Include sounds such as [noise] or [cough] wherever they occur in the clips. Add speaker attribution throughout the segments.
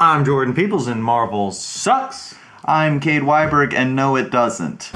Speaker 1: I'm Jordan Peoples, and Marvel sucks.
Speaker 2: I'm Cade Weiberg, and no, it doesn't.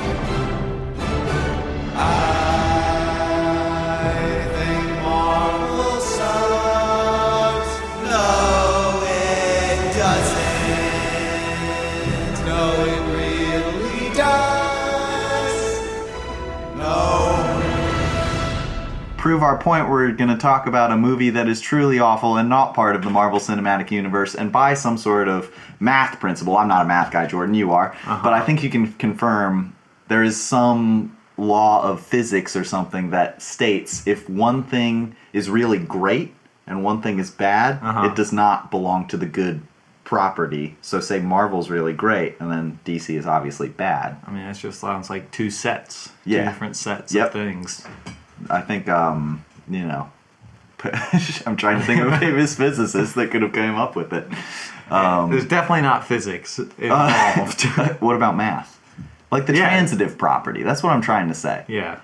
Speaker 2: Prove our point, we're going to talk about a movie that is truly awful and not part of the Marvel Cinematic Universe, and by some sort of math principle. I'm not a math guy, Jordan, you are, but I think you can confirm there is some law of physics or something that states if one thing is really great and one thing is bad, it does not belong to the good property. So, say Marvel's really great, and then DC is obviously bad.
Speaker 1: I mean, it's just sounds like two sets, two
Speaker 2: Yeah.
Speaker 1: different sets
Speaker 2: Yep.
Speaker 1: of things.
Speaker 2: I think um, you know. [laughs] I'm trying to think of a famous physicist that could have came up with it. Um, Uh,
Speaker 1: There's definitely not physics
Speaker 2: [laughs]
Speaker 1: involved.
Speaker 2: what about math? Like the
Speaker 1: Uh, Yeah.
Speaker 2: transitive property. That's what I'm trying to say.
Speaker 1: yeah,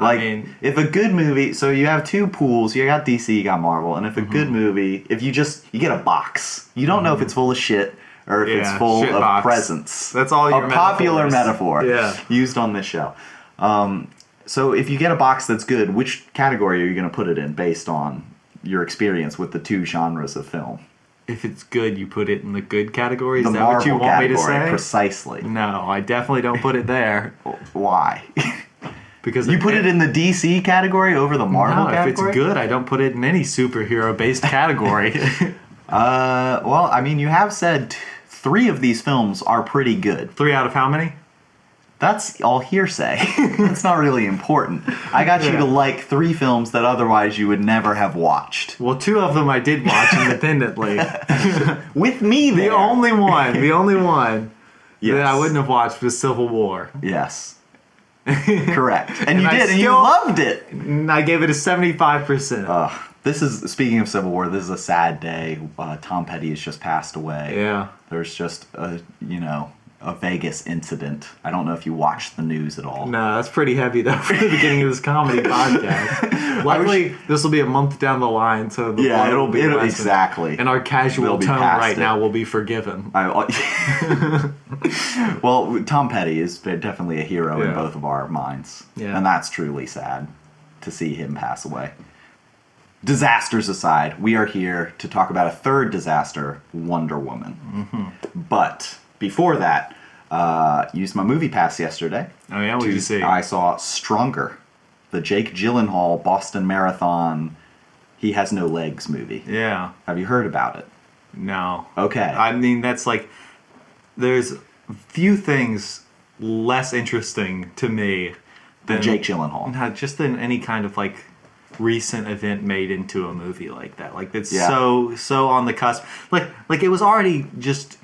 Speaker 2: Like
Speaker 1: I mean,
Speaker 2: if a good movie, so you have two pools. You got DC, you got Marvel, and if a
Speaker 1: Mm-hmm.
Speaker 2: good movie, if you just you get a box, you don't know if it's full of shit or if it's
Speaker 1: Yeah,
Speaker 2: full
Speaker 1: shit
Speaker 2: of
Speaker 1: box.
Speaker 2: presents.
Speaker 1: That's all
Speaker 2: a
Speaker 1: your
Speaker 2: popular metaphor
Speaker 1: metaphors. Yeah.
Speaker 2: used on this show. Um, so if you get a box that's good, which category are you going to put it in based on your experience with the two genres of film?
Speaker 1: if it's good, you put it in the good category. Is
Speaker 2: the
Speaker 1: that
Speaker 2: Marvel
Speaker 1: what you want
Speaker 2: category,
Speaker 1: me to say?
Speaker 2: precisely.
Speaker 1: No, I definitely don't put it there
Speaker 2: Why? [laughs]
Speaker 1: because
Speaker 2: you put it in the DC category over the Marvel
Speaker 1: No, if
Speaker 2: category.
Speaker 1: it's good, I don't put it in any
Speaker 2: [laughs]
Speaker 1: superhero-based category. [laughs]
Speaker 2: Uh, well, I mean, you have said t- three of these films are pretty good.
Speaker 1: Three out of how many?
Speaker 2: That's all hearsay. [laughs] it's not really important. I got you
Speaker 1: Yeah.
Speaker 2: to like three films that otherwise you would never have watched.
Speaker 1: Well, two of them I did watch [laughs] independently.
Speaker 2: With me,
Speaker 1: The
Speaker 2: there.
Speaker 1: only one, the only one [laughs]
Speaker 2: yes.
Speaker 1: that I wouldn't have watched was Civil War. [laughs]
Speaker 2: Yes. Correct. And, you
Speaker 1: I
Speaker 2: did, and you
Speaker 1: still-
Speaker 2: loved it.
Speaker 1: And I gave it a 75%.
Speaker 2: Ugh. This is speaking of Civil War. This is a sad day. Uh, Tom Petty has just passed away.
Speaker 1: yeah.
Speaker 2: There's just a you know a Vegas incident. I don't know if you watched the news at all.
Speaker 1: No, that's pretty heavy though [laughs] for the beginning of this comedy [laughs] podcast. Luckily, this will be a month down the line, so the
Speaker 2: Yeah,
Speaker 1: blood
Speaker 2: it'll
Speaker 1: will be
Speaker 2: be it'll,
Speaker 1: lessened.
Speaker 2: exactly.
Speaker 1: And our
Speaker 2: They'll
Speaker 1: casual
Speaker 2: be
Speaker 1: tone
Speaker 2: past
Speaker 1: right
Speaker 2: it.
Speaker 1: now will be forgiven.
Speaker 2: I, [laughs] well, Tom Petty is definitely a hero in
Speaker 1: Yeah.
Speaker 2: both of our minds,
Speaker 1: Yeah.
Speaker 2: and that's truly sad to see him pass away. Disasters aside, we are here to talk about a third disaster, Wonder Woman.
Speaker 1: Mm-hmm.
Speaker 2: But before that, uh, used my movie pass yesterday.
Speaker 1: Oh yeah, what
Speaker 2: to-
Speaker 1: did you see?
Speaker 2: I saw Stronger, the Jake Gyllenhaal Boston Marathon. He has no legs movie.
Speaker 1: yeah.
Speaker 2: Have you heard about it?
Speaker 1: No.
Speaker 2: Okay.
Speaker 1: I mean, that's like, there's few things less interesting to me than
Speaker 2: Jake Gyllenhaal.
Speaker 1: No, just than any kind of like recent event made into a movie like that. Like it's
Speaker 2: Yeah.
Speaker 1: so so on the cusp. Like like it was already just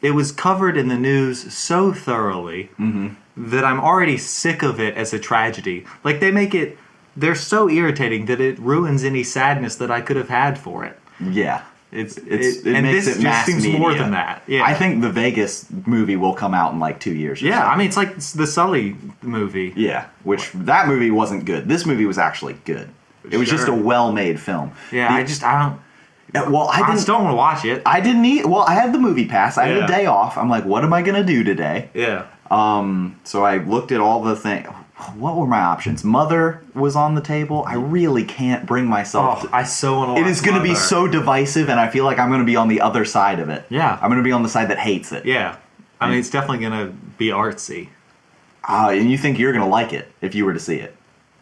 Speaker 1: it was covered in the news so thoroughly
Speaker 2: Mm-hmm.
Speaker 1: that I'm already sick of it as a tragedy. Like they make it they're so irritating that it ruins any sadness that I could have had for it.
Speaker 2: Yeah.
Speaker 1: It's,
Speaker 2: It's,
Speaker 1: it,
Speaker 2: it,
Speaker 1: and
Speaker 2: makes
Speaker 1: this
Speaker 2: it
Speaker 1: just
Speaker 2: mass
Speaker 1: seems
Speaker 2: media.
Speaker 1: more than that. Yeah,
Speaker 2: I think the Vegas movie will come out in like two years. Or
Speaker 1: Yeah,
Speaker 2: so.
Speaker 1: I mean it's like it's the Sully movie.
Speaker 2: yeah. Which that movie wasn't good. This movie was actually good. It was just a
Speaker 1: Sure.
Speaker 2: well-made film.
Speaker 1: Yeah,
Speaker 2: The-
Speaker 1: I just I don't
Speaker 2: uh, well,
Speaker 1: I,
Speaker 2: I didn't.
Speaker 1: just don't want to watch it.
Speaker 2: I didn't eat. Well, I had the movie pass. I had
Speaker 1: Yeah.
Speaker 2: a day off. I'm like, what am I gonna do today?
Speaker 1: yeah,
Speaker 2: Um, so I looked at all the things. What were my options? Mother was on the table. I really can't bring myself.
Speaker 1: oh, I so want to.
Speaker 2: to, it is going to be so divisive, and I feel like I'm going to be on the other side of it.
Speaker 1: Yeah.
Speaker 2: I'm going to be on the side that hates it.
Speaker 1: Yeah, I mean it's definitely gonna be artsy.
Speaker 2: Ah, and you think you're gonna like it if you were to see it,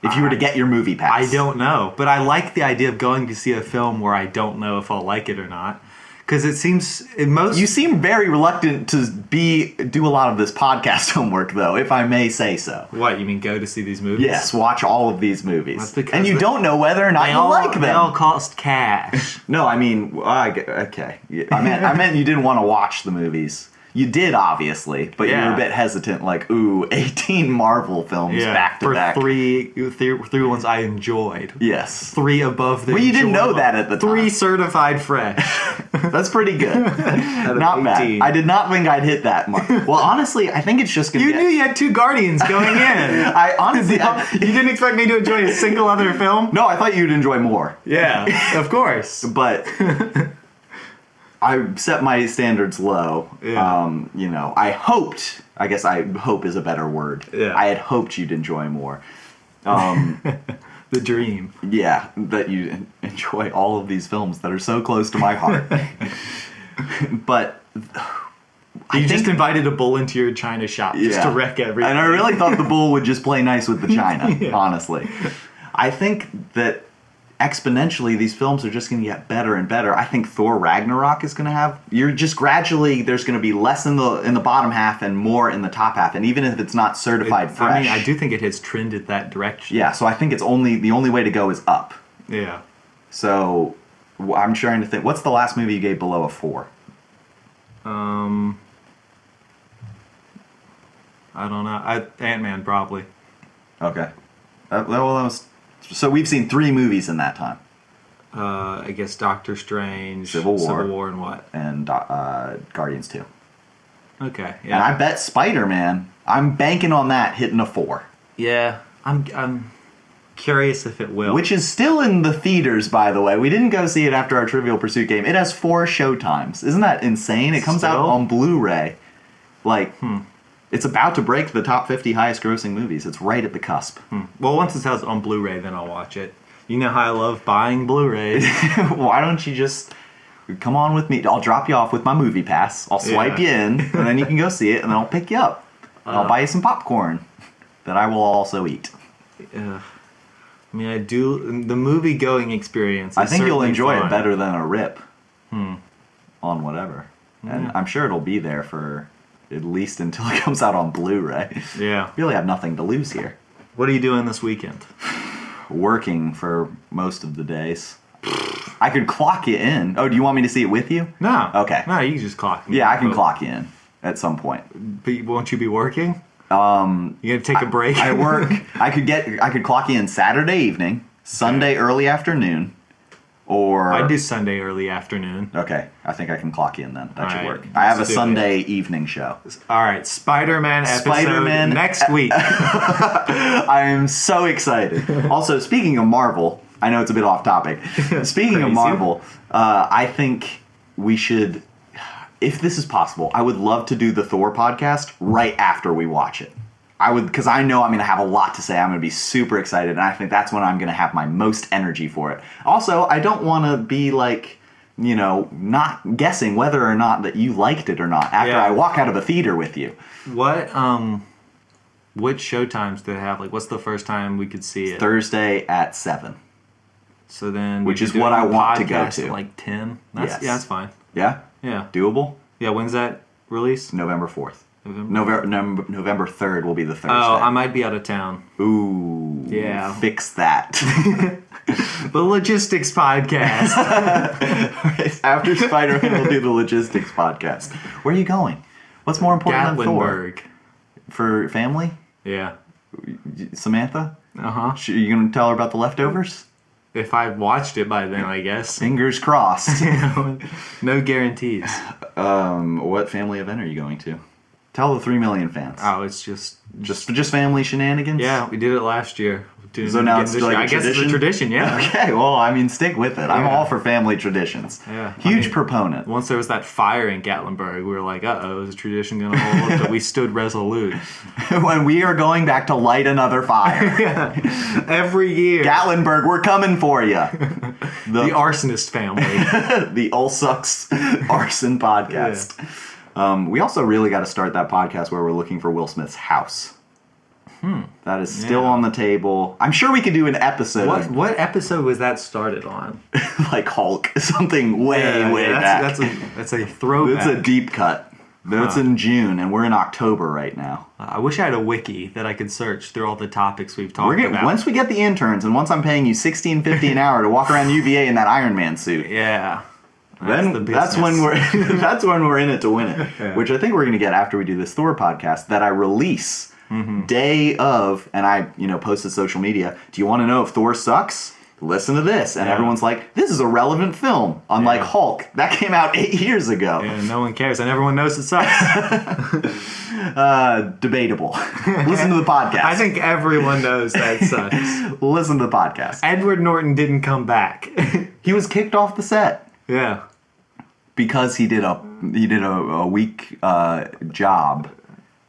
Speaker 2: if you were to get your movie pass.
Speaker 1: I don't know, but I like the idea of going to see a film where I don't know if I'll like it or not, because it seems in most
Speaker 2: You seem very reluctant to be do a lot of this podcast [laughs] homework, though, if I may say so.
Speaker 1: what you mean go to see these movies.
Speaker 2: Yes, watch all of these
Speaker 1: That's
Speaker 2: movies,
Speaker 1: because
Speaker 2: and you
Speaker 1: they-
Speaker 2: don't know whether or not
Speaker 1: they
Speaker 2: you
Speaker 1: all
Speaker 2: like them.
Speaker 1: they all cost
Speaker 2: [laughs]
Speaker 1: cash.
Speaker 2: No, I mean, well, I g okay. Yeah, I meant I meant you didn't want to watch the movies. You did, obviously, but you
Speaker 1: Yeah.
Speaker 2: were a bit hesitant. Like, ooh, [laughs] eighteen Marvel films back to
Speaker 1: for
Speaker 2: back.
Speaker 1: three three three ones I enjoyed.
Speaker 2: Yes,
Speaker 1: Three above the.
Speaker 2: Well, you didn't know
Speaker 1: enjoyable.
Speaker 2: that at the
Speaker 1: Three
Speaker 2: time.
Speaker 1: certified
Speaker 2: [laughs]
Speaker 1: fresh.
Speaker 2: that's pretty
Speaker 1: [laughs]
Speaker 2: good. [laughs] not bad.
Speaker 1: 18.
Speaker 2: I did not think I'd hit
Speaker 1: [laughs]
Speaker 2: that mark. Well, honestly, I think it's just gonna.
Speaker 1: You
Speaker 2: get-
Speaker 1: knew you had two Guardians going in.
Speaker 2: [laughs] I honestly, I-
Speaker 1: you didn't expect me to enjoy a single other film?
Speaker 2: no, I thought you'd enjoy more,
Speaker 1: [laughs] Yeah, of course.
Speaker 2: but I set my standards low.
Speaker 1: Yeah.
Speaker 2: Um, you know, I hoped. I guess I hope is a better word.
Speaker 1: Yeah.
Speaker 2: I had hoped you'd enjoy more. Um,
Speaker 1: [laughs] The dream.
Speaker 2: Yeah, that you en- enjoy all of these films that are so close to my heart.
Speaker 1: [laughs]
Speaker 2: but [sighs]
Speaker 1: you
Speaker 2: think-
Speaker 1: just invited a bull into your China shop just
Speaker 2: yeah.
Speaker 1: to wreck everything.
Speaker 2: And I really thought the bull would just play nice
Speaker 1: [laughs]
Speaker 2: with the China,
Speaker 1: Yeah.
Speaker 2: honestly. I think that exponentially these films are just going to get better and better. I think Thor Ragnarok is going to have you're just gradually there's going to be less in the in the bottom half and more in the top half. And even if it's not certified fresh.
Speaker 1: I mean, I do think it has trended that direction.
Speaker 2: Yeah, so I think it's only the only way to go is up.
Speaker 1: Yeah.
Speaker 2: So wh- I'm trying to think. What's the last movie you gave below a four?
Speaker 1: I don't know. I, Ant-Man, probably.
Speaker 2: Okay. Uh, well, that was, so we've seen three movies in that time,
Speaker 1: Uh, I guess Doctor Strange,
Speaker 2: Civil War.
Speaker 1: Civil War, and what?
Speaker 2: and uh, uh, Guardians two.
Speaker 1: Okay.
Speaker 2: And
Speaker 1: Yeah.
Speaker 2: I bet Spider Man. I'm banking on that hitting a four,
Speaker 1: yeah. I'm. I'm curious if it will.
Speaker 2: which is still in the theaters. By the way, we didn't go see it after our Trivial Pursuit game. It has four showtimes. Isn't that insane? It comes out
Speaker 1: Still? Hmm.
Speaker 2: on Blu-ray. Like, it's about to break the top 50 highest-grossing movies. It's right at the cusp.
Speaker 1: Well, once it's out on Blu-ray, then I'll watch it. You know how I love buying
Speaker 2: [laughs]
Speaker 1: Blu-rays.
Speaker 2: [laughs] Why don't you just come on with me? I'll drop you off with my movie pass. I'll swipe
Speaker 1: Yeah.
Speaker 2: you in, and then you can go see it, and then I'll pick you up. And
Speaker 1: Uh-huh.
Speaker 2: I'll buy you some popcorn that I will also eat.
Speaker 1: Ugh. I mean, I do the movie-going experience. Is
Speaker 2: I think you'll
Speaker 1: certainly
Speaker 2: enjoy
Speaker 1: fun. Hmm.
Speaker 2: it better than a rip on whatever. And I'm sure it'll be there for at least [laughs] until it comes out on Blu ray.
Speaker 1: Yeah.
Speaker 2: really have nothing to lose here.
Speaker 1: What are you doing this weekend?
Speaker 2: Working for most of the days. I could clock you in. Oh, do you want me to see it with you?
Speaker 1: No.
Speaker 2: Okay.
Speaker 1: No, you can just clock. me.
Speaker 2: Yeah, I can
Speaker 1: But-
Speaker 2: clock you in at some point.
Speaker 1: But won't you be working? Um. You gonna take a break?
Speaker 2: I
Speaker 1: [laughs]
Speaker 2: work. I could get. I could clock in Saturday evening, Sunday early afternoon, or
Speaker 1: I do Sunday early afternoon.
Speaker 2: Okay, I think I can clock in then. That should
Speaker 1: Alright,
Speaker 2: work. I have a
Speaker 1: let's do it.
Speaker 2: Sunday evening show.
Speaker 1: All right, Spider-Man episode
Speaker 2: Spider-Man- e-
Speaker 1: next
Speaker 2: [laughs]
Speaker 1: week.
Speaker 2: I am so excited.
Speaker 1: [laughs]
Speaker 2: also, speaking of Marvel, I know it's a bit off topic. Speaking of
Speaker 1: Crazy.
Speaker 2: Marvel, uh, I think we should, if this is possible, I would love to do the Thor podcast right after we watch it. I would, because I know I'm going to have a lot to say. I'm going to be super excited, and I think that's when I'm going to have my most energy for it. Also, I don't want to be like, you know, not guessing whether or not that you liked it or not after
Speaker 1: Yeah.
Speaker 2: I walk out of a theater with you.
Speaker 1: what um, what showtimes do they have? Like, what's the first time we could see it?
Speaker 2: Thursday at 7.
Speaker 1: So then,
Speaker 2: Which
Speaker 1: we
Speaker 2: is
Speaker 1: could do
Speaker 2: what
Speaker 1: it
Speaker 2: I
Speaker 1: on
Speaker 2: want to go
Speaker 1: podcast
Speaker 2: to.
Speaker 1: at, Like ten. That's,
Speaker 2: Yes.
Speaker 1: Yeah, that's fine.
Speaker 2: Yeah?
Speaker 1: Yeah.
Speaker 2: Doable?
Speaker 1: Yeah. When's that released?
Speaker 2: November 4th.
Speaker 1: November.
Speaker 2: November November, November 3rd will be the Thursday.
Speaker 1: Oh, I might be out of town.
Speaker 2: Ooh.
Speaker 1: Yeah.
Speaker 2: Fix that. [laughs]
Speaker 1: The logistics
Speaker 2: [laughs]
Speaker 1: podcast.
Speaker 2: After Spider Man, we'll do the logistics podcast. Where are you going? What's more important than Thor?
Speaker 1: Gatlinburg.
Speaker 2: For family?
Speaker 1: Yeah.
Speaker 2: Samantha?
Speaker 1: Uh huh.
Speaker 2: Sh- Are you going to tell her about the leftovers?
Speaker 1: If I watched it by then, I guess. [laughs]
Speaker 2: Fingers crossed.
Speaker 1: no guarantees.
Speaker 2: um, what family event are you going to? Tell the 3 million fans.
Speaker 1: Oh, it's just
Speaker 2: Just, just family shenanigans?
Speaker 1: yeah. We did it last year. We're doing
Speaker 2: So
Speaker 1: it
Speaker 2: now
Speaker 1: again
Speaker 2: it's
Speaker 1: this
Speaker 2: like
Speaker 1: year.
Speaker 2: a
Speaker 1: I guess it's a tradition. Yeah.
Speaker 2: Okay, well, I mean, stick with it. I'm
Speaker 1: Yeah.
Speaker 2: all for family traditions.
Speaker 1: Yeah, I
Speaker 2: Huge
Speaker 1: mean-
Speaker 2: proponent.
Speaker 1: Once there was that fire in Gatlinburg, we were like, "Uh oh, is the tradition going to hold?" up? But we stood
Speaker 2: [laughs]
Speaker 1: resolute.
Speaker 2: [laughs] when we are going back to light another fire.
Speaker 1: Every year,
Speaker 2: Gatlinburg, we're coming for
Speaker 1: [laughs]
Speaker 2: you.
Speaker 1: the
Speaker 2: The,
Speaker 1: arsonist
Speaker 2: [laughs]
Speaker 1: family.
Speaker 2: the All Sucks [laughs] Arson podcast. Um, we also really got to start that podcast where we're looking for Will Smith's house. Hmm. That is still
Speaker 1: Yeah.
Speaker 2: on the table. I'm sure we could do an episode
Speaker 1: what what episode was that started on?
Speaker 2: [laughs] like Hulk, something way, way back.
Speaker 1: that's, that's a that's a throwback.
Speaker 2: It's a deep cut. That's in June, and we're in October right now.
Speaker 1: I wish I had a wiki that I could search through all the topics we've talked
Speaker 2: We're getting,
Speaker 1: about.
Speaker 2: once we get the interns, and once I'm paying you sixteen fifty an hour to walk around UVA in that Iron Man suit,
Speaker 1: yeah.
Speaker 2: then
Speaker 1: the
Speaker 2: that's, when
Speaker 1: business.
Speaker 2: we're that's when we're in [laughs] it to win
Speaker 1: [laughs]
Speaker 2: it. Which I think we're going to get after we do this Thor podcast that I release
Speaker 1: Mm-hmm.
Speaker 2: day of, and I you know post to social media. Do you want to know if Thor sucks? Listen to this, and
Speaker 1: Yeah.
Speaker 2: everyone's like, "This is a relevant film." Unlike
Speaker 1: Yeah.
Speaker 2: Hulk, that came out eight years ago.
Speaker 1: Yeah, no one cares, and everyone knows it sucks.
Speaker 2: Uh,
Speaker 1: [laughs]
Speaker 2: debatable. Listen to the podcast.
Speaker 1: I think everyone knows that
Speaker 2: [laughs]
Speaker 1: sucks.
Speaker 2: Listen to the podcast.
Speaker 1: Edward Norton didn't come back.
Speaker 2: He was kicked off the set
Speaker 1: [laughs] yeah.
Speaker 2: because he did a he did a, a weak uh, job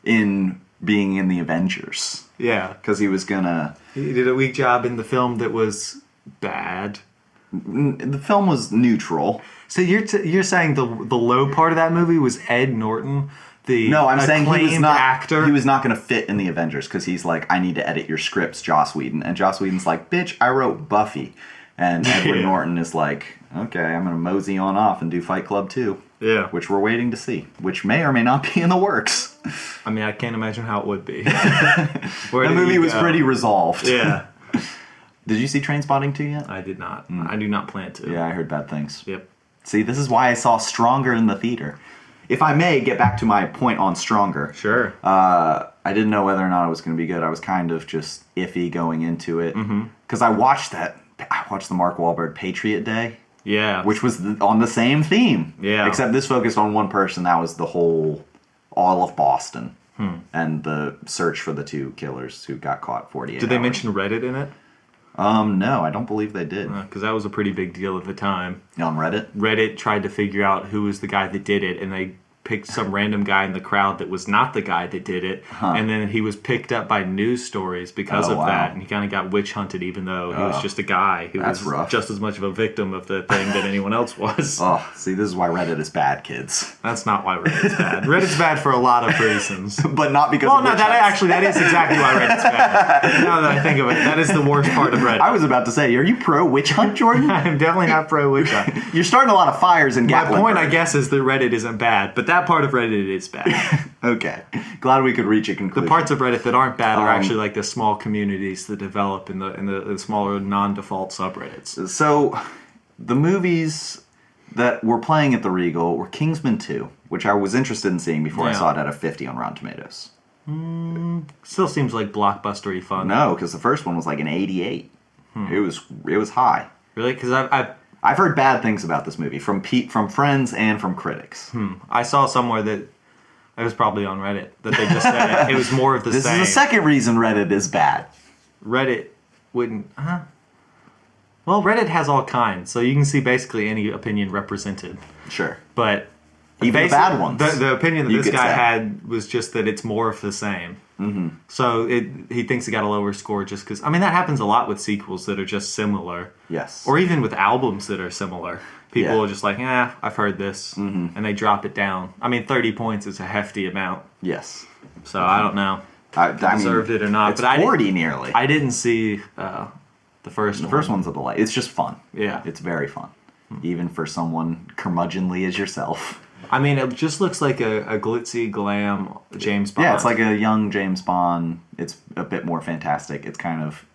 Speaker 2: in being in the Avengers
Speaker 1: Yeah,
Speaker 2: because he was gonna.
Speaker 1: he did a weak job in the film that was bad.
Speaker 2: The film was neutral.
Speaker 1: So you're t- you're saying the the low part of that movie was Ed Norton, the
Speaker 2: No, I'm saying he was
Speaker 1: acclaimed
Speaker 2: not
Speaker 1: actor.
Speaker 2: He was not going to fit in the Avengers because he's like, I need to edit your scripts, Joss Whedon, and Joss Whedon's like, bitch, I wrote Buffy, and
Speaker 1: [laughs]
Speaker 2: Edward
Speaker 1: Yeah.
Speaker 2: Norton is like, okay, I'm going to mosey on off and do Fight Club too,
Speaker 1: yeah,
Speaker 2: which we're waiting to see, which may or may not [laughs] be in the works.
Speaker 1: I mean I can't imagine how it would
Speaker 2: [laughs]
Speaker 1: be.
Speaker 2: The movie was pretty resolved.
Speaker 1: Yeah,
Speaker 2: [laughs] Did you see Train Spotting two yet?
Speaker 1: I did not. I do not plan to.
Speaker 2: Mm. Yeah, I heard bad things.
Speaker 1: Yep.
Speaker 2: See, this is why I saw Stronger in the theater. If I may get back to my point on Stronger,
Speaker 1: Sure.
Speaker 2: uh, I didn't know whether or not it was going to be good. I was kind of just iffy going into it because
Speaker 1: Mm-hmm.
Speaker 2: I watched that. I watched the Mark Wahlberg Patriot Day,
Speaker 1: yeah.
Speaker 2: which was th- on the same theme.
Speaker 1: Yeah.
Speaker 2: Except this focused on one person. That was the whole, all of Boston,
Speaker 1: Hmm.
Speaker 2: and the search for the two killers who got caught. Forty-eight.
Speaker 1: did they
Speaker 2: hours.
Speaker 1: mention Reddit in it?
Speaker 2: Um, no, I don't believe they did
Speaker 1: Because that was a pretty big deal at the time.
Speaker 2: on Reddit.
Speaker 1: Reddit tried to figure out who was the guy that did it, and they picked some random guy in the crowd that was not the guy that did it. And then he was picked up by news stories because
Speaker 2: Oh,
Speaker 1: of
Speaker 2: wow.
Speaker 1: that, and he kind of got witch hunted, even though he was just a guy who
Speaker 2: That's
Speaker 1: was
Speaker 2: rough.
Speaker 1: just as much of a victim of the thing that anyone
Speaker 2: [laughs]
Speaker 1: else was.
Speaker 2: Oh, see, this is why Reddit is bad, kids. [laughs]
Speaker 1: That's not why Reddit's bad. Reddit's bad for a lot of [laughs] reasons.
Speaker 2: But not because.
Speaker 1: Well,
Speaker 2: of
Speaker 1: no,
Speaker 2: witch
Speaker 1: that
Speaker 2: hunts.
Speaker 1: actually that is exactly why Reddit's
Speaker 2: [laughs]
Speaker 1: bad. Now that I think of it, that is the worst part of Reddit.
Speaker 2: I was about to say, are you pro witch hunt,
Speaker 1: [laughs]
Speaker 2: Jordan?
Speaker 1: I'm definitely not pro witch hunt.
Speaker 2: You're starting a lot of fires in
Speaker 1: My
Speaker 2: Gatlinburg.
Speaker 1: point, I guess, is that Reddit isn't bad, but that part of Reddit is bad.
Speaker 2: Okay. Glad we could reach a conclusion.
Speaker 1: The parts of Reddit that aren't bad are
Speaker 2: Um,
Speaker 1: actually like the small communities that develop in the in the, the smaller non-default subreddits.
Speaker 2: so, the movies that were playing at the Regal were Kingsman 2, which I was interested in seeing before I
Speaker 1: Yeah.
Speaker 2: saw it at a 50 on Rotten Tomatoes.
Speaker 1: Still seems like blockbustery fun,
Speaker 2: No, because the first one was like an 88.
Speaker 1: Hmm.
Speaker 2: It was it was high.
Speaker 1: really, because I, I
Speaker 2: I've heard bad things about this movie from Pete, from friends, and from critics.
Speaker 1: I saw somewhere that it was probably on Reddit that they just said it, it was more of the
Speaker 2: [laughs] This
Speaker 1: same.
Speaker 2: is the second reason Reddit is bad.
Speaker 1: Reddit wouldn't. Huh? Well, Reddit has all kinds, so you can see basically any opinion represented.
Speaker 2: Sure.
Speaker 1: but
Speaker 2: Even the
Speaker 1: basi-
Speaker 2: bad ones,
Speaker 1: The, the opinion that
Speaker 2: you
Speaker 1: this
Speaker 2: could
Speaker 1: guy
Speaker 2: say.
Speaker 1: had was just that it's more of the same. Mm-hmm. So it, he thinks he got a lower score just because. I mean, that happens a lot with sequels that are just similar,
Speaker 2: Yes.
Speaker 1: or even with albums that are similar. People
Speaker 2: Yeah. Mm-hmm.
Speaker 1: are just like, "Ah, I've heard this," and they drop it down. I mean, thirty points is a hefty amount,
Speaker 2: yes.
Speaker 1: so I don't know.
Speaker 2: I, I
Speaker 1: Deserved
Speaker 2: mean,
Speaker 1: it or not,
Speaker 2: It's
Speaker 1: but I didn't-
Speaker 2: 40 nearly.
Speaker 1: I didn't see uh, the first
Speaker 2: The first one's a delight. It's just fun.
Speaker 1: Yeah.
Speaker 2: It's very fun. Even for someone curmudgeonly as yourself.
Speaker 1: I mean, it just looks like a, a glitzy glam James Bond.
Speaker 2: Yeah, it's like a young James Bond. It's a bit more fantastic. It's kind of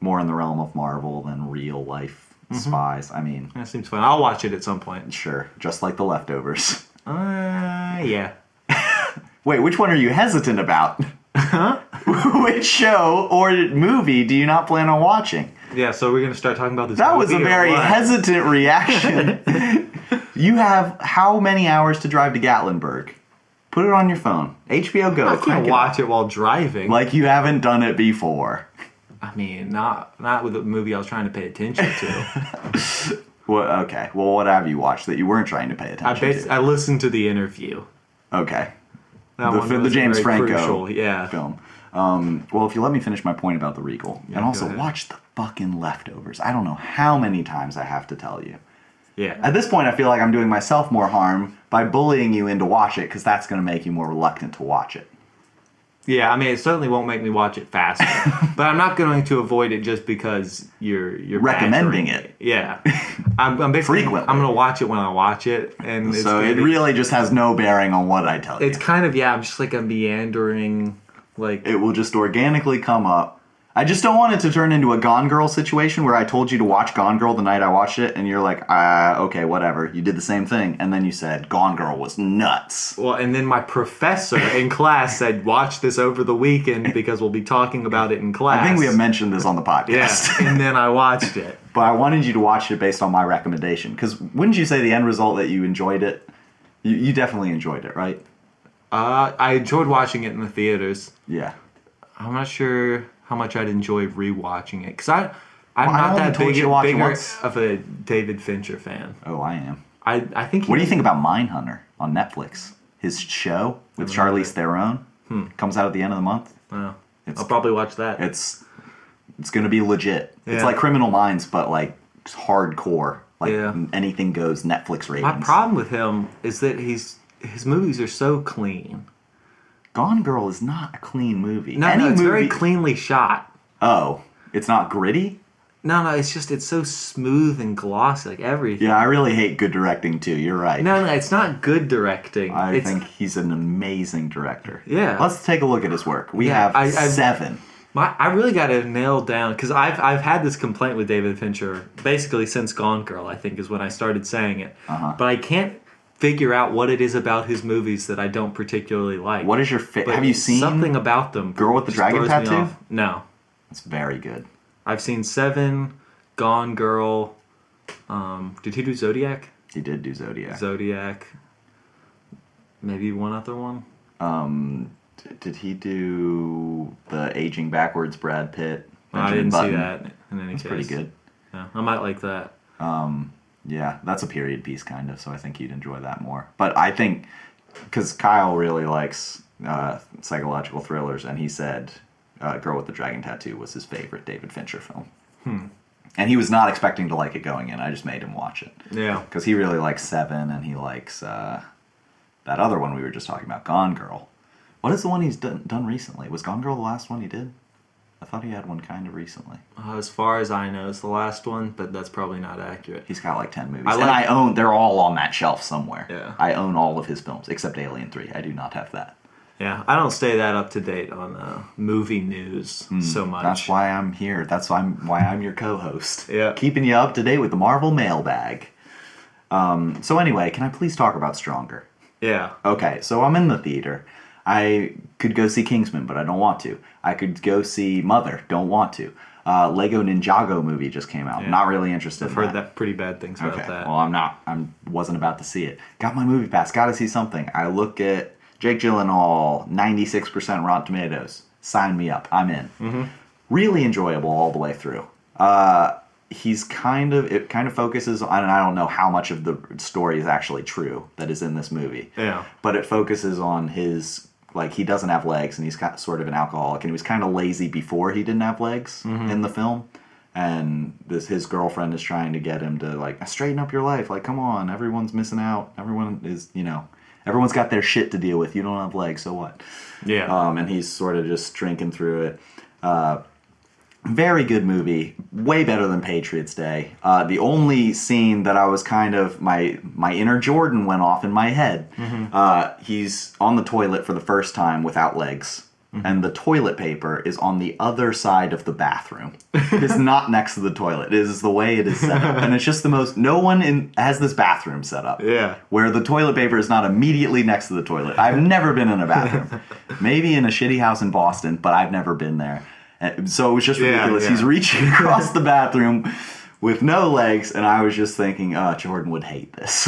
Speaker 2: more in the realm of Marvel than real life spies. I mean,
Speaker 1: that seems fun. I'll watch it at some point.
Speaker 2: sure, just like the leftovers. [laughs]
Speaker 1: Uh, yeah.
Speaker 2: Wait, which one are you hesitant about? Huh? [laughs] which show or movie do you not plan on watching?
Speaker 1: Yeah, so we're gonna start talking about this.
Speaker 2: That was a
Speaker 1: movie or
Speaker 2: very
Speaker 1: what? [laughs]
Speaker 2: hesitant reaction. you have how many hours to drive to Gatlinburg? Put it on your phone. HBO Go.
Speaker 1: I
Speaker 2: crank
Speaker 1: can't
Speaker 2: it
Speaker 1: watch it while driving.
Speaker 2: up. Like you haven't done it before.
Speaker 1: I mean, not not with the movie I was trying to pay attention
Speaker 2: [laughs]
Speaker 1: to.
Speaker 2: What? Okay. Well, what have you watched that you weren't trying to pay
Speaker 1: I
Speaker 2: attention
Speaker 1: bas- I listened to the interview.
Speaker 2: to? Okay.
Speaker 1: That
Speaker 2: The
Speaker 1: one
Speaker 2: fi- the
Speaker 1: was
Speaker 2: James
Speaker 1: very
Speaker 2: Franco
Speaker 1: Crucial. Yeah.
Speaker 2: Film. Um, well, if you let me finish my point about the Regal, and also
Speaker 1: ahead.
Speaker 2: watch the fucking leftovers. I don't know how many times I have to tell you.
Speaker 1: Yeah.
Speaker 2: At this point, I feel like I'm doing myself more harm by bullying you into watch it because that's going to make you more reluctant to watch it.
Speaker 1: Yeah. I mean, it certainly won't make me watch it faster,
Speaker 2: [laughs]
Speaker 1: but I'm not going to avoid it just because you're you're
Speaker 2: Recommending
Speaker 1: badgering
Speaker 2: it.
Speaker 1: me.
Speaker 2: [laughs]
Speaker 1: Yeah. I'm, I'm basically
Speaker 2: Frequently.
Speaker 1: I'm gonna watch it when I watch it, and it's
Speaker 2: so
Speaker 1: gonna
Speaker 2: it
Speaker 1: be-
Speaker 2: really just has no bearing on what I tell
Speaker 1: it's
Speaker 2: you.
Speaker 1: kind of yeah. I'm just like a meandering like
Speaker 2: It will just organically come up. I just don't want it to turn into a Gone Girl situation where I told you to watch Gone Girl the night I watched it, and you're like, uh, okay, whatever. You did the same thing, and then you said Gone Girl was nuts.
Speaker 1: Well, and then my professor in class said, "Watch this over the weekend because we'll be talking about it in class."
Speaker 2: I think we have mentioned this on the
Speaker 1: Yeah,
Speaker 2: podcast,
Speaker 1: and then I watched it.
Speaker 2: [laughs] but I wanted you to watch it based on my recommendation because wouldn't you say the end result that you enjoyed it? You, you definitely enjoyed it, right?
Speaker 1: Uh, I enjoyed watching it in the theaters.
Speaker 2: Yeah.
Speaker 1: I'm not sure how much I'd enjoy rewatching it because I, I'm
Speaker 2: Well, I
Speaker 1: not
Speaker 2: only
Speaker 1: that
Speaker 2: told
Speaker 1: big
Speaker 2: you to watch it
Speaker 1: bigger
Speaker 2: once.
Speaker 1: of a David Fincher fan.
Speaker 2: Oh, I am.
Speaker 1: I I think. He,
Speaker 2: What do you think about Mindhunter on Netflix? His show with Charlize Theron
Speaker 1: Hmm.
Speaker 2: comes out at the end of the month.
Speaker 1: Oh,
Speaker 2: It's-
Speaker 1: I'll probably watch that.
Speaker 2: It's it's gonna be legit. It's
Speaker 1: Yeah.
Speaker 2: like Criminal Minds, but like just hardcore. Like
Speaker 1: Yeah.
Speaker 2: anything goes. Netflix ratings.
Speaker 1: My problem with him is that he's his movies are so clean.
Speaker 2: Gone Girl is not a clean movie.
Speaker 1: No,
Speaker 2: Any
Speaker 1: no, it's
Speaker 2: movie,
Speaker 1: very cleanly shot.
Speaker 2: Oh, it's not gritty.
Speaker 1: No, no, it's just it's so smooth and glossy, like everything.
Speaker 2: Yeah, I really hate good directing too. You're right.
Speaker 1: No, no, it's not good directing.
Speaker 2: I
Speaker 1: it's,
Speaker 2: think he's an amazing director.
Speaker 1: Yeah.
Speaker 2: Let's take a look at his work. We
Speaker 1: Yeah,
Speaker 2: have
Speaker 1: I- I've-
Speaker 2: 7
Speaker 1: My, I really got to nail down because I've I've had this complaint with David Fincher basically since Gone Girl. I think is when I started saying it,
Speaker 2: Uh-huh.
Speaker 1: but I can't figure out what it is about his movies that I don't particularly like.
Speaker 2: What is your favorite?
Speaker 1: But
Speaker 2: Have you seen?
Speaker 1: something about them?
Speaker 2: Girl with the
Speaker 1: just
Speaker 2: Dragon
Speaker 1: throws me
Speaker 2: Tattoo?
Speaker 1: off. No,
Speaker 2: It's very good.
Speaker 1: I've seen Seven, Gone Girl. Um, did he do Zodiac?
Speaker 2: He did do Zodiac.
Speaker 1: Zodiac. Maybe one other one.
Speaker 2: D- did he do the aging backwards Brad Pitt?
Speaker 1: I
Speaker 2: Benjamin
Speaker 1: didn't
Speaker 2: Button?
Speaker 1: see that. In any
Speaker 2: It's
Speaker 1: case,
Speaker 2: pretty good.
Speaker 1: Yeah, I might like that.
Speaker 2: Yeah, that's a period piece kind of, so I think you'd enjoy that more. But I think because Kyle really likes uh, psychological thrillers, and he said uh, "Girl with the Dragon Tattoo" was his favorite David Fincher film,
Speaker 1: Hmm.
Speaker 2: and he was not expecting to like it going in. I just made him watch it
Speaker 1: Yeah.
Speaker 2: because he really likes Seven, and he likes uh, that other one we were just talking about, Gone Girl. What is the one he's done, done recently? Was Gone Girl the last one he did? I thought he had one kind of recently.
Speaker 1: Uh, as far as I know, it's the last one, but that's probably not accurate.
Speaker 2: He's got like ten movies,
Speaker 1: I
Speaker 2: and I
Speaker 1: like-
Speaker 2: own they're all on that shelf somewhere.
Speaker 1: Yeah.
Speaker 2: I own all of his films except Alien Three. I do not have that.
Speaker 1: Yeah, I don't stay that up to date on uh, movie news so much.
Speaker 2: Hmm, That's why I'm here. That's why I'm why I'm your co-host.
Speaker 1: Yeah.
Speaker 2: keeping you up to date with the Marvel mailbag. Um. So anyway, can I please talk about Stronger?
Speaker 1: Yeah,
Speaker 2: Okay, so I'm in the theater. I could go see Kingsman, but I don't want to. I could go see Mother. Don't want to. Uh, Lego Ninjago movie just came out. Not really interested.
Speaker 1: I've
Speaker 2: in
Speaker 1: heard that pretty bad things about
Speaker 2: Okay.
Speaker 1: that.
Speaker 2: Well, I'm not. I'm wasn't about to see it. Got my movie pass. Got to see something. I look at Jake Gyllenhaal, 96% Rotten Tomatoes. Sign me up. I'm in.
Speaker 1: Mm-hmm.
Speaker 2: Really enjoyable all the way through. Uh, he's kind of it kind of focuses on. And I don't know how much of the story is actually true that is in this movie.
Speaker 1: Yeah.
Speaker 2: But it focuses on his like he doesn't have legs and he's got sort of an alcoholic and he was kind of lazy before he didn't have legs in the film and this his girlfriend is trying to get him to like straighten up your life like come on everyone's missing out everyone is you know everyone's got their shit to deal with you don't have legs so what
Speaker 1: yeah,
Speaker 2: um, and he's sort of just drinking through it. Uh, very good movie, way better than Patriots Day. Uh, the only scene that I was kind of my my inner Jordan went off in my head.
Speaker 1: Mm-hmm.
Speaker 2: Uh, he's on the toilet for the first time without legs.
Speaker 1: Mm-hmm.
Speaker 2: And the toilet paper is on the other side of the bathroom. it's not next to the toilet. It is the way it is
Speaker 1: [laughs]
Speaker 2: set up, and it's just the most. No one in has this bathroom set up
Speaker 1: Yeah.
Speaker 2: where the toilet paper is not immediately next to the toilet. I've never been in a
Speaker 1: [laughs]
Speaker 2: bathroom. Maybe in a shitty house in Boston, but I've never been there. And so it was just
Speaker 1: Yeah,
Speaker 2: ridiculous.
Speaker 1: yeah.
Speaker 2: He's
Speaker 1: [laughs]
Speaker 2: reaching across the bathroom with no legs, and I was just thinking, uh, Jordan would
Speaker 1: [laughs]
Speaker 2: hate this.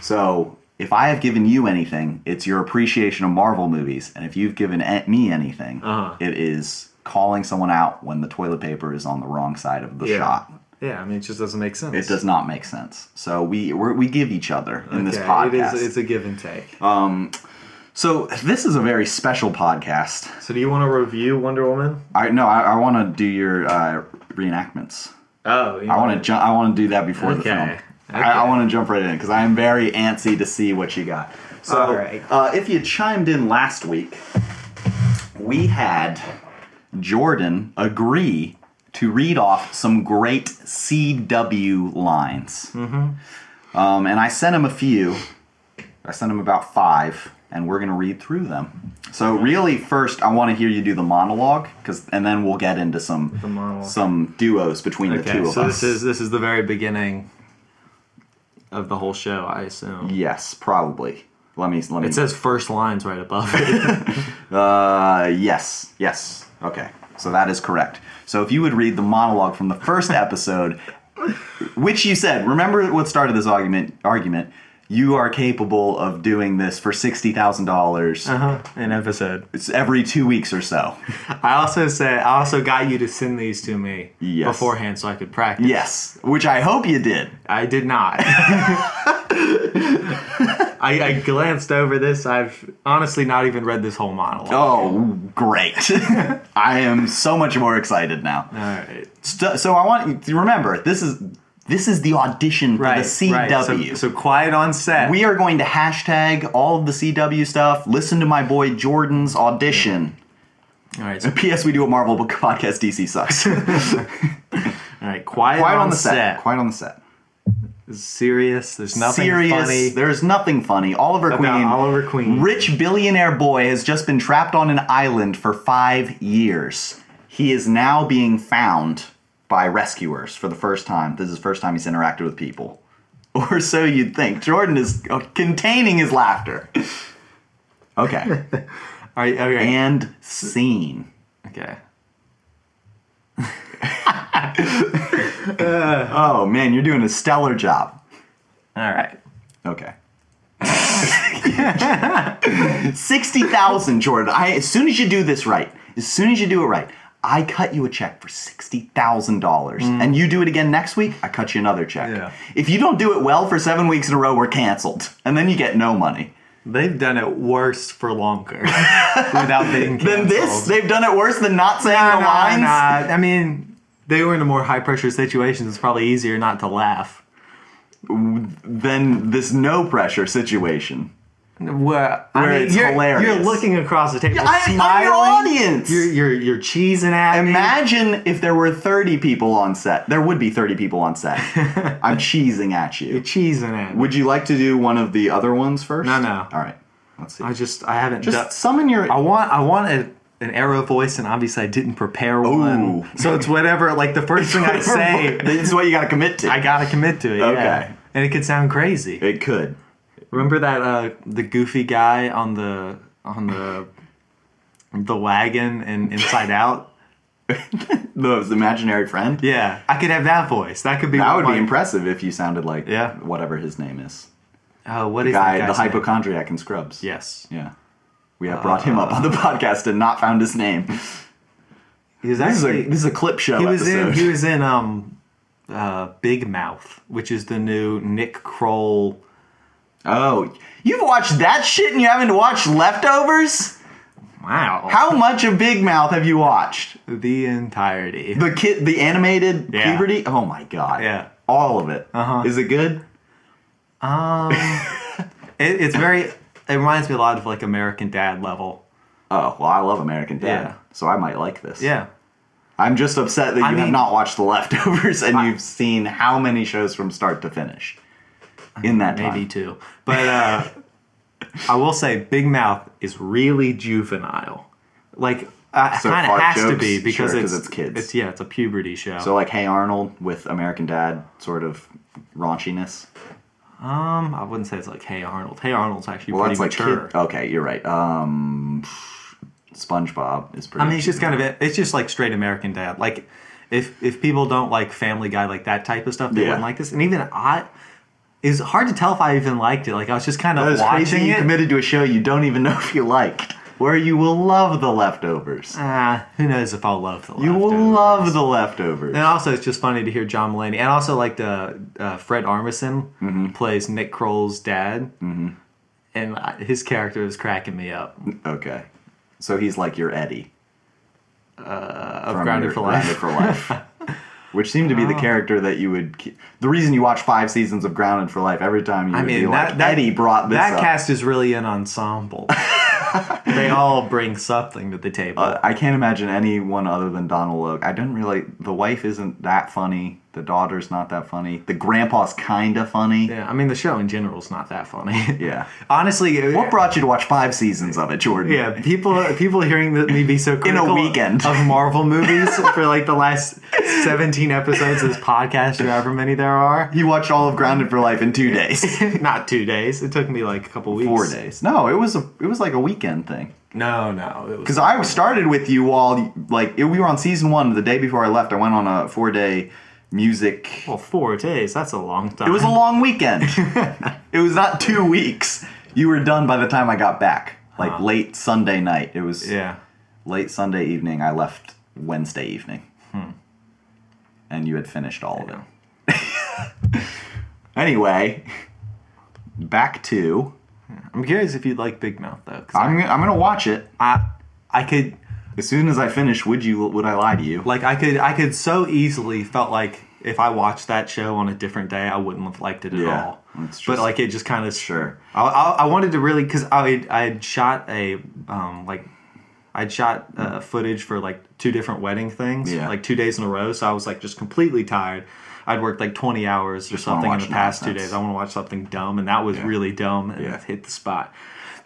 Speaker 2: so if I have given you anything, it's your appreciation of Marvel movies, and if you've given a- me anything,
Speaker 1: Uh-huh.
Speaker 2: it is calling someone out when the toilet paper is on the wrong side of the
Speaker 1: yeah.
Speaker 2: shot.
Speaker 1: Yeah, I mean, it just doesn't make sense.
Speaker 2: It does not make sense. So we we're, we give each other in this podcast.
Speaker 1: It
Speaker 2: Uh,
Speaker 1: is, it's a give and take.
Speaker 2: so this is a very special podcast.
Speaker 1: so, do you want to review Wonder Woman?
Speaker 2: I no, I, I want to do your uh, reenactments.
Speaker 1: Oh, you
Speaker 2: I want to jump. I want to do that before the
Speaker 1: Okay.
Speaker 2: film. I, I
Speaker 1: Okay.
Speaker 2: want to jump right in because I am very antsy to see what you got. So,
Speaker 1: All right.
Speaker 2: uh, if you chimed in last week, we had Jordan agree to read off some great CW lines, mm-hmm. um, and I sent him a few. I sent him about five, and we're gonna read through them. So, really, first, I want to hear you do the monologue, because, and then we'll get into some
Speaker 1: The monologue.
Speaker 2: some duos between the
Speaker 1: Okay,
Speaker 2: two of
Speaker 1: so
Speaker 2: us.
Speaker 1: this is this is the very beginning of the whole show, I assume.
Speaker 2: Yes, probably. Let me. Let me.
Speaker 1: It says first lines right above
Speaker 2: [laughs]
Speaker 1: it.
Speaker 2: uh, yes, yes. Okay, so that is correct. So if you would read the monologue from the first episode, which you said, remember what started this argument? Argument. you are capable of doing this for sixty thousand dollars
Speaker 1: Uh-huh. An episode.
Speaker 2: every two weeks or so.
Speaker 1: I also said I also got you to send these to me
Speaker 2: Yes.
Speaker 1: beforehand so I could practice.
Speaker 2: yes, which I hope you did.
Speaker 1: I did not. [laughs] I, I glanced over this. I've honestly not even read this whole monologue.
Speaker 2: Oh, great! [laughs] I am so much more excited now.
Speaker 1: All right.
Speaker 2: So, so I want you to remember this is this is the audition for
Speaker 1: Right.
Speaker 2: the CW.
Speaker 1: right. So, so quiet on set.
Speaker 2: we are going to hashtag all of the CW stuff. Listen to my boy Jordan's audition.
Speaker 1: all right. So,
Speaker 2: P.S. We do a Marvel [laughs] book podcast. DC [laughs] sucks.
Speaker 1: all right. Quiet,
Speaker 2: Quiet
Speaker 1: on,
Speaker 2: on the set.
Speaker 1: set.
Speaker 2: Quiet on the set.
Speaker 1: It's serious. There's nothing
Speaker 2: Serious.
Speaker 1: funny.
Speaker 2: There's nothing funny. Oliver
Speaker 1: About
Speaker 2: Queen.
Speaker 1: Oliver Queen.
Speaker 2: Rich billionaire boy has just been trapped on an island for five years. He is now being found by rescuers for the first time. This is the first time he's interacted with people. [laughs] Or so you'd think. Jordan is uh, containing his laughter. [laughs] Okay.
Speaker 1: All right. Okay.
Speaker 2: and scene.
Speaker 1: okay.
Speaker 2: Oh man, you're doing a stellar job.
Speaker 1: All right.
Speaker 2: Okay. [laughs] Sixty thousand, Jordan. I as soon as you do this right, as soon as you do it right, I cut you a check for sixty thousand dollars, and you do it again next week. I cut you another check.
Speaker 1: Mm. Yeah.
Speaker 2: If you don't do it well for seven weeks in a row, we're canceled, and then you get no money.
Speaker 1: They've done it worse for
Speaker 2: [laughs]
Speaker 1: longer without being canceled.
Speaker 2: Then this, they've done it worse than not saying
Speaker 1: Nah,
Speaker 2: the
Speaker 1: nah,
Speaker 2: lines.
Speaker 1: nah. I mean, they were in a more high pressure situations. It's probably easier not to laugh.
Speaker 2: Then this no pressure situation.
Speaker 1: Where, I
Speaker 2: Where
Speaker 1: mean,
Speaker 2: it's
Speaker 1: you're,
Speaker 2: hilarious.
Speaker 1: You're looking across the table,
Speaker 2: Yeah, I- I'm your
Speaker 1: smiling.
Speaker 2: audience.
Speaker 1: You're you're you're cheesing at me.
Speaker 2: Imagine if there were 30 people on set. There would be 30 people on
Speaker 1: [laughs]
Speaker 2: set. I'm cheesing at
Speaker 1: You're
Speaker 2: you.
Speaker 1: cheesing at me.
Speaker 2: Would you like to do one of the other ones first?
Speaker 1: No, no.
Speaker 2: All right. Let's see.
Speaker 1: I just I haven't
Speaker 2: Just
Speaker 1: done-
Speaker 2: summon your. [laughs]
Speaker 1: I want I want a, an arrow voice, and obviously I didn't prepare one. So it's whatever. Like the [laughs] first thing I say,
Speaker 2: This is what you got to commit to.
Speaker 1: I gotta commit to it. yeah.
Speaker 2: Okay.
Speaker 1: And it could sound crazy.
Speaker 2: it could.
Speaker 1: Remember that uh, the goofy guy on the on the the wagon and Inside Out?
Speaker 2: Those imaginary friend.
Speaker 1: Yeah, I could have that voice. That could be
Speaker 2: That would
Speaker 1: my,
Speaker 2: be impressive if you sounded like
Speaker 1: Yeah.
Speaker 2: whatever his name is.
Speaker 1: Oh, what is
Speaker 2: Guy,
Speaker 1: that
Speaker 2: the
Speaker 1: guy's name? Uh,
Speaker 2: hypochondriac in Scrubs.
Speaker 1: Yes,
Speaker 2: Yeah. We have brought him up on the [laughs] podcast and not found his name. This
Speaker 1: he was
Speaker 2: is
Speaker 1: actually
Speaker 2: a, this is a clip show
Speaker 1: he was
Speaker 2: episode.
Speaker 1: in he was in um uh Big Mouth, which is the new Nick Kroll.
Speaker 2: Oh, you've watched that shit and you haven't watched Leftovers?
Speaker 1: Wow,
Speaker 2: How much of Big Mouth have you watched?
Speaker 1: the entirety.
Speaker 2: The kid, the animated
Speaker 1: Yeah.
Speaker 2: puberty? Oh my god.
Speaker 1: Yeah.
Speaker 2: All of it.
Speaker 1: Uh-huh.
Speaker 2: Is it good?
Speaker 1: It, it's very. It reminds me a lot of like American Dad level.
Speaker 2: Oh, well, I love American Dad,
Speaker 1: Yeah.
Speaker 2: so I might like this.
Speaker 1: Yeah.
Speaker 2: I'm just upset that you
Speaker 1: I
Speaker 2: have
Speaker 1: mean-
Speaker 2: not watched The Leftovers and you've seen how many shows from start to finish in that time.
Speaker 1: maybe two. But
Speaker 2: [laughs]
Speaker 1: uh, I will say, Big Mouth is really juvenile. Like, uh,
Speaker 2: So
Speaker 1: kind of
Speaker 2: fart
Speaker 1: has to
Speaker 2: jokes?
Speaker 1: be because
Speaker 2: Sure, 'cause
Speaker 1: it's,
Speaker 2: it's kids.
Speaker 1: It's yeah, it's a puberty show.
Speaker 2: So, like, Hey Arnold with American Dad sort of raunchiness.
Speaker 1: um, I wouldn't say it's like Hey Arnold. Hey Arnold's actually
Speaker 2: Well,
Speaker 1: pretty
Speaker 2: that's like
Speaker 1: mature.
Speaker 2: kid- Okay, you're right. Um, SpongeBob is pretty.
Speaker 1: I mean, it's just kind of it's just like straight American Dad. Like, if if people don't like Family Guy, like that type of stuff, they
Speaker 2: Yeah.
Speaker 1: wouldn't like this. And even I. It's hard to tell if I even liked it. Like I was just kind
Speaker 2: That
Speaker 1: of
Speaker 2: is
Speaker 1: watching
Speaker 2: crazy. You
Speaker 1: it.
Speaker 2: committed to a show you don't even know if you liked, where you will love the leftovers.
Speaker 1: Ah, who knows if I'll love the
Speaker 2: You will
Speaker 1: Leftovers.
Speaker 2: love the leftovers.
Speaker 1: And also, it's just funny to hear John Mulaney, and also like the uh, Fred Armisen
Speaker 2: Mm-hmm.
Speaker 1: plays Nick Kroll's dad, mm-hmm. and I- his character is cracking me up.
Speaker 2: Okay, so he's like your Eddie
Speaker 1: Uh, of
Speaker 2: from
Speaker 1: Grounded
Speaker 2: your-
Speaker 1: for Life. Oh.
Speaker 2: Grounded for Life,
Speaker 1: [laughs]
Speaker 2: which seemed to be the character that you would. ke- The reason you watch five seasons of Grounded for Life every time you
Speaker 1: I
Speaker 2: would be
Speaker 1: mean,
Speaker 2: like
Speaker 1: that, that
Speaker 2: Eddie brought this
Speaker 1: That
Speaker 2: up.
Speaker 1: cast is really an
Speaker 2: [laughs]
Speaker 1: ensemble. they all bring something to the table.
Speaker 2: Uh, I can't imagine anyone other than Donald Logue. I don't really. The wife isn't that funny. The daughter's not that funny. The grandpa's kind of funny.
Speaker 1: yeah, I mean, the show in general is not that funny.
Speaker 2: [laughs] Yeah.
Speaker 1: honestly, it-
Speaker 2: What brought you to watch five seasons of it, Jordan?
Speaker 1: Yeah, people people hearing that me be
Speaker 2: [laughs]
Speaker 1: so critical
Speaker 2: weekend.
Speaker 1: of Marvel
Speaker 2: [laughs]
Speaker 1: movies for like the last seventeen episodes of this podcast or however many there are.
Speaker 2: He watched all of Grounded for Life in two days.
Speaker 1: [laughs] Not two days. It took me like a couple weeks.
Speaker 2: Four days. No, it was a it was like a weekend thing.
Speaker 1: No, no. It was
Speaker 2: Because I started with you all like it, we were on season one the day before I left. I went on a four day music.
Speaker 1: well, four days. That's a long time. [laughs]
Speaker 2: It was a long weekend. It was not two weeks. You were done by the time I got back. Like late Sunday night. It was
Speaker 1: Yeah.
Speaker 2: late Sunday evening. I left Wednesday evening. And you had finished all of it. [laughs] anyway, back to
Speaker 1: I'm curious if you'd like Big Mouth though. 'cause
Speaker 2: I'm I'm gonna watch it.
Speaker 1: I, I could
Speaker 2: As soon as I finish, would you would I lie to you?
Speaker 1: like I could I could so easily felt like if I watched that show on a different day I wouldn't have liked it at
Speaker 2: Yeah,
Speaker 1: all.
Speaker 2: it's
Speaker 1: but
Speaker 2: just-
Speaker 1: like it just kind of
Speaker 2: Sure.
Speaker 1: I, I I wanted to really because I had- I had shot a um like. I'd shot uh, footage for like two different wedding things,
Speaker 2: Yeah.
Speaker 1: like two days in a row. So I was like just completely tired. I'd worked like 20 hours or
Speaker 2: wanna
Speaker 1: something in the
Speaker 2: watch
Speaker 1: past two
Speaker 2: nonsense.
Speaker 1: days. I want to watch something dumb, and that was really dumb and
Speaker 2: Yeah.
Speaker 1: it hit the spot.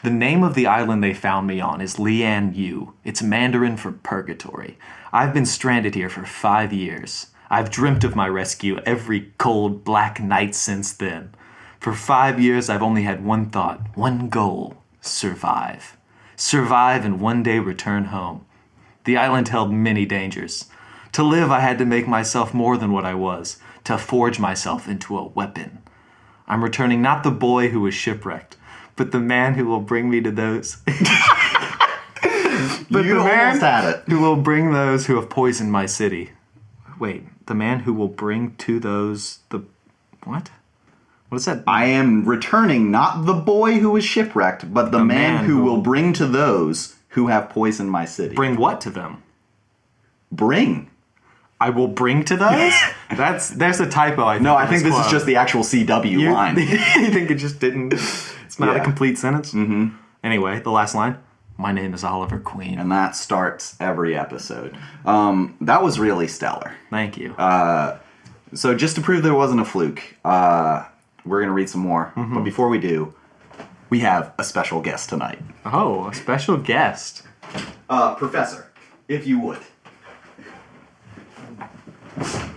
Speaker 1: The name of the island they found me on is Lian Yu. It's Mandarin for purgatory. I've been stranded here for five years. I've dreamt of my rescue every cold, black night since then. For five years, I've only had one thought, one goal survive. Survive and one day return home. The island held many dangers. To live, I had to make myself more than what I was, to forge myself into a weapon. I'm returning not the boy who was shipwrecked, but the man who will bring me to those [laughs]
Speaker 2: But you
Speaker 1: the man-
Speaker 2: almost had it.
Speaker 1: who will bring those who have poisoned my city. Wait, the man who will bring to those the what? What is that?
Speaker 2: I am returning not the boy who was shipwrecked, but the, man,
Speaker 1: man
Speaker 2: who
Speaker 1: who-
Speaker 2: will bring to those who have poisoned my city.
Speaker 1: Bring what to them?
Speaker 2: Bring.
Speaker 1: I will bring to those. That's [laughs] there's a typo. I
Speaker 2: No, I think this is just the actual CW
Speaker 1: you,
Speaker 2: line.
Speaker 1: [laughs] you think it just didn't? It's not
Speaker 2: Yeah.
Speaker 1: a complete sentence. Mm-hmm. Anyway, the last line. My name is Oliver Queen.
Speaker 2: and that starts every episode. Um, that was really stellar.
Speaker 1: Thank you.
Speaker 2: Uh, So just to prove there wasn't a fluke, uh, we're gonna read some more.
Speaker 1: Mm-hmm.
Speaker 2: But before we do, we have a special guest tonight,
Speaker 1: oh, a special guest.
Speaker 2: uh, Professor, if you would.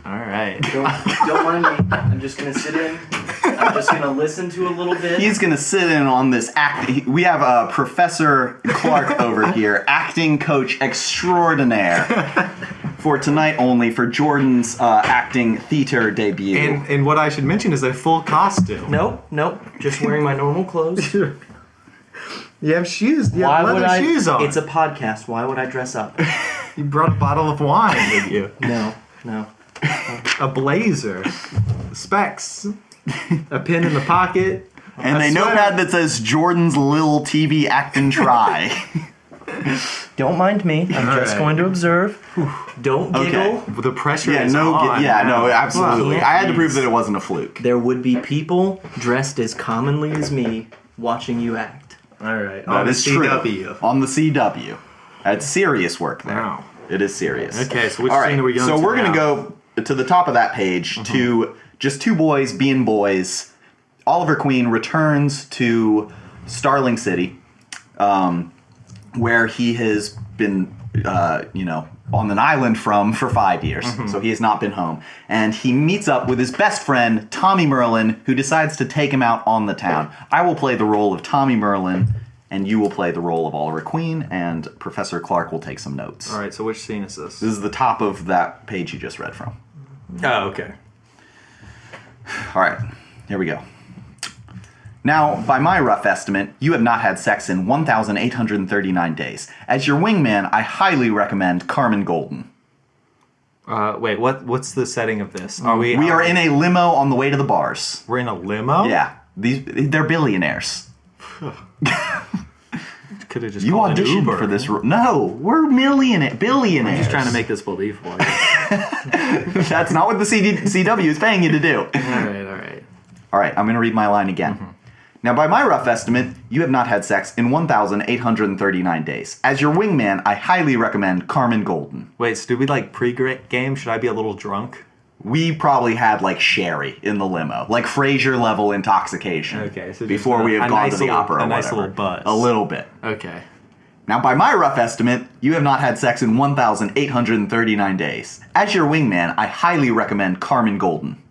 Speaker 1: All right.
Speaker 3: Don't, don't mind me. I'm just gonna sit in. I'm just gonna listen to a little bit.
Speaker 2: He's gonna sit in on this act. We have uh, Professor
Speaker 1: [laughs]
Speaker 2: Clark over here, acting coach extraordinaire, for tonight only for Jordan's uh, acting theater debut.
Speaker 1: And and what I should mention is their full costume.
Speaker 3: nope, nope. Just wearing my
Speaker 2: [laughs]
Speaker 3: normal clothes.
Speaker 1: You have shoes. You have leather
Speaker 3: I?
Speaker 1: shoes on.
Speaker 3: It's a podcast. Why would I dress up?
Speaker 1: You brought a bottle of wine with you,
Speaker 3: No, no.
Speaker 1: a blazer, specs, a pin in the pocket.
Speaker 2: And
Speaker 1: a
Speaker 2: a
Speaker 1: sweater.
Speaker 2: notepad that says Jordan's Lil TV
Speaker 1: [laughs]
Speaker 2: acting try.
Speaker 3: Don't mind me. I'm
Speaker 1: All
Speaker 3: just
Speaker 1: right.
Speaker 3: going to observe. Don't
Speaker 2: Okay.
Speaker 3: giggle.
Speaker 1: The pressure
Speaker 2: yeah,
Speaker 1: is
Speaker 2: no,
Speaker 1: on.
Speaker 2: gi- yeah, no,
Speaker 1: now.
Speaker 2: absolutely.
Speaker 3: Wow.
Speaker 2: I had to prove that it wasn't a fluke.
Speaker 3: There would be people dressed as commonly as me watching you act.
Speaker 1: All right,
Speaker 2: That
Speaker 1: on
Speaker 2: is
Speaker 1: the
Speaker 2: true.
Speaker 1: CW.
Speaker 2: On the CW, that's serious work there.
Speaker 1: Wow.
Speaker 2: It is serious.
Speaker 1: Okay, so which scene are we going
Speaker 2: So
Speaker 1: to
Speaker 2: we're
Speaker 1: now? Mm-hmm.
Speaker 2: gonna go to the top of that page to just two boys being boys. Oliver Queen returns to Starling City, um, where he has been, uh, you know, on an island from for five years.
Speaker 1: Mm-hmm.
Speaker 2: So he has not been home, and he meets up with his best friend Tommy Merlin, who decides to take him out on the town. I will play the role of Tommy Merlin. And you will play the role of Oliver Queen, and Professor Clark will take some notes.
Speaker 1: All right, so which scene is this?
Speaker 2: This is the top of that page you just read from.
Speaker 1: Oh, okay.
Speaker 2: All right, here we go. Now, by my rough estimate, you have not had sex in 1,839 days. As your wingman, I highly recommend Carmen Golden.
Speaker 1: Uh, wait, what? What's the setting of this? Are we? uh,
Speaker 2: We are in a limo on the way to the bars.
Speaker 1: We're in a limo.
Speaker 2: Yeah, these they're billionaires.
Speaker 1: Could have just
Speaker 2: You
Speaker 1: called an
Speaker 2: auditioned
Speaker 1: Uber.
Speaker 2: for this. Ro- no, we're millionaire billionaires.
Speaker 1: Just trying to make this believable. I
Speaker 2: [laughs] That's not what the CD- CW is paying you to do.
Speaker 1: guess. all right, all right.
Speaker 2: All right, I'm going to read my line again.
Speaker 1: Mm-hmm.
Speaker 2: Now, by my rough estimate, you have not had sex in 1,839 days. As your wingman, I highly recommend Carmen Golden.
Speaker 1: Wait, so do we like pre-game? Should I be a little drunk?
Speaker 2: We probably had like sherry in the limo, like Frasier level intoxication.
Speaker 1: Okay, so just
Speaker 2: before we
Speaker 1: a-
Speaker 2: have
Speaker 1: a
Speaker 2: gone
Speaker 1: nice
Speaker 2: to the
Speaker 1: little-
Speaker 2: opera, or
Speaker 1: a nice
Speaker 2: whatever.
Speaker 1: little buzz.
Speaker 2: a little bit.
Speaker 1: Okay.
Speaker 2: Now, by my rough estimate, you have not had sex in 1,839 days. As your wingman, I highly recommend Carmen Golden.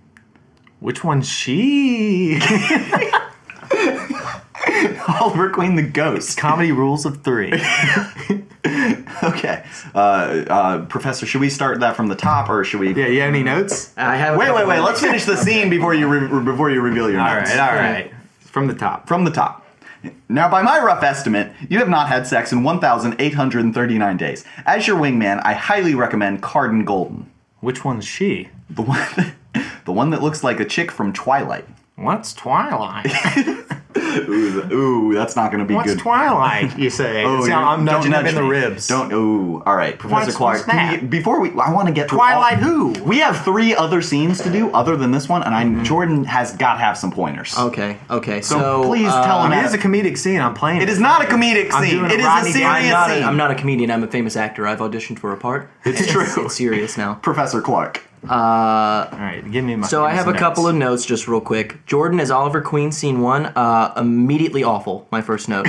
Speaker 2: [laughs]
Speaker 1: Which one's she? [laughs]
Speaker 2: Oliver Queen, the ghost.
Speaker 1: [laughs] Comedy rules of three.
Speaker 2: [laughs] Okay, uh, uh, Professor, should we start that from the top or should we?
Speaker 1: Yeah, you have any notes?
Speaker 3: I have. a
Speaker 2: Wait, wait,
Speaker 3: couple
Speaker 2: wait.
Speaker 3: of-
Speaker 2: Let's finish the scene before you re- before you reveal your
Speaker 1: All
Speaker 2: notes.
Speaker 1: right, all right. From the top.
Speaker 2: From the top. Now, by my rough estimate, you have not had sex in 1,839 days. As your wingman, I highly recommend Cardin Golden,
Speaker 1: Which one's she?
Speaker 2: the one, [laughs] the one that looks like a chick from Twilight.
Speaker 1: What's
Speaker 2: [laughs]
Speaker 1: Twilight?
Speaker 2: Ooh, the- ooh that's not going to be
Speaker 1: What's
Speaker 2: good.
Speaker 1: Twilight? You say.
Speaker 2: Oh,
Speaker 1: See,
Speaker 2: you-
Speaker 1: I'm
Speaker 2: don't
Speaker 1: nudging him
Speaker 2: nudge
Speaker 1: in the
Speaker 2: me.
Speaker 1: ribs.
Speaker 2: Don't. Ooh, all right, Professor
Speaker 1: What's-
Speaker 2: Clark.
Speaker 1: what's that?
Speaker 2: can you- before we, I want to get to all-
Speaker 1: Twilight who? Mm-hmm.
Speaker 2: We have three other scenes to do other than this one, and I Jordan has got to have some pointers.
Speaker 3: Okay. Okay. So,
Speaker 2: please
Speaker 3: uh,
Speaker 2: tell
Speaker 1: I
Speaker 2: him
Speaker 1: mean, it is a comedic scene. I'm playing.
Speaker 2: It is not a comedic
Speaker 1: I'm
Speaker 2: scene.
Speaker 1: doing a
Speaker 2: It is a
Speaker 1: Rodney
Speaker 2: serious
Speaker 1: Dangerfield.
Speaker 3: I'm not, a,
Speaker 2: scene.
Speaker 3: I'm not a comedian. I'm a famous actor. I've auditioned for a part. It's,
Speaker 2: true.
Speaker 3: It's serious now.
Speaker 2: [laughs] Professor Clark.
Speaker 1: All right, give me my.
Speaker 3: [laughs] So I have a
Speaker 1: notes.
Speaker 3: couple of notes just real quick. Jordan as Oliver Queen, scene one, uh, immediately awful. My first [laughs] note.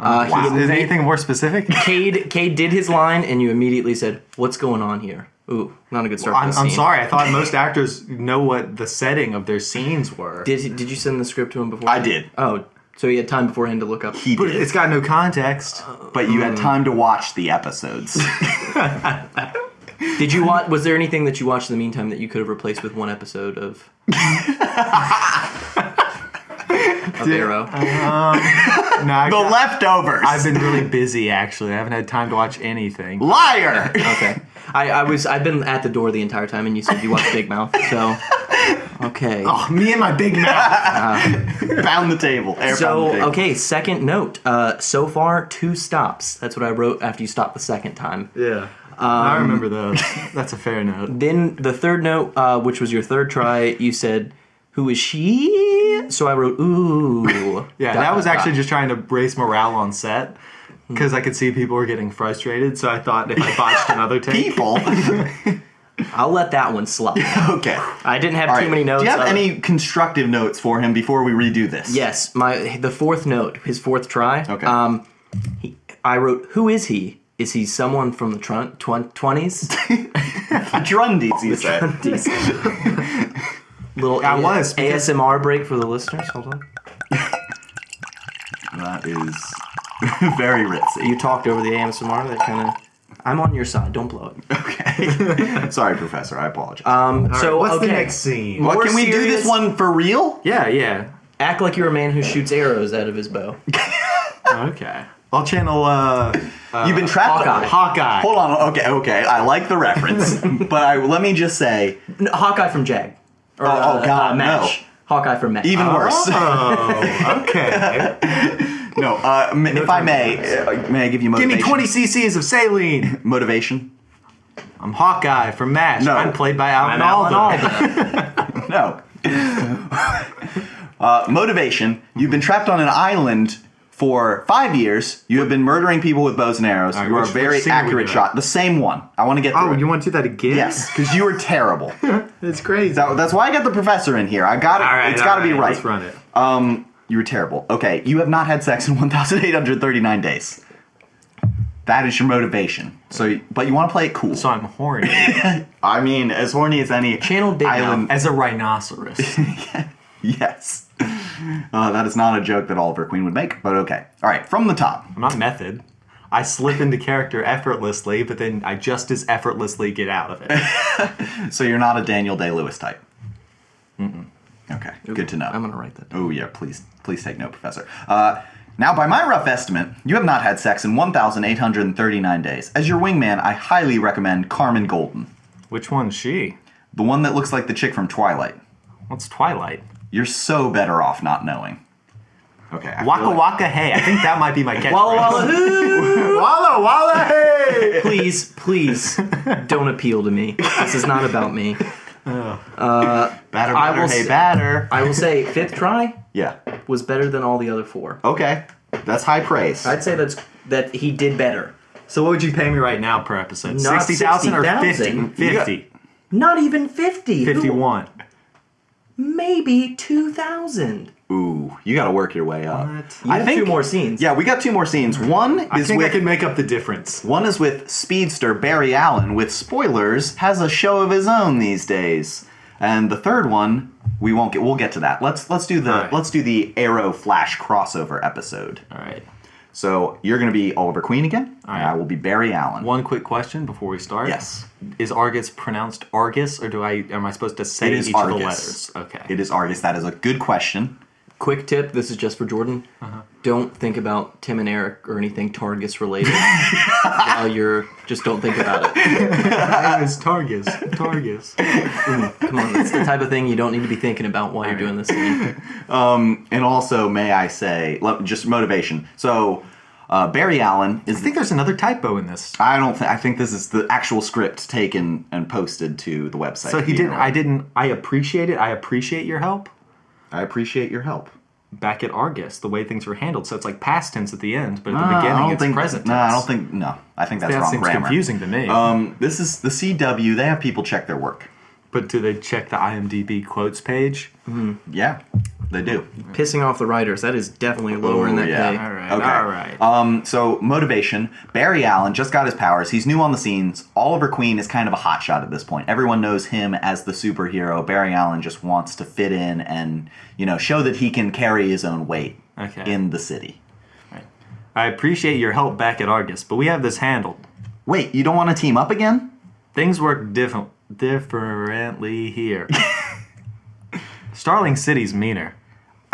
Speaker 3: Uh,
Speaker 1: Wow.
Speaker 3: he,
Speaker 1: Is there anything more
Speaker 3: [laughs]
Speaker 1: specific?
Speaker 3: Cade, Cade did his line, and you immediately said, "What's going on here?" Ooh, not a good start. to
Speaker 1: I'm,
Speaker 3: the
Speaker 1: I'm
Speaker 3: scene.
Speaker 1: sorry. I thought most actors know what the setting of their scenes were,
Speaker 3: Did did you send the script to him before?
Speaker 2: I did.
Speaker 3: Oh, so he had time beforehand to look up.
Speaker 2: He
Speaker 1: but
Speaker 2: did.
Speaker 1: it's got no context.
Speaker 3: Uh,
Speaker 2: but you had time to watch the episodes.
Speaker 3: Did you watch? Was there anything that you watched in the meantime that you could have replaced with one episode of? of Arrow.
Speaker 1: No, I
Speaker 2: [laughs] the
Speaker 3: [laughs]
Speaker 1: got-
Speaker 2: leftovers.
Speaker 1: I've been really busy actually. I haven't had time to watch
Speaker 3: [laughs]
Speaker 1: anything.
Speaker 2: [laughs] liar. [laughs]
Speaker 3: Okay. I, I was I've been at the door the entire time, and you said you watched Big Mouth. So okay.
Speaker 1: Oh, me and my [laughs] big mouth.
Speaker 2: Pound the table. Air pound the
Speaker 3: So
Speaker 2: table.
Speaker 3: okay, second note. Uh, so far, two stops. That's what I wrote after you stopped the second time.
Speaker 1: yeah,
Speaker 3: Um,
Speaker 1: I remember those.
Speaker 3: [laughs]
Speaker 1: That's a fair note.
Speaker 3: Then the third note, uh, which was your third try, you said, "Who is she?" So I wrote,
Speaker 2: [laughs]
Speaker 3: "Ooh."
Speaker 1: Yeah,
Speaker 3: Dot,
Speaker 1: that was
Speaker 3: dot,
Speaker 1: actually
Speaker 3: dot.
Speaker 1: just trying to raise morale on set
Speaker 2: Hmm.
Speaker 1: because I could see people were getting frustrated. So I thought if
Speaker 2: [laughs]
Speaker 1: I botched another take,
Speaker 2: People.
Speaker 3: I'll let that one slide.
Speaker 2: okay.
Speaker 3: I didn't have
Speaker 2: All
Speaker 3: too
Speaker 2: right.
Speaker 3: many notes.
Speaker 2: Do you have
Speaker 3: other-
Speaker 2: any constructive notes for him before we redo this?
Speaker 3: Yes, my the fourth note, his fourth try.
Speaker 2: Okay.
Speaker 3: Um, he, I wrote, "Who is he? Is he someone from the twen- twen- 20s?
Speaker 2: [laughs] Drundies, you said.
Speaker 3: Little
Speaker 1: I was, because-
Speaker 3: ASMR break for the listeners. Hold on.
Speaker 2: That is [laughs] very ritzy.
Speaker 3: You talked over the ASMR. That kind of. I'm on your side. Don't blow
Speaker 2: [laughs]
Speaker 3: it. [laughs]
Speaker 2: Okay. Sorry, Professor. I apologize.
Speaker 3: Um,
Speaker 1: All right,
Speaker 3: so
Speaker 1: what's
Speaker 3: okay.
Speaker 1: the next scene?
Speaker 2: Well,
Speaker 3: more
Speaker 2: can we do
Speaker 3: serious-
Speaker 2: this one for real?
Speaker 1: Yeah, yeah.
Speaker 3: Act like you're a man who shoots arrows out of his bow.
Speaker 1: Okay. I'll channel uh,
Speaker 2: You've been trapped.
Speaker 3: Hawkeye.
Speaker 1: Hawkeye.
Speaker 2: Hold on. Okay, okay. I like the
Speaker 1: [laughs]
Speaker 2: reference, but I, let me just say,
Speaker 3: No, Hawkeye from Jag. Or, uh,
Speaker 2: Oh, oh, God,
Speaker 3: Match. Hawkeye from Match. Uh,
Speaker 1: Uh-huh.
Speaker 2: even worse.
Speaker 1: Oh,
Speaker 2: [laughs]
Speaker 1: okay.
Speaker 2: No, uh, m- if I may, uh, may I give you
Speaker 1: Give
Speaker 2: motivation?
Speaker 1: me 20 cc's of saline.
Speaker 2: motivation. [laughs]
Speaker 1: I'm Hawkeye from MASH.
Speaker 2: No.
Speaker 1: I'm played by Alan
Speaker 3: I'm Alan
Speaker 1: Alda.
Speaker 3: Alda.
Speaker 1: [laughs]
Speaker 2: No. uh, motivation. You've been trapped on an island for five years. You have been murdering people with bows and arrows.
Speaker 1: right,
Speaker 2: you are
Speaker 1: which-
Speaker 2: a very
Speaker 1: which scene are we
Speaker 2: accurate
Speaker 1: doing?
Speaker 2: shot. The same one. I want to get through.
Speaker 1: Oh,
Speaker 2: it.
Speaker 1: you want to do that again?
Speaker 2: yes, because you
Speaker 1: [laughs]
Speaker 2: were terrible.
Speaker 1: It's crazy.
Speaker 2: That- that's why I got the professor in here. I got it.
Speaker 1: All right,
Speaker 2: it's got to
Speaker 1: all
Speaker 2: be right.
Speaker 1: Let's run it.
Speaker 2: Um, you were terrible. Okay, you have not had sex in [laughs] 1,839 days. That is your motivation. So, but you want to play it cool.
Speaker 1: So I'm
Speaker 2: [laughs]
Speaker 1: horny
Speaker 2: I mean, as horny as any
Speaker 3: Channel Big
Speaker 2: island. [laughs]
Speaker 1: as a rhinoceros.
Speaker 2: Yes. Uh, that is not a joke that Oliver Queen would make, but okay. All right, from the top.
Speaker 1: I'm not method. I slip into character effortlessly, but then I just as effortlessly get out of [laughs] it.
Speaker 2: So you're not a Daniel Day Lewis type. Mm-mm. Okay, [laughs] good to know.
Speaker 3: I'm gonna write that. down.
Speaker 2: Oh yeah, please, please take note, Professor. Uh, now, by my rough estimate, you have not had sex in 1,839 days. As your wingman, I highly recommend Carmen Golden,
Speaker 1: Which one's she?
Speaker 2: the one that looks like the chick from Twilight.
Speaker 1: What's Twilight?
Speaker 2: You're so better off not knowing. Okay. I feel
Speaker 1: Waka
Speaker 2: like-
Speaker 1: waka hey. I think that might be my catchphrase.
Speaker 3: Walla Walla Hoo!
Speaker 1: walla walla hey.
Speaker 3: Please, please, don't appeal to me. This is not about me.
Speaker 2: Batter,
Speaker 3: I
Speaker 2: batter,
Speaker 3: will
Speaker 2: hey,
Speaker 3: s-
Speaker 2: batter.
Speaker 3: I will say, fifth try
Speaker 2: Yeah.
Speaker 3: was better than all the other four.
Speaker 2: Okay. That's high praise.
Speaker 3: I'd say that's that he did better.
Speaker 1: So what would you pay me right now per episode?
Speaker 3: Not
Speaker 1: 60,000 or 50?
Speaker 3: 60,000.
Speaker 1: 50.
Speaker 3: Not even fifty.
Speaker 1: 51.
Speaker 3: Maybe two thousand.
Speaker 2: Ooh, you got to work your way up.
Speaker 1: What?
Speaker 3: You have two more scenes.
Speaker 2: Yeah, we got two more scenes. One
Speaker 1: I
Speaker 2: is
Speaker 1: think I
Speaker 2: with
Speaker 1: can make up the difference.
Speaker 2: one is with speedster Barry Allen. With spoilers, has a show of his own these days. And the third one, we won't get. We'll get to that. Let's let's do the
Speaker 1: All right.
Speaker 2: let's do the Arrow Flash crossover episode.
Speaker 1: All right.
Speaker 2: So you're going to be Oliver Queen again, and
Speaker 1: right.
Speaker 2: I will be Barry Allen.
Speaker 1: One quick question before we start.
Speaker 2: Yes.
Speaker 1: Is Argus pronounced Argus, or do I am I supposed to say
Speaker 2: It is
Speaker 1: each of the
Speaker 2: Argus.
Speaker 1: letters? Okay.
Speaker 2: It is Argus. That is a good question.
Speaker 3: Quick tip: This is just for Jordan. Don't think about Tim and Eric or anything Targus related while you're. Just don't think about it.
Speaker 1: My name is Targus. [laughs] Targus.
Speaker 3: Come on, that's the type of thing you don't need to be thinking about while you're doing this. Thing.
Speaker 2: And also, may I say, le- just motivation. So uh, Barry Allen is
Speaker 1: I think there's another typo in this.
Speaker 2: I don't think I think this is the actual script taken and posted to the website.
Speaker 1: So he
Speaker 2: You
Speaker 1: didn't.
Speaker 2: know,
Speaker 1: I didn't. I appreciate it. I appreciate your help.
Speaker 2: I appreciate your help.
Speaker 1: Back at Argus, the way things were handled. So it's like past tense at the end, but at the
Speaker 2: Uh,
Speaker 1: beginning it's
Speaker 2: think
Speaker 1: present
Speaker 2: No,
Speaker 1: tense.
Speaker 2: I don't think no. I think that's
Speaker 1: that
Speaker 2: wrong
Speaker 1: seems
Speaker 2: grammar.
Speaker 1: confusing to me.
Speaker 2: Um, this is the CW. They have people check their work.
Speaker 1: but do they check the IMDb quotes page?
Speaker 2: Yeah, they do.
Speaker 3: Pissing off the writers. That is definitely lower in
Speaker 2: Ooh,
Speaker 3: that
Speaker 2: yeah.
Speaker 3: pay.
Speaker 1: All right.
Speaker 2: Okay.
Speaker 1: All right.
Speaker 2: Um, so motivation. Barry Allen just got his powers. He's new on the scenes. Oliver Queen is kind of a hotshot at this point. Everyone knows him as the superhero. Barry Allen just wants to fit in and you know show that he can carry his own weight
Speaker 1: Okay.
Speaker 2: in the city.
Speaker 1: I appreciate your help back at Argus, but we have this handled.
Speaker 2: Wait, you don't want to team up again?
Speaker 1: Things work different differently
Speaker 2: [laughs]
Speaker 1: here. Starling City's meaner.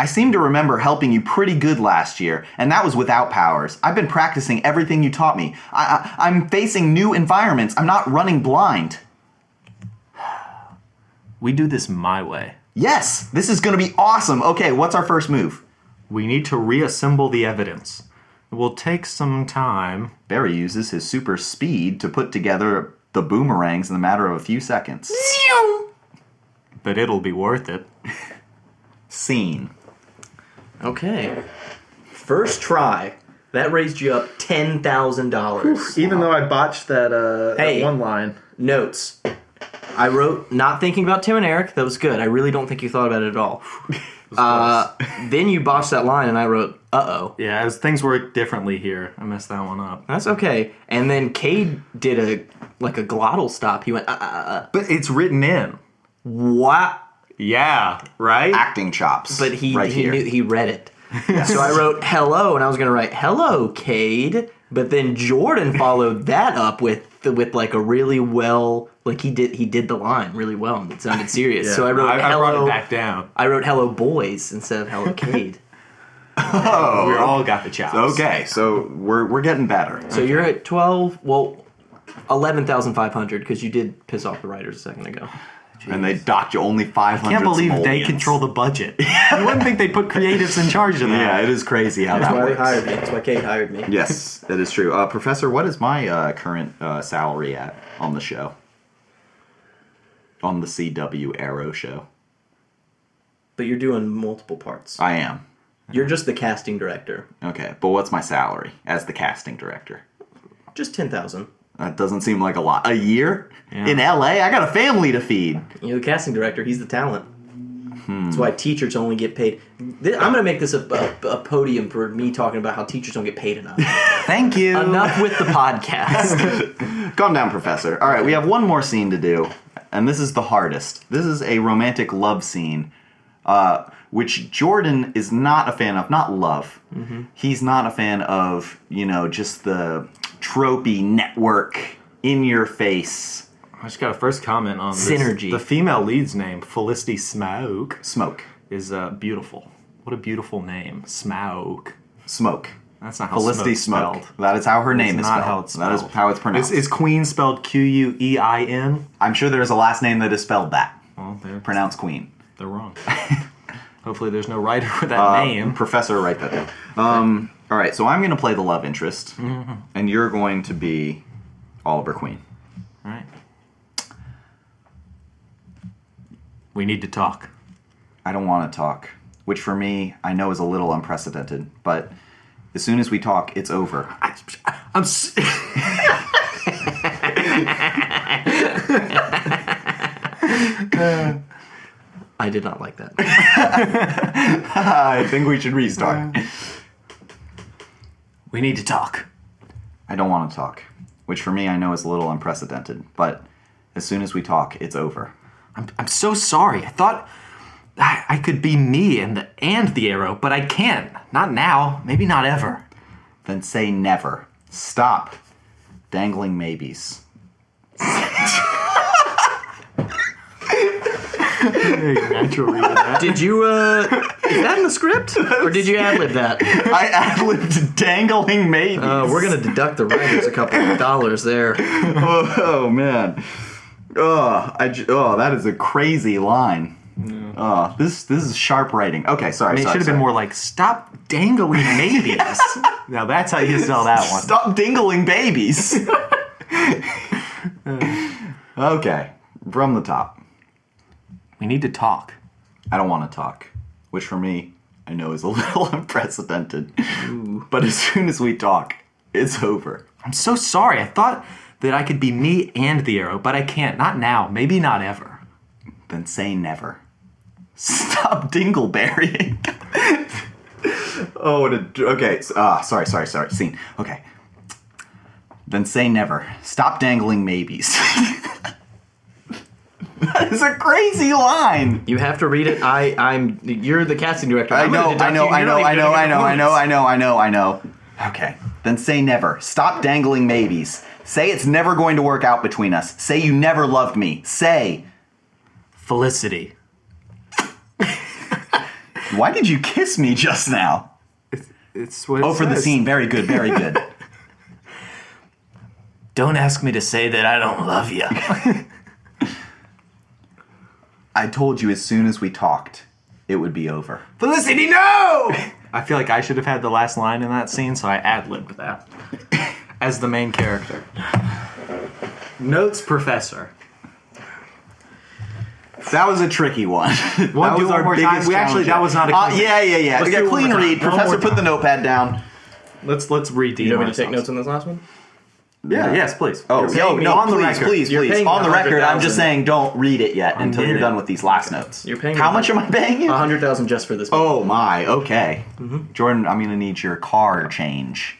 Speaker 2: I seem to remember helping you pretty good last year, and that was without powers. I've been practicing everything you taught me. I, I, I'm facing new environments. I'm not running blind.
Speaker 1: We do this my way.
Speaker 2: Yes, this is going to be awesome. Okay, what's our first move?
Speaker 1: We need to reassemble the evidence. It will take some time.
Speaker 2: Barry uses his super speed to put together the boomerangs in the matter of a few seconds.
Speaker 1: but it'll be worth it.
Speaker 2: Scene.
Speaker 3: Okay. First try. That raised you up ten thousand dollars.
Speaker 4: Even though I botched that, uh, that
Speaker 3: Hey.
Speaker 4: one line,
Speaker 3: Notes. I wrote not thinking about Tim and Eric. That was good. I really don't think you thought about it at all. Uh, then you botched that line, and I wrote, "Uh oh."
Speaker 1: Yeah, as things work differently here, I messed that one up.
Speaker 3: That's okay. And then Cade did a like a glottal stop. He went, uh, uh,
Speaker 1: But it's written in.
Speaker 3: "What?"
Speaker 1: Yeah, right?
Speaker 2: Acting chops.
Speaker 3: But he
Speaker 2: right
Speaker 3: he
Speaker 2: here.
Speaker 3: knew, he read [laughs] it. so I wrote "hello," and I was gonna write "hello, Cade," but then Jordan [laughs] followed that up with with like a really well like he did he did the line really well and it sounded serious. so I wrote
Speaker 1: I,
Speaker 3: "hello."
Speaker 1: brought it back down.
Speaker 3: I wrote "Hello Boys" instead of "Hello [laughs] Cade."
Speaker 1: we all got the chops.
Speaker 2: okay, so we're, we're getting better.
Speaker 3: So you're at twelve. Well, eleven thousand five hundred because you did piss off the writers a second ago.
Speaker 2: and they docked you only 500
Speaker 1: Can't believe they
Speaker 2: simoleons.
Speaker 1: control the budget.
Speaker 2: [laughs]
Speaker 1: you wouldn't think they put creatives in charge of
Speaker 2: Yeah,
Speaker 1: that.
Speaker 2: it is crazy how
Speaker 3: That's
Speaker 2: that
Speaker 3: why they
Speaker 2: works. [laughs]
Speaker 3: hired me. That's why Cade hired me.
Speaker 2: Yes, that is true. Uh, Professor, what is my uh, current uh, salary at on the show? On the CW Arrow show.
Speaker 3: But you're doing multiple parts.
Speaker 2: I am.
Speaker 3: You're just the casting director.
Speaker 2: Okay, but what's my salary as the casting director?
Speaker 3: Just ten thousand.
Speaker 2: That doesn't seem like a lot. A year?
Speaker 1: Yeah.
Speaker 2: In LA? I got a family to feed.
Speaker 3: You're the casting director. He's the talent. That's why teachers only get paid. Th- I'm going to make this a, a, a podium for me talking about how teachers don't get paid enough.
Speaker 2: [laughs] Thank you.
Speaker 3: enough with the podcast.
Speaker 2: Calm down, Professor. All right, we have one more scene to do, and this is the hardest. This is a romantic love scene, uh, which Jordan is not a fan of. Not love.
Speaker 1: Mm-hmm.
Speaker 2: He's not a fan of, you know, just the tropey network in your face
Speaker 1: I just got a first comment on this.
Speaker 3: Synergy.
Speaker 1: The female lead's name, Felicity Smaug,
Speaker 2: smoke.
Speaker 1: is uh, beautiful. What a beautiful name. Smaug.
Speaker 2: Smoke.
Speaker 1: That's not how
Speaker 2: Felicity
Speaker 1: smoke's
Speaker 2: Smoke.
Speaker 1: spelled.
Speaker 2: That is how her name
Speaker 1: It's
Speaker 2: is
Speaker 1: not
Speaker 2: spelled.
Speaker 1: how it's
Speaker 2: That
Speaker 1: spelled.
Speaker 2: is how it's
Speaker 1: Is,
Speaker 2: pronounced.
Speaker 1: is Queen spelled Q U E I N?
Speaker 2: I'm sure there is a last name that is spelled that.
Speaker 1: Well, they're,
Speaker 2: Pronounced Queen.
Speaker 1: they're wrong. [laughs] Hopefully, there's no writer with that
Speaker 2: Uh,
Speaker 1: name.
Speaker 2: Professor, write that down. Um, all right, so I'm going to play the love interest, and you're going to be Oliver Queen.
Speaker 1: All right. We need to talk.
Speaker 2: I don't want to talk, which for me, I know is a little unprecedented, but as soon as we talk, it's over.
Speaker 1: I, am S- [laughs]
Speaker 3: I did not like that.
Speaker 2: I think we should restart.
Speaker 1: we need to talk.
Speaker 2: I don't want to talk, which for me, I know is a little unprecedented, but as soon as we talk, it's over.
Speaker 1: I'm, I'm so sorry. I thought I, I could be me and the and the arrow, but I can't. Not now. Maybe not ever.
Speaker 2: then say never. Stop dangling maybes.
Speaker 1: [laughs] Natural read of that.
Speaker 3: Did you, uh, is that in the script? Or did you ad lib that?
Speaker 2: I ad libbed dangling maybes.
Speaker 3: Uh, we're going to deduct the writers a couple of dollars there.
Speaker 2: oh, [laughs] oh, man. Oh, I j- oh, that is a crazy line. Oh, this this is sharp writing. Okay, sorry.
Speaker 1: It
Speaker 2: sorry,
Speaker 1: should have
Speaker 2: sorry.
Speaker 1: been more like stop
Speaker 2: [laughs]
Speaker 1: dangling maybes. now that's how you sell that one.
Speaker 2: Stop
Speaker 1: [laughs]
Speaker 2: dingling babies. [laughs] okay, from the top.
Speaker 1: We need to talk.
Speaker 2: I don't want to talk, which for me, I know is a [laughs] little unprecedented. But as soon as we talk, it's over.
Speaker 1: I'm so sorry. I thought that I could be me and the arrow, but I can't. Not now. Maybe not ever.
Speaker 2: Then say never. Stop dingleberrying. oh, what a, dr- okay. s- Ah, sorry, sorry, sorry. Scene. Okay. Then say never. Stop dangling maybes. [laughs] that is a crazy line.
Speaker 3: You have to read it. I, I'm, you're the casting director.
Speaker 2: I
Speaker 3: I'm gonna
Speaker 2: know,
Speaker 3: deduct
Speaker 2: I know,
Speaker 3: you.
Speaker 2: I
Speaker 3: You're
Speaker 2: know,
Speaker 3: not
Speaker 2: I
Speaker 3: even
Speaker 2: know,
Speaker 3: gonna
Speaker 2: I
Speaker 3: get
Speaker 2: know, I know,
Speaker 3: points.
Speaker 2: I know, I know, I know. Okay. Then say never. Stop dangling maybes. Say it's never going to work out between us. Say you never loved me. Say,
Speaker 1: Felicity.
Speaker 2: [laughs] why did you kiss me just now?
Speaker 1: It's what. it
Speaker 2: Oh, for the
Speaker 1: says.
Speaker 2: scene. Very good,
Speaker 1: [laughs]
Speaker 2: very good.
Speaker 1: Don't ask me to say that I don't love you.
Speaker 2: I told you as soon as we talked, it would be over.
Speaker 1: Felicity, no! [laughs] I feel like I should have had the last line in that scene, so I ad libbed that [laughs] as the main character. Notes Professor.
Speaker 2: That was a tricky one. [laughs] that
Speaker 1: One- do
Speaker 2: was
Speaker 1: one more time.
Speaker 2: biggest
Speaker 1: We actually-
Speaker 2: challenge
Speaker 1: that
Speaker 2: yet.
Speaker 1: was not a
Speaker 2: Uh,
Speaker 1: clean read.
Speaker 2: yeah, yeah, yeah.
Speaker 1: Let's
Speaker 2: yeah
Speaker 1: do it one
Speaker 2: clean
Speaker 1: more time.
Speaker 2: read.
Speaker 1: One
Speaker 2: Professor,
Speaker 1: more
Speaker 2: put the
Speaker 1: time.
Speaker 2: notepad down.
Speaker 1: Let's let's redeem.
Speaker 3: You want me to
Speaker 1: ourselves.
Speaker 3: take notes on this last one?
Speaker 1: Yeah, yes, please.
Speaker 2: Oh,
Speaker 1: You're
Speaker 2: yo,
Speaker 1: paying me
Speaker 2: no,
Speaker 1: on the
Speaker 2: please,
Speaker 1: record.
Speaker 2: please,
Speaker 3: You're
Speaker 2: please.
Speaker 3: paying
Speaker 2: On
Speaker 3: me
Speaker 2: the record, I'm just
Speaker 3: 100,000.
Speaker 2: saying don't read it yet until you're
Speaker 1: minute.
Speaker 2: done with these last notes.
Speaker 3: You're paying
Speaker 2: How
Speaker 3: me
Speaker 2: much am I paying you? Mm-hmm.
Speaker 3: A hundred thousand just for this.
Speaker 2: Oh my, okay. Jordan, I'm gonna need your car change.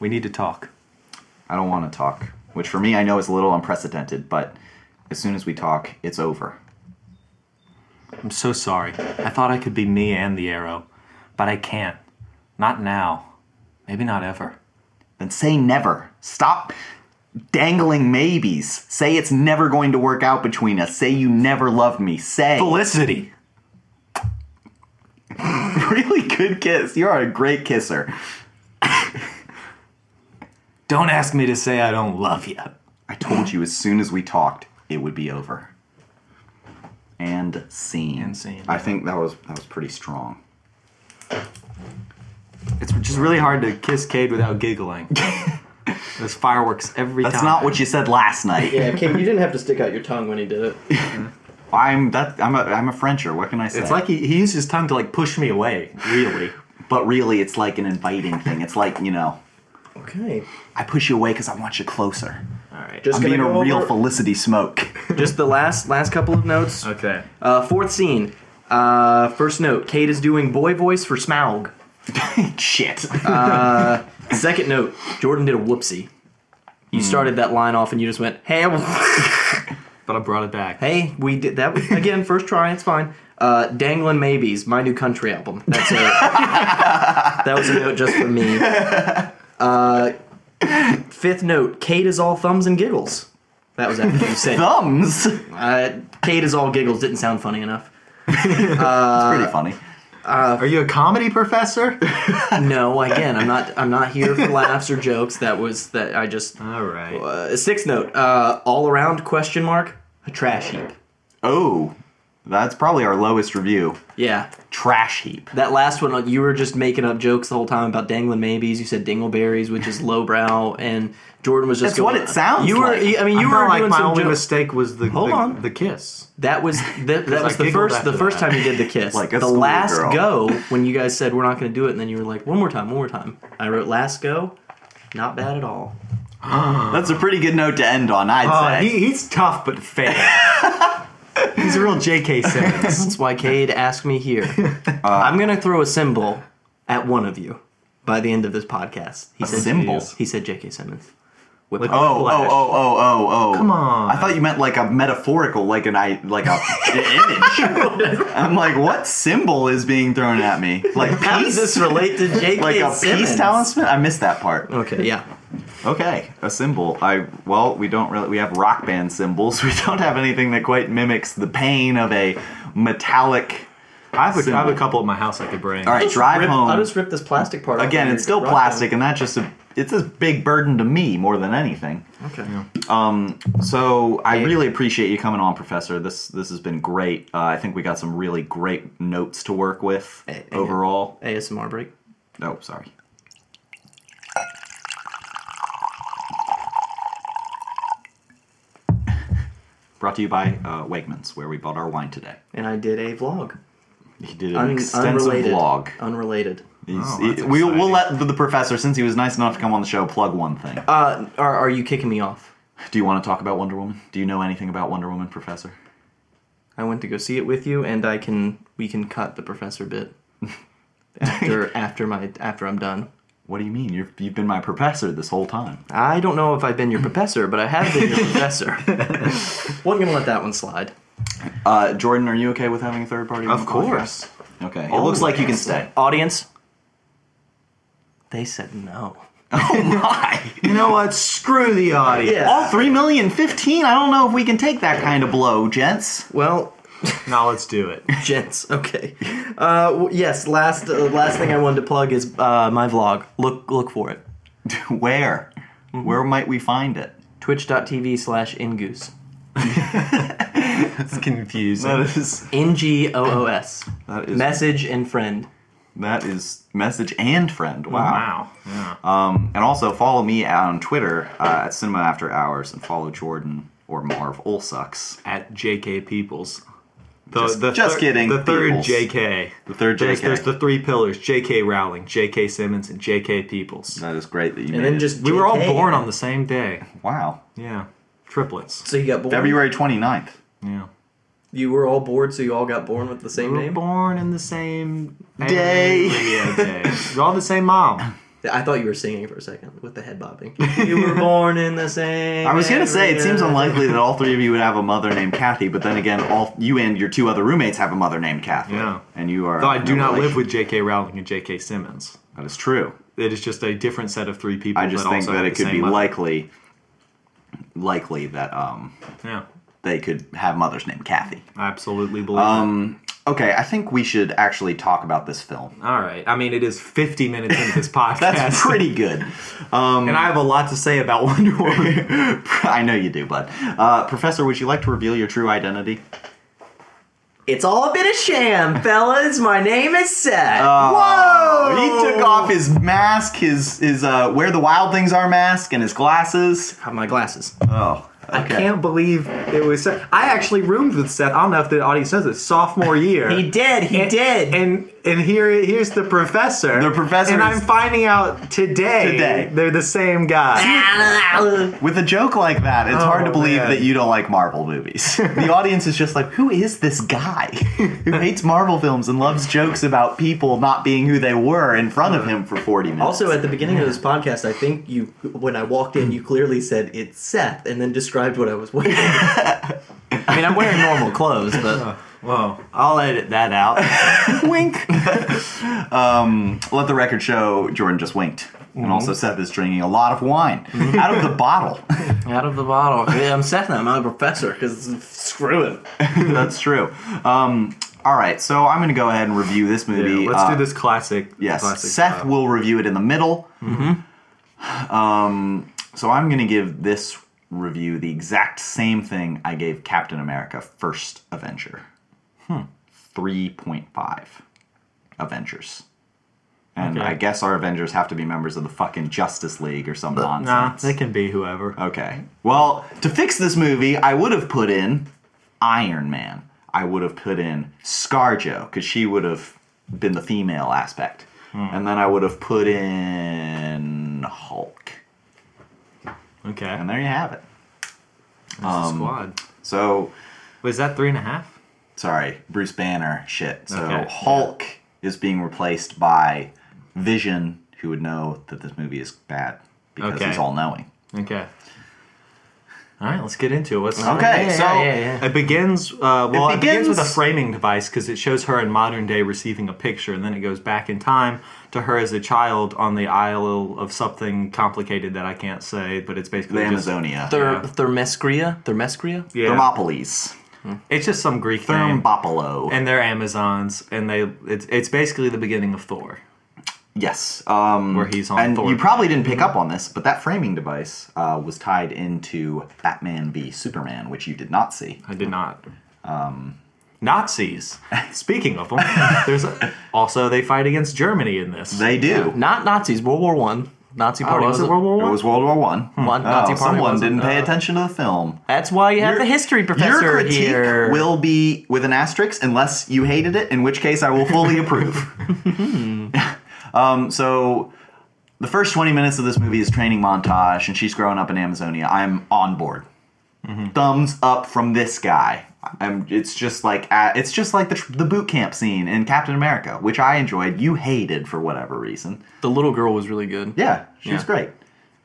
Speaker 1: We need to talk.
Speaker 2: I don't want to talk, which for me I know is a little unprecedented, but as soon as we talk, it's over.
Speaker 1: I'm so sorry. I thought I could be me and the arrow, but I can't. Not now. Maybe not ever.
Speaker 2: then say never. Stop dangling maybes. Say it's never going to work out between us. Say you never loved me. Say
Speaker 1: Felicity.
Speaker 2: [laughs] really good kiss. You are a great kisser.
Speaker 1: Don't ask me to say I don't love you.
Speaker 2: I told you as soon as we talked, it would be over. And scene.
Speaker 1: And scene,
Speaker 2: I think that was that was pretty strong.
Speaker 1: It's just really hard to kiss Cade without giggling. There's fireworks every
Speaker 2: That's
Speaker 1: time.
Speaker 2: not what you said last night.
Speaker 3: Yeah, Kim, you didn't have to stick out your tongue when he did it.
Speaker 2: I'm that I'm a I'm a Frencher. What can I say?
Speaker 1: It's like he, he used his tongue to like push me away. Really.
Speaker 2: but really, it's like an inviting thing. It's like you know,
Speaker 3: Okay.
Speaker 2: I push you away because I want you closer.
Speaker 3: All right. Just
Speaker 2: I'm
Speaker 3: gonna
Speaker 2: being
Speaker 3: go
Speaker 2: a real
Speaker 3: over-
Speaker 2: Felicity
Speaker 3: [laughs]
Speaker 2: Smoke.
Speaker 3: Just the last last couple of notes.
Speaker 1: okay.
Speaker 3: Uh, fourth scene. Uh, first note. Kate is doing boy voice for Smaug.
Speaker 2: Shit.
Speaker 3: Uh, Second note. Jordan did a whoopsie. You started that line off and you just went, "Hey, [laughs]
Speaker 1: But I brought it back.
Speaker 3: hey, we did that was- again. First try. It's fine." Uh, Danglin' Maybes, my new country album. That's a, that was a note just for me. Uh, fifth note. Kate is all thumbs and giggles. That was after
Speaker 2: [laughs]
Speaker 3: you said.
Speaker 2: thumbs. It's
Speaker 3: Uh, Kate is all giggles. Didn't sound funny enough. uh,
Speaker 2: pretty funny.
Speaker 1: Are you a comedy professor?
Speaker 3: No, again, I'm not. I'm not here for laughs or jokes. That was that. I just
Speaker 1: All right.
Speaker 3: uh, sixth note. Uh, all around question mark. A trash heap.
Speaker 2: Oh, that's probably our lowest review.
Speaker 3: Yeah,
Speaker 2: Trash heap.
Speaker 3: that last one. like, You were just making up jokes the whole time about dangling maybes. You said dingleberries, which is lowbrow, and Jordan was just.
Speaker 2: That's what
Speaker 3: going-
Speaker 2: it sounds
Speaker 3: You were.
Speaker 2: like.
Speaker 3: I mean,
Speaker 1: I felt
Speaker 3: you were
Speaker 1: like
Speaker 3: doing
Speaker 1: my
Speaker 3: some
Speaker 1: only
Speaker 3: jo-
Speaker 1: mistake was the
Speaker 3: Hold
Speaker 1: the,
Speaker 3: on.
Speaker 1: the kiss. [laughs]
Speaker 3: That was that, that was
Speaker 1: I
Speaker 3: the
Speaker 1: giggled
Speaker 3: first the
Speaker 1: after
Speaker 3: first
Speaker 1: that.
Speaker 3: time you did
Speaker 1: [laughs]
Speaker 3: the kiss.
Speaker 2: Like a
Speaker 3: the
Speaker 2: schoolgirl.
Speaker 3: last go when you guys said we're not going to do it, and then you were like one more time, one more time. I wrote last go, not bad at all.
Speaker 2: That's a pretty good note to end on, I'd
Speaker 1: Uh,
Speaker 2: say.
Speaker 1: he, he's tough but
Speaker 3: [laughs]
Speaker 1: fair. he's a real J.K. Simmons.
Speaker 3: That's why Cade asked
Speaker 2: [laughs]
Speaker 3: me here. Uh, I'm gonna throw a symbol at one of you by the end of this podcast. He
Speaker 2: symbol?
Speaker 3: He said J.K. Simmons. Whiplash.
Speaker 2: Oh, oh, oh, oh, oh, oh.
Speaker 1: Come on.
Speaker 2: I thought you meant like a metaphorical, like an I like
Speaker 3: [laughs]
Speaker 2: a an image. I'm like, what symbol is being thrown at me? Like
Speaker 3: [laughs] How does
Speaker 2: peace?
Speaker 3: this relate to J.K.
Speaker 2: like a peace
Speaker 3: Simmons?
Speaker 2: talisman? I missed that part.
Speaker 3: Okay, yeah.
Speaker 2: Okay, a symbol. I well, we don't really we have rock band symbols. [laughs] We don't have anything that quite mimics the pain of a metallic.
Speaker 1: I have, a, I have a
Speaker 2: Symbol.
Speaker 1: couple at my house I could bring.
Speaker 2: All right, drive
Speaker 3: Rip-
Speaker 2: home.
Speaker 3: I'll just rip this plastic part off
Speaker 2: Again,
Speaker 3: and
Speaker 2: it's still
Speaker 3: rock it.
Speaker 2: plastic, and that's just a it's a big burden to me more than anything. Um,
Speaker 3: Okay.
Speaker 2: So I really appreciate you coming on, Professor. This this has been great. Uh, I think we got some really great notes to work with
Speaker 3: Eh, eh.
Speaker 2: overall.
Speaker 3: ASMR break.
Speaker 2: No, sorry. [laughs] Brought to you by uh, Wegmans, where we bought our wine today.
Speaker 3: And I did a vlog.
Speaker 2: He did an
Speaker 3: Un-
Speaker 2: extensive
Speaker 3: unrelated.
Speaker 2: vlog.
Speaker 3: Unrelated.
Speaker 2: He's,
Speaker 1: Oh,
Speaker 2: he-
Speaker 1: that's
Speaker 2: we, we'll
Speaker 1: exciting.
Speaker 2: let the, the professor, since he was nice enough to come on the show, plug one thing.
Speaker 3: Uh, are, are you kicking me off?
Speaker 2: Do you want to talk about Wonder Woman? Do you know anything about Wonder Woman, Professor?
Speaker 3: I went to go see it with you, and I can we can cut the professor [laughs] bit after after my after I'm done.
Speaker 2: What do you mean? You're, you've been my professor this whole time.
Speaker 3: I don't know if I've been your professor, but I have been your [laughs] professor. We're gonna let that one slide.
Speaker 2: Uh, Jordan, are you okay with having a third party? on
Speaker 1: Of
Speaker 2: the
Speaker 1: course. Oh,
Speaker 2: podcast? Okay. It looks like you can stay.
Speaker 3: Audience, they said no.
Speaker 2: Oh my!
Speaker 1: You know what? Screw the audience.
Speaker 3: Yeah.
Speaker 2: All three million fifteen. I don't know if we can take that kind of blow, gents.
Speaker 3: Well,
Speaker 1: Now let's do it.
Speaker 3: gents. [laughs] Okay. Uh, w- yes. Last uh, last thing I wanted to plug is uh, my vlog. Look look for it.
Speaker 2: Where?
Speaker 1: Mm-hmm.
Speaker 2: Where might we find it?
Speaker 3: Twitch.tv slash ingoose.
Speaker 1: It's confusing.
Speaker 2: That is
Speaker 3: N G O O S.
Speaker 2: that is
Speaker 3: Message and friend.
Speaker 2: that is message and friend.
Speaker 1: Wow.
Speaker 2: Wow.
Speaker 1: Yeah.
Speaker 2: Um, and also follow me on Twitter uh, at Cinema After Hours and follow Jordan or Marv Olsucks.
Speaker 1: At JK Peoples. The,
Speaker 2: Just- just
Speaker 1: thir-
Speaker 2: kidding,
Speaker 1: The third
Speaker 2: Peoples.
Speaker 1: JK.
Speaker 2: The third
Speaker 1: There's,
Speaker 2: JK.
Speaker 1: there's the three pillars: J.K. Rowling, J.K. Simmons, and J.K. Peoples.
Speaker 2: that is great that you
Speaker 3: And
Speaker 2: made
Speaker 3: then
Speaker 2: it.
Speaker 3: just
Speaker 1: We were all
Speaker 3: JK.
Speaker 1: born on the same day.
Speaker 2: wow
Speaker 1: Yeah, triplets.
Speaker 3: So you got born.
Speaker 2: February 29th.
Speaker 1: Yeah,
Speaker 3: You were all bored, so you all got born with the
Speaker 1: we
Speaker 3: same
Speaker 1: were
Speaker 2: Mm-hmm.
Speaker 3: name.
Speaker 1: born in the same
Speaker 2: Day.
Speaker 1: area day. We're all the same mom.
Speaker 3: I thought you were singing for a second with the head
Speaker 2: [laughs]
Speaker 3: bobbing. you were born in the same.
Speaker 2: I was gonna say it
Speaker 3: area.
Speaker 2: seems unlikely that all three of you would have a mother named Kathy, but then again, all you and your two other roommates have a mother named Kathy.
Speaker 1: Yeah.
Speaker 2: and you are.
Speaker 1: Though I do
Speaker 2: no
Speaker 1: not live
Speaker 2: relation.
Speaker 1: with J.K. Rowling and J.K. Simmons.
Speaker 2: That is true.
Speaker 1: It is just a different set of three people.
Speaker 2: I just
Speaker 1: that
Speaker 2: think
Speaker 1: also
Speaker 2: that
Speaker 1: have
Speaker 2: it
Speaker 1: the
Speaker 2: could
Speaker 1: same
Speaker 2: be
Speaker 1: mother.
Speaker 2: likely, likely that um
Speaker 1: Yeah,
Speaker 2: they could have mothers named Kathy.
Speaker 1: I absolutely believe. Um,
Speaker 2: Um, okay, I think we should actually talk about this film.
Speaker 1: all right. I mean, it is 50 minutes into this podcast.
Speaker 2: [laughs] That's pretty good. [laughs]
Speaker 1: and I have a lot to say about [laughs] Wonder Woman.
Speaker 2: I know you do, bud. Uh, Professor, would you like to reveal your true identity?
Speaker 3: It's all a bit of
Speaker 2: [laughs]
Speaker 3: sham, fellas. My name is Seth.
Speaker 2: Uh,
Speaker 1: Oh!
Speaker 2: Whoa! He took off his mask, his his uh, where the wild things are mask, and his glasses.
Speaker 3: Have my glasses.
Speaker 2: Oh,
Speaker 1: I can't believe it was. Seth. I actually roomed with Seth. I don't know if the audience knows this. [laughs] Sophomore year,
Speaker 3: He did. He did.
Speaker 1: and and here here's the professor.
Speaker 2: The professor
Speaker 1: and
Speaker 2: is-
Speaker 1: I'm finding out today.
Speaker 2: Today.
Speaker 1: they're the same guy. [laughs]
Speaker 2: With a joke like that, it's
Speaker 1: Oh,
Speaker 2: hard to believe
Speaker 1: man.
Speaker 2: that you don't like Marvel movies. [laughs] the audience is just like, who is this guy [laughs] who hates Marvel films and loves jokes about people not being who they were in front of him for 40 minutes?
Speaker 3: also, at the beginning of this podcast, I think you, when I walked in, you clearly said it's Seth, and then described what I was
Speaker 2: [laughs]
Speaker 3: wearing. I mean, I'm wearing normal clothes,
Speaker 2: [laughs]
Speaker 3: but
Speaker 1: Whoa! I'll edit that out. Wink.
Speaker 2: let the record show Jordan just winked.
Speaker 1: Mm-hmm.
Speaker 2: And also, Seth is drinking a lot of wine out of the bottle. [laughs]
Speaker 3: out of the bottle. Yeah, I'm Seth now. I'm not a professor because screw him.
Speaker 2: That's true. Um, all right, so I'm going to go ahead and review this movie.
Speaker 1: let's
Speaker 2: Uh,
Speaker 1: do this classic.
Speaker 2: Yes,
Speaker 1: classic
Speaker 2: Seth
Speaker 1: style. Mm-hmm.
Speaker 2: will review it in the middle. Mm-hmm. Um, so I'm going to give this review the exact same thing I gave Captain America: First Avenger.
Speaker 1: Hmm.
Speaker 2: Three point five Avengers. And
Speaker 1: Okay.
Speaker 2: I guess our Avengers have to be members of the fucking Justice League or some
Speaker 1: Nah,
Speaker 2: nonsense.
Speaker 1: they can be whoever.
Speaker 2: Okay. Well, to fix this movie, I would have put in Iron Man. I would have put in Scarjo because she would have been the female aspect,
Speaker 1: Hmm.
Speaker 2: and then I would have put in Hulk.
Speaker 1: Okay, Um,
Speaker 2: And there you have it.
Speaker 1: that's the squad.
Speaker 2: So
Speaker 1: Was that three and a half?
Speaker 2: sorry, Bruce Banner shit. So
Speaker 1: Okay.
Speaker 2: Hulk is being replaced by Vision, who would know that this movie is bad because
Speaker 1: Okay.
Speaker 2: he's all knowing.
Speaker 1: Okay. All right, let's get into it. What's
Speaker 2: Okay,
Speaker 3: yeah,
Speaker 2: so
Speaker 3: yeah, yeah, yeah.
Speaker 1: It begins. Uh, well, it begins,
Speaker 2: begins-
Speaker 1: with a framing device because it shows her in modern day receiving a picture, and then it goes back in time to her as a child on the isle of something complicated that I can't say, but it's basically
Speaker 2: the
Speaker 1: just,
Speaker 2: Amazonia,
Speaker 3: Ther-
Speaker 1: Yeah.
Speaker 3: Thermescria? Thermescria?
Speaker 1: Yeah,
Speaker 2: Thermopolis,
Speaker 1: it's just some Greek name,
Speaker 2: Thermopylo.
Speaker 1: and they're Amazons, and they it's it's basically the beginning of Thor.
Speaker 2: yes, um,
Speaker 1: Where he's on
Speaker 2: And
Speaker 1: Thor.
Speaker 2: you probably didn't pick up on this, but that framing device uh, was tied into Batman v Superman, which you did not see.
Speaker 1: I did not. Um, Nazis. Speaking of them, there's a, also they fight against Germany in this.
Speaker 2: They do.
Speaker 3: Not Nazis. World War One. Nazi
Speaker 1: oh,
Speaker 3: party
Speaker 1: was it World War
Speaker 2: It
Speaker 1: One?
Speaker 2: was World War One.
Speaker 3: One Nazi
Speaker 2: Oh,
Speaker 3: party
Speaker 2: someone
Speaker 3: wasn't,
Speaker 2: didn't pay
Speaker 3: uh,
Speaker 2: attention to the film.
Speaker 3: That's why you have the history professor
Speaker 2: Your critique
Speaker 3: here.
Speaker 2: will be with an asterisk unless you hated it, in which case I will fully
Speaker 3: [laughs]
Speaker 2: approve. [laughs] um, so the first 20 minutes of this movie is training montage and she's growing up in Amazonia. I'm on board.
Speaker 3: Mm-hmm.
Speaker 2: Thumbs up from this guy. I'm, it's just like uh, it's just like the, tr- the boot camp scene in Captain America, which I enjoyed. You hated for whatever reason.
Speaker 3: the little girl was really good.
Speaker 2: Yeah, she was
Speaker 3: Yeah.
Speaker 2: great.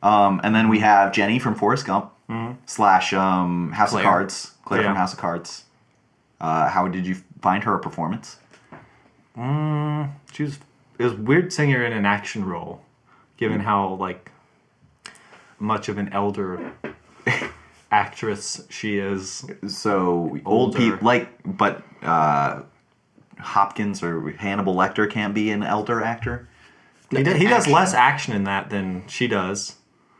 Speaker 2: Um, and then we have Jenny from Forrest Gump slash um, House
Speaker 3: Claire.
Speaker 2: of Cards. Claire
Speaker 1: Mm-hmm. Yeah.
Speaker 2: from House of Cards. Uh, how did you find her performance?
Speaker 1: She was it was weird seeing her in an action role, given how like much of an elder [laughs] actress she is.
Speaker 2: So old
Speaker 1: Older.
Speaker 2: people like, but uh, Hopkins or Hannibal Lecter can't be an elder actor.
Speaker 1: He, do- he does
Speaker 3: Action.
Speaker 1: less action in that than she does.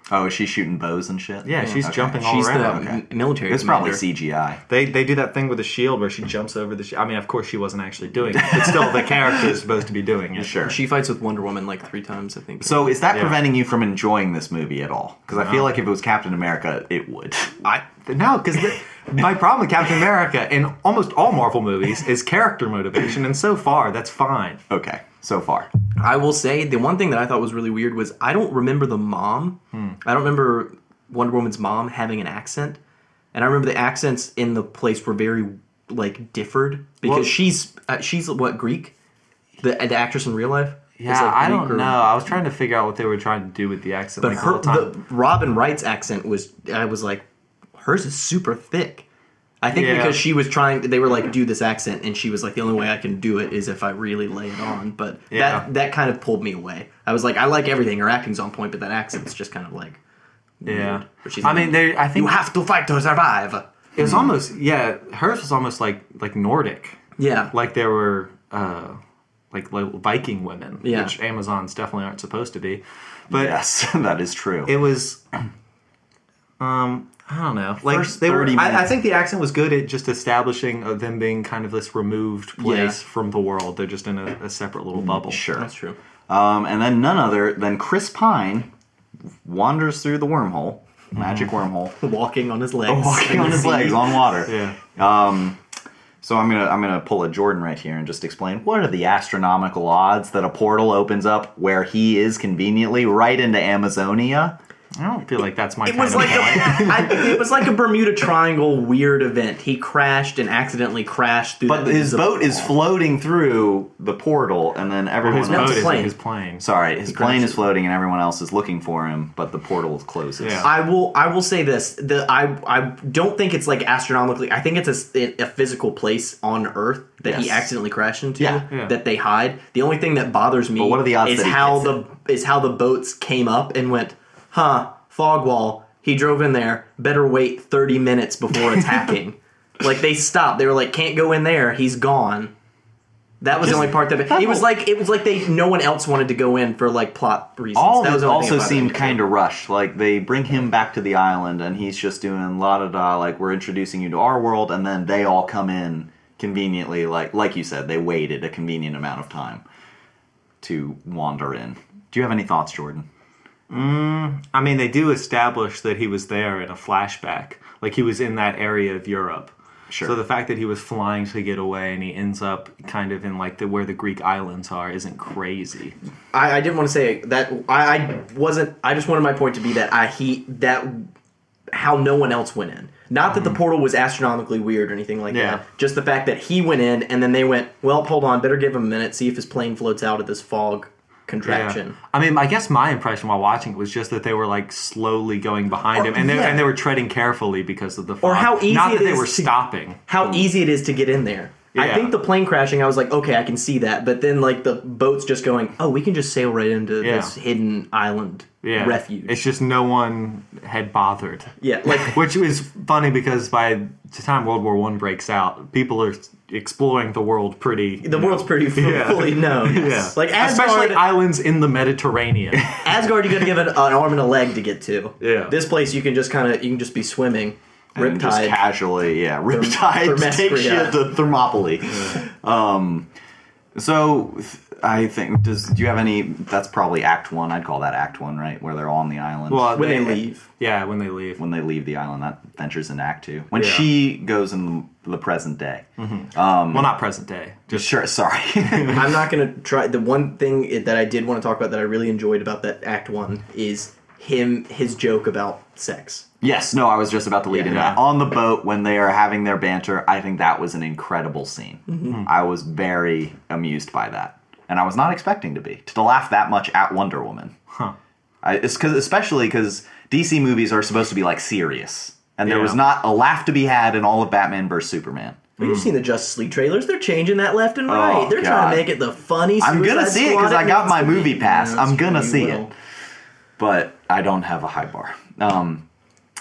Speaker 2: Oh, is she shooting bows and shit?
Speaker 1: Yeah, she's
Speaker 2: Okay.
Speaker 1: jumping all
Speaker 3: She's the
Speaker 1: around.
Speaker 3: m- military.
Speaker 2: It's probably
Speaker 3: commander.
Speaker 2: CGI.
Speaker 1: They they do that thing with the shield where she jumps over the. Sh- I mean, of course she wasn't actually doing it, but still [laughs] the character is supposed to be doing it.
Speaker 2: Sure.
Speaker 3: She fights with Wonder Woman like three times, I think.
Speaker 2: So is that
Speaker 1: Yeah. Uh-huh.
Speaker 2: preventing you from enjoying this movie at all? Because I feel like if it was Captain America, it would. [laughs]
Speaker 1: I no, because my problem with Captain America in almost all Marvel movies is character motivation, and so far that's fine.
Speaker 2: Okay, so far.
Speaker 3: I will say the one thing that I thought was really weird was I don't remember the mom.
Speaker 1: Hmm.
Speaker 3: I don't remember Wonder Woman's mom having an accent, and I remember the accents in the place were very like differed because
Speaker 1: Well-
Speaker 3: she's uh, she's what Greek, the the actress in real life. is,
Speaker 1: Yeah,
Speaker 3: like,
Speaker 1: I
Speaker 3: Greek
Speaker 1: don't
Speaker 3: or-
Speaker 1: know. I was trying to figure out what they were trying to do with the accent
Speaker 3: But
Speaker 1: like, the
Speaker 3: her
Speaker 1: whole time.
Speaker 3: the Robin Wright's accent was I was like, hers is super thick. I think
Speaker 1: Yeah.
Speaker 3: because she was trying, they were like, do this accent, and she was like, the only way I can do it is if I really lay it on. But
Speaker 1: Yeah.
Speaker 3: that that kind of pulled me away. I was like, I like everything. Her acting's on point, but that accent's just kind of like,
Speaker 1: yeah,
Speaker 3: But she's
Speaker 1: I mean, they. I
Speaker 3: you
Speaker 1: think
Speaker 3: have to fight to survive.
Speaker 1: it was almost yeah. Hers was almost like like Nordic,
Speaker 3: Yeah,
Speaker 1: like there were uh, like, like Viking women,
Speaker 3: Yeah.
Speaker 1: which Amazons definitely aren't supposed to be. But
Speaker 2: Yes, [laughs] that is true.
Speaker 1: it was [clears throat] um I don't know. Like
Speaker 2: First
Speaker 1: they were
Speaker 2: 30
Speaker 1: I, I
Speaker 2: minutes.
Speaker 1: think the accent was good at just establishing of them being kind of this removed place from the world. They're just in a, a separate
Speaker 3: Mm,
Speaker 1: little bubble.
Speaker 2: sure.
Speaker 3: that's true.
Speaker 2: Um, and then none other than Chris Pine wanders through the wormhole,
Speaker 1: Mm.
Speaker 2: magic
Speaker 1: [laughs]
Speaker 2: wormhole,
Speaker 3: Walking on his legs,
Speaker 2: Oh, walking
Speaker 3: [laughs]
Speaker 2: on his legs on water.
Speaker 1: Yeah.
Speaker 2: So I'm gonna I'm gonna pull a Jordan right here and just explain what are the astronomical odds that a portal opens up where he is conveniently right into Amazonia.
Speaker 1: I don't feel like that's my
Speaker 3: It
Speaker 1: kind
Speaker 3: was
Speaker 1: of
Speaker 3: like a, I, it was like a Bermuda Triangle weird event. He crashed and accidentally crashed through.
Speaker 2: But
Speaker 3: the-
Speaker 2: his
Speaker 3: the-
Speaker 2: boat is floating through the portal, and then everyone
Speaker 1: Oh, his
Speaker 3: [laughs] No,
Speaker 1: boat
Speaker 2: else.
Speaker 3: it's
Speaker 1: is
Speaker 3: plane.
Speaker 1: his plane.
Speaker 2: Sorry, his plane
Speaker 3: crashes.
Speaker 2: is floating, and everyone else is looking for him, but the portal closes.
Speaker 1: Yeah.
Speaker 3: I will. I will say this. The I. I don't think it's like astronomically. I think it's a s- a, physical place on Earth that he
Speaker 2: Yes.
Speaker 3: accidentally crashed into.
Speaker 2: Yeah.
Speaker 1: Yeah.
Speaker 3: That they hide. The only thing that bothers me
Speaker 2: what are the odds
Speaker 3: is
Speaker 2: that he
Speaker 3: how
Speaker 2: gets
Speaker 3: the is how the boats came up and went. Huh. Fog wall. He drove in there. Better wait thirty
Speaker 2: [laughs]
Speaker 3: minutes before attacking. like they stopped. They were like, can't go in there. He's gone. That was the only part that, it was like it was like they no one else wanted to go in for like plot reasons.
Speaker 2: All
Speaker 3: that
Speaker 2: of
Speaker 3: was
Speaker 2: it
Speaker 3: the only thing
Speaker 2: also
Speaker 3: about it.
Speaker 2: seemed kind of rushed. Like they bring him back to the island, and he's just doing la da da. Like we're introducing you to our world, and then they all come in conveniently. Like like you said, they waited a convenient amount of time to wander in. Do you have any thoughts, Jordan?
Speaker 1: I mean, they do establish that he was there in a flashback. Like he was in that area of Europe.
Speaker 2: Sure.
Speaker 1: So the fact that he was flying to get away and he ends up kind of in like the where the Greek islands are isn't crazy.
Speaker 3: I, I didn't want to say that. I, I wasn't. I just wanted my point to be that I he that how no one else went in. Not that the portal was astronomically weird or anything like
Speaker 1: Mm-hmm. Yeah.
Speaker 3: that. Just the fact that he went in and then they went. Well, hold on. Better give him a minute. See if his plane floats out of this fog. contraction.
Speaker 1: I mean, I guess my impression while watching it was just that they were like slowly going behind
Speaker 3: Or-
Speaker 1: him, and they
Speaker 3: yeah.
Speaker 1: and they were treading carefully because of the fog.
Speaker 3: how easy
Speaker 1: not that
Speaker 3: it
Speaker 1: they
Speaker 3: is
Speaker 1: were
Speaker 3: to-
Speaker 1: stopping.
Speaker 3: How easy it is to get in there. I
Speaker 1: Mm-hmm. Yeah.
Speaker 3: think the plane crashing, I was like, okay, I can see that. But then, like, the boat's just going, oh, we can just sail right into
Speaker 1: Yeah.
Speaker 3: this hidden island
Speaker 1: Yeah,
Speaker 3: refuge.
Speaker 1: It's just no one had bothered.
Speaker 3: yeah, like,
Speaker 1: [laughs] Which is funny because by the time World War One breaks out, people are exploring the world pretty.
Speaker 3: the world's pretty fu-
Speaker 1: [laughs] Yeah.
Speaker 3: fully
Speaker 1: [laughs]
Speaker 3: known.
Speaker 1: yeah,
Speaker 3: Like,
Speaker 1: especially
Speaker 3: Asgard,
Speaker 1: islands in the
Speaker 2: [laughs]
Speaker 1: Mediterranean.
Speaker 3: Asgard you got to give an, an arm and a leg to get to.
Speaker 1: Yeah.
Speaker 3: This place, you can just kind of, you can just be swimming.
Speaker 2: And just
Speaker 3: Riptide.
Speaker 2: casually, yeah, riptide [laughs]
Speaker 3: Thermespria.
Speaker 2: takes you to Thermopylae. Um, so th- I think does do you have any? That's probably Act One. I'd call that Act One, right, where they're all on the island.
Speaker 1: Well,
Speaker 3: when they leave.
Speaker 1: Yeah, when they leave.
Speaker 2: when they leave the island, that ventures into Act Two. When
Speaker 1: Yeah. Mm-hmm.
Speaker 2: she goes in the, the present day.
Speaker 1: well, not present day. Just
Speaker 2: Sure, sorry. [laughs]
Speaker 3: I'm not gonna try. The one thing i- that I did want to talk about that I really enjoyed about that Act One is him his joke about sex.
Speaker 2: yes, no, I was just about to lead into
Speaker 1: Yeah.
Speaker 2: that. On the boat when they are having their banter, I think that was an incredible scene.
Speaker 1: Mm-hmm.
Speaker 2: I was very amused by that, and I was not expecting to be to laugh that much at Wonder Woman.
Speaker 1: huh.
Speaker 2: I, it's because especially because DC movies are supposed to be like serious, and there
Speaker 1: Yeah.
Speaker 2: was not a laugh to be had in all of Batman vs Superman.
Speaker 3: But You've seen the Justice League trailers; they're changing that left and right. they're trying
Speaker 2: Hmm. Oh, God.
Speaker 3: to make it the funny.
Speaker 2: I'm gonna
Speaker 3: Suicide
Speaker 2: see it
Speaker 3: Squad
Speaker 2: because I got
Speaker 3: needs
Speaker 2: my
Speaker 3: to be.
Speaker 2: movie pass.
Speaker 3: Yeah,
Speaker 2: I'm
Speaker 3: that's
Speaker 2: gonna
Speaker 3: true,
Speaker 2: see
Speaker 3: you
Speaker 2: it,
Speaker 3: will.
Speaker 2: but I don't have a high bar. Um,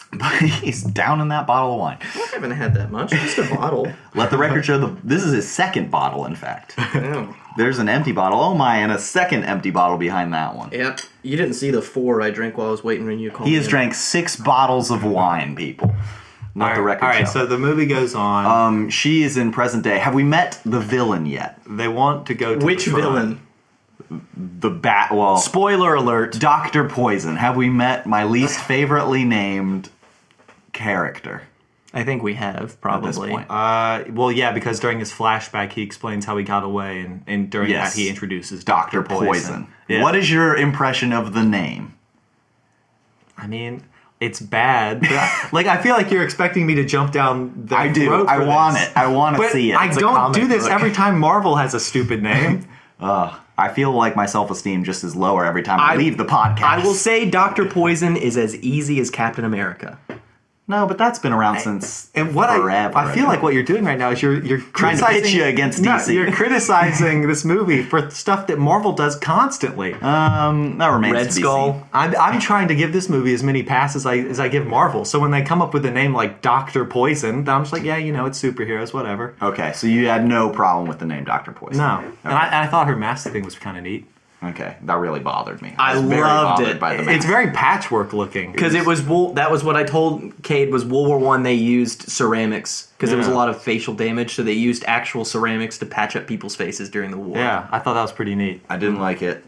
Speaker 2: [laughs] but he's down in that bottle of wine.
Speaker 3: I haven't had that much. Just a bottle.
Speaker 2: Let the record show the. This is his second bottle, in fact.
Speaker 3: Damn.
Speaker 2: There's an empty bottle. Oh my, and a second empty bottle behind that one.
Speaker 3: Yep. You didn't see the four I drank while I was waiting when you called.
Speaker 2: He
Speaker 3: me
Speaker 2: has
Speaker 3: in.
Speaker 2: drank six bottles of wine, people. Not the record.
Speaker 1: All right,
Speaker 2: show.
Speaker 1: so the movie goes on.
Speaker 2: um, she is in present day. Have we met the villain yet?
Speaker 1: they want to go to
Speaker 3: Which
Speaker 1: the front.
Speaker 3: villain?
Speaker 2: The bat. Well,
Speaker 3: Spoiler alert.
Speaker 2: Doctor Poison. Have we met my least favoritely named character?
Speaker 3: I think we have probably.
Speaker 2: point.
Speaker 1: Uh, well, yeah, because during his flashback, he explains how he got away, and, and during
Speaker 2: Yes.
Speaker 1: that, he introduces
Speaker 2: Doctor
Speaker 1: Doctor
Speaker 2: Poison.
Speaker 1: Poison. Yeah.
Speaker 2: What is your impression of the name?
Speaker 1: I mean, it's bad. But
Speaker 2: [laughs]
Speaker 1: I, like, I feel like you're expecting me to jump down. The
Speaker 2: I do. I want it. I want to
Speaker 1: But
Speaker 2: see it.
Speaker 1: I
Speaker 2: It's a
Speaker 1: don't
Speaker 2: comic
Speaker 1: do this
Speaker 2: book.
Speaker 1: every time Marvel has a stupid
Speaker 2: [laughs]
Speaker 1: name.
Speaker 2: Ugh, I feel like my self esteem just is lower every time I,
Speaker 3: I-
Speaker 2: leave the podcast.
Speaker 3: I will say Doctor Poison is as easy as Captain America.
Speaker 2: no, but that's been around since
Speaker 1: And what
Speaker 2: forever.
Speaker 1: I I feel like what you're doing right now is you're you're
Speaker 2: Trying to pitch
Speaker 1: criticizing
Speaker 2: you against
Speaker 1: No,
Speaker 2: DC.
Speaker 1: you're criticizing this movie for stuff that Marvel does constantly.
Speaker 2: um that remains
Speaker 3: Red
Speaker 2: to be seen.
Speaker 3: Skull.
Speaker 1: I'm, I'm trying to give this movie as many passes as I, as I give Marvel. So when they come up with a name like Doctor Poison, then I'm just like, yeah, you know, it's superheroes, whatever.
Speaker 2: Okay, so you had no problem with the name Doctor Poison.
Speaker 1: No, and I, and I thought her mask thing was kind of neat.
Speaker 2: Okay, that really bothered me.
Speaker 3: I
Speaker 2: was very
Speaker 3: loved
Speaker 2: bothered
Speaker 3: it.
Speaker 2: By the
Speaker 3: It's
Speaker 2: mask.
Speaker 1: It's very patchwork looking.
Speaker 3: because it was wool. That was what I told Cade was World War One. They used ceramics because there was a
Speaker 1: Yeah.
Speaker 3: lot of facial damage, so they used actual ceramics to patch up people's faces during the [laughs] war.
Speaker 1: yeah, I thought that was pretty neat.
Speaker 2: I didn't like it.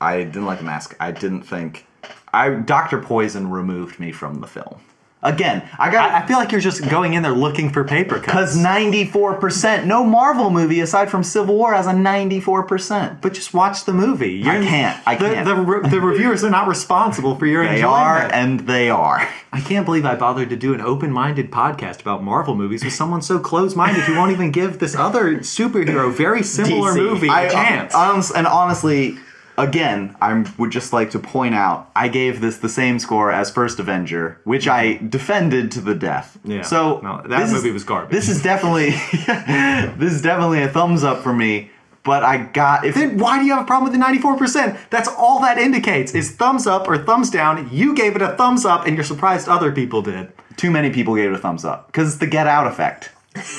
Speaker 2: I didn't like the mask. I didn't think. I Doctor Poison removed me from the film. Again, I
Speaker 1: I,
Speaker 2: got
Speaker 1: I feel like you're just going in there looking for paper cuts.
Speaker 2: because ninety four percent. No Marvel movie aside from Civil War has a ninety four percent.
Speaker 1: But just watch the movie. You're,
Speaker 2: can't. I
Speaker 1: the,
Speaker 2: can't.
Speaker 1: The, re-
Speaker 2: [laughs]
Speaker 1: the reviewers are not responsible for your
Speaker 2: They
Speaker 1: enjoyment.
Speaker 2: are and they are.
Speaker 1: I can't believe I bothered to do an open-minded podcast about Marvel movies with someone so close-minded who won't even give this other superhero very similar
Speaker 2: [laughs]
Speaker 3: DC.
Speaker 1: movie a
Speaker 2: I uh,
Speaker 1: chance.
Speaker 2: honest- and honestly, again, I would just like to point out I gave this the same score as First Avenger, which I defended to the death.
Speaker 1: Yeah.
Speaker 2: So
Speaker 1: No, that
Speaker 2: this is-
Speaker 1: movie was garbage.
Speaker 2: This is definitely [laughs] this is definitely a thumbs up for me. But I got if
Speaker 1: then why do you have a problem with the 94%? That's all that indicates is thumbs up or thumbs down. You gave it a thumbs up and you're surprised other people did.
Speaker 2: too many people gave it a thumbs up because it's the Get Out effect.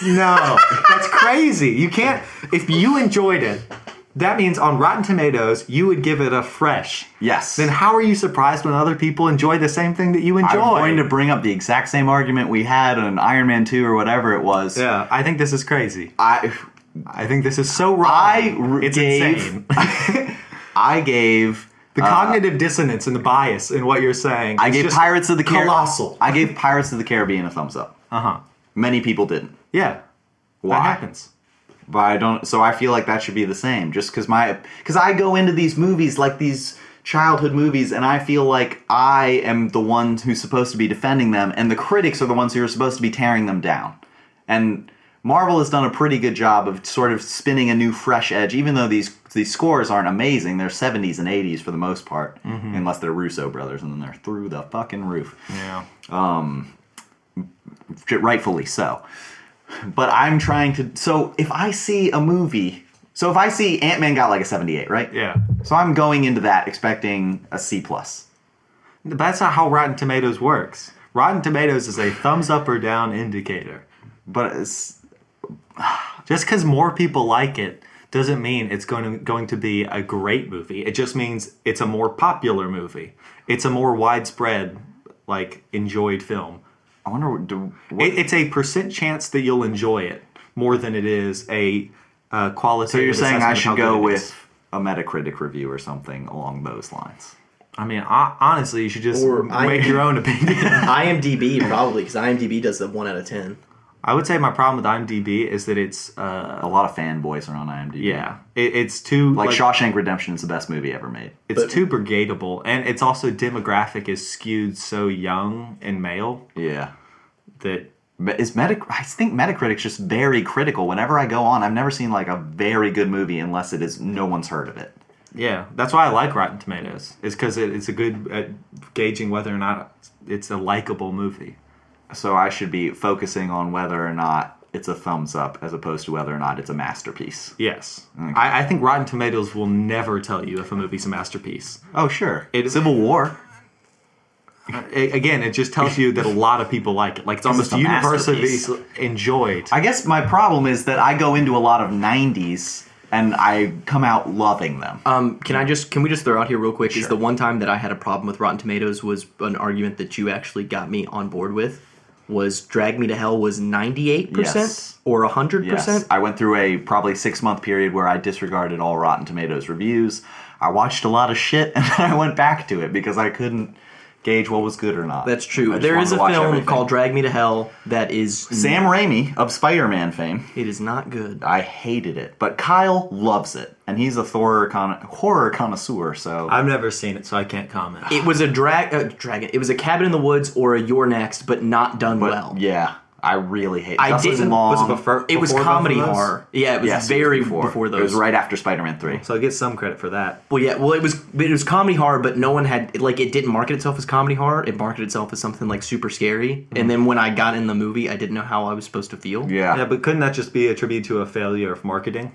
Speaker 1: No, [laughs] that's crazy. You can't, if you enjoyed it, that means on Rotten Tomatoes, you would give it a fresh.
Speaker 2: Yes.
Speaker 1: Then how are you surprised when other people enjoy the same thing that you enjoy?
Speaker 2: I'm going to bring up the exact same argument we had on Iron Man Two or whatever it was.
Speaker 1: yeah, I think this is crazy.
Speaker 2: I
Speaker 1: I think this is so wrong.
Speaker 2: I r-
Speaker 1: it's
Speaker 2: gave-
Speaker 1: insane. [laughs]
Speaker 2: I gave uh,
Speaker 1: The cognitive dissonance and the bias in what you're saying.
Speaker 2: I
Speaker 1: is
Speaker 2: gave
Speaker 1: just
Speaker 2: Pirates of the Caribbean
Speaker 1: colossal.
Speaker 2: I gave Pirates of the Caribbean a thumbs up.
Speaker 1: Uh huh.
Speaker 2: Many people didn't.
Speaker 1: Yeah.
Speaker 2: Why?
Speaker 1: That happens.
Speaker 2: But I don't. So I feel like that should be the same. Just because my because I go into these movies like these childhood movies, and I feel like I am the one who's supposed to be defending them, and the critics are the ones who are supposed to be tearing them down. And Marvel has done a pretty good job of sort of spinning a new fresh edge, even though these these scores aren't amazing. They're 70s and 80s for the most part,
Speaker 1: Mm-hmm.
Speaker 2: unless they're Russo brothers, and then they're through the fucking roof Um,
Speaker 1: Yeah.
Speaker 2: rightfully so. But I'm trying to. So if I see a movie, so if I see Ant Man got like a 78, right?
Speaker 1: Yeah.
Speaker 2: So I'm going into that expecting a C plus.
Speaker 1: That's not how Rotten Tomatoes works. Rotten Tomatoes is a thumbs up or down indicator.
Speaker 2: But it's,
Speaker 1: Just because more people like it doesn't mean it's going to, going to be a great movie. It just means it's a more popular movie. It's a more widespread, like enjoyed film.
Speaker 2: I wonder what. Do, what
Speaker 1: It, it's a percent chance that you'll enjoy it more than it is a uh, quality.
Speaker 2: so you're saying I should go with a Metacritic review or something along those lines?
Speaker 1: I mean, I, honestly, you should just
Speaker 3: Or
Speaker 1: make
Speaker 3: I-
Speaker 1: your
Speaker 2: [laughs]
Speaker 1: own opinion.
Speaker 3: IMDb probably because IMDb does the one out of ten.
Speaker 1: I would say my problem with IMDb is that it's, uh,
Speaker 2: A lot of fanboys are on IMDb.
Speaker 1: yeah, it, it's too
Speaker 2: Like, Shawshank Redemption is the best movie ever made.
Speaker 1: It's
Speaker 3: But-
Speaker 1: too brigadable, and it's also demographic is skewed so young and male
Speaker 2: Yeah.
Speaker 1: that
Speaker 2: But Is Metac- I think Metacritic's just very critical. Whenever I go on, I've never seen like a very good movie unless it is no one's heard of it.
Speaker 1: yeah, that's why I like Rotten Tomatoes. Is because it, it's a good at gauging whether or not it's a likable movie.
Speaker 2: So I should be focusing on whether or not it's a thumbs up as opposed to whether or not it's a masterpiece.
Speaker 1: Yes, I, I think Rotten Tomatoes will never tell you if a movie's a masterpiece.
Speaker 2: Oh, sure.
Speaker 1: It-
Speaker 2: Civil War.
Speaker 1: A- again, it just tells you that a lot of people like it. Like it's almost
Speaker 2: it's a
Speaker 1: universally
Speaker 2: masterpiece.
Speaker 1: enjoyed.
Speaker 2: I guess my problem is that I go into a lot of 90s and I come out loving them.
Speaker 3: Um, can I just can we just throw out here real quick? Is the one time that I had a problem with Rotten Tomatoes was an argument that you actually got me on board with was Drag Me to Hell was ninety eight percent
Speaker 2: Yes.
Speaker 3: or hundred
Speaker 2: Yes.
Speaker 3: percent.
Speaker 2: I went through a probably six month period where I disregarded all Rotten Tomatoes reviews. I watched a lot of shit [laughs] and then I went back to it because I couldn't gauge what was good or not.
Speaker 3: That's
Speaker 2: I
Speaker 3: true.
Speaker 2: just
Speaker 3: There
Speaker 2: wanted
Speaker 3: is
Speaker 2: to
Speaker 3: a
Speaker 2: watch
Speaker 3: film
Speaker 2: everything.
Speaker 3: called Drag Me to Hell that is
Speaker 2: Sam Raimi of Spider Man fame.
Speaker 3: It is not good.
Speaker 2: I hated it, but Kyle loves it, and he's a horror con- horror connoisseur. So
Speaker 1: I've never seen it, so I can't comment.
Speaker 3: It was a drag uh, dragon. It was a cabin in the woods or a You're Next, but not done
Speaker 2: but,
Speaker 3: well.
Speaker 2: yeah, I really hate.
Speaker 3: I
Speaker 2: Justin
Speaker 3: didn't-
Speaker 2: Long.
Speaker 1: was it before-
Speaker 3: It was
Speaker 1: both of
Speaker 3: comedy
Speaker 1: those?
Speaker 3: horror. Yeah, it was
Speaker 2: Yes, it was
Speaker 3: very before.
Speaker 2: It
Speaker 3: those.
Speaker 2: was right after Spider Man Three.
Speaker 1: so I get some credit for that.
Speaker 3: Well, yeah. Well, it was it was comedy horror, but no one had like it didn't market itself as comedy horror. It marketed itself as something like super scary. And then when I got in the movie, I didn't know how I was supposed to feel.
Speaker 2: Yeah,
Speaker 1: Yeah, but couldn't that just be attributed to a failure of marketing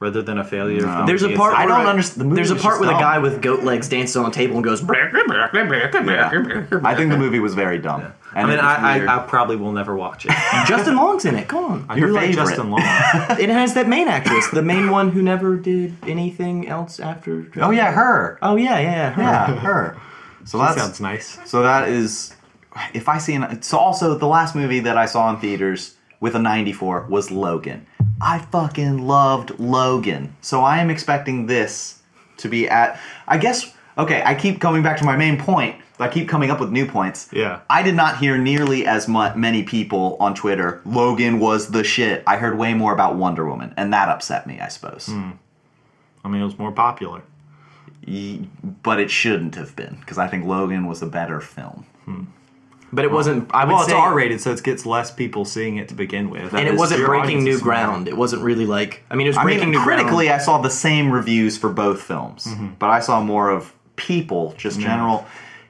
Speaker 1: rather than a failure? of the
Speaker 3: There's a
Speaker 1: movie
Speaker 3: part.
Speaker 1: itself?
Speaker 2: I
Speaker 3: where
Speaker 2: don't underst- the movie
Speaker 3: There's a
Speaker 2: was
Speaker 3: part
Speaker 2: just
Speaker 3: where the
Speaker 2: dumb.
Speaker 3: guy with goat legs dances on a table and goes.
Speaker 2: Yeah. I think the movie was very dumb.
Speaker 1: I
Speaker 2: And
Speaker 1: mean,
Speaker 2: it was
Speaker 1: I,
Speaker 2: weird.
Speaker 1: I, I probably will never [laughs] watch it.
Speaker 3: Justin Long's in it. Come on.
Speaker 1: I
Speaker 2: Your
Speaker 1: do like
Speaker 2: favorite.
Speaker 1: Justin [laughs] Long.
Speaker 3: It has that main actress, the main one who never did anything else after.
Speaker 2: oh yeah, her.
Speaker 3: Oh yeah, yeah, yeah. her.
Speaker 1: [laughs]
Speaker 2: Yeah, her. So that's
Speaker 1: sounds nice.
Speaker 2: so that is if I see an so also the last movie that I saw in theaters with a 94 was Logan. I fucking loved Logan. So I am expecting this to be at I guess okay, I keep coming back to my main point. I keep coming up with new points.
Speaker 1: Yeah.
Speaker 2: I did not hear nearly as mu- many people on Twitter. Logan was the shit. I heard way more about Wonder Woman, and that upset me, I suppose.
Speaker 1: Hmm. I mean, it was more popular.
Speaker 2: Y- But it shouldn't have been because I think Logan was a better film.
Speaker 3: But it wasn't. I would
Speaker 1: Well, it's
Speaker 3: say,
Speaker 1: R rated, so it gets less people seeing it to begin with.
Speaker 3: and it
Speaker 2: is-
Speaker 3: wasn't
Speaker 2: your
Speaker 3: breaking
Speaker 2: audience
Speaker 3: new
Speaker 2: is smaller.
Speaker 3: ground. It wasn't really like. I mean, it was
Speaker 2: I
Speaker 3: breaking
Speaker 2: mean,
Speaker 3: new
Speaker 2: critically,
Speaker 3: ground.
Speaker 2: I saw the same reviews for both films,
Speaker 1: Mm-hmm.
Speaker 2: but I saw more of people, just general.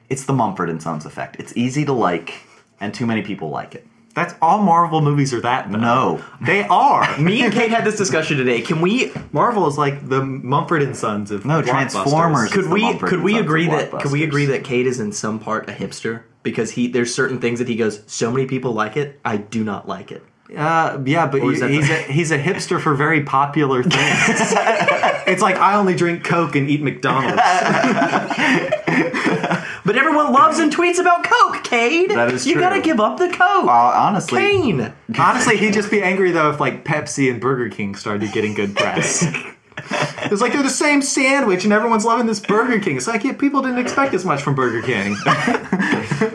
Speaker 2: It's the Mumford and Sons effect. It's easy to like, and too many people like it.
Speaker 1: That's all Marvel movies are that. though.
Speaker 2: No,
Speaker 1: They are. [laughs]
Speaker 3: Me and Kate had this discussion today. Can we?
Speaker 1: Marvel is like the Mumford and Sons of blockbusters.
Speaker 2: No, Transformers.
Speaker 3: Could
Speaker 2: the
Speaker 3: we?
Speaker 2: Mumford
Speaker 3: Could
Speaker 2: and
Speaker 3: we
Speaker 2: Sons of
Speaker 3: agree that? Could we
Speaker 2: blockbusters.
Speaker 3: agree that Kate is in some part a hipster because he? There's certain things that he goes. So many people like it. I do not like it.
Speaker 1: Uh, yeah, but
Speaker 3: Or is
Speaker 1: you-
Speaker 3: that
Speaker 1: he's
Speaker 3: the-
Speaker 2: [laughs]
Speaker 1: a, he's a hipster for very popular things. it's like I only drink Coke and eat McDonald's.
Speaker 3: But everyone loves and tweets about Coke, Cade.
Speaker 2: That is
Speaker 3: You
Speaker 2: true.
Speaker 3: gotta give up the Coke.
Speaker 2: Uh, honestly,
Speaker 3: Kane.
Speaker 1: Honestly, he'd just be angry though if like Pepsi and Burger King started getting good press. It's like they're the same sandwich, and everyone's loving this Burger King. It's like yeah, people didn't expect as much from Burger King.
Speaker 3: [laughs]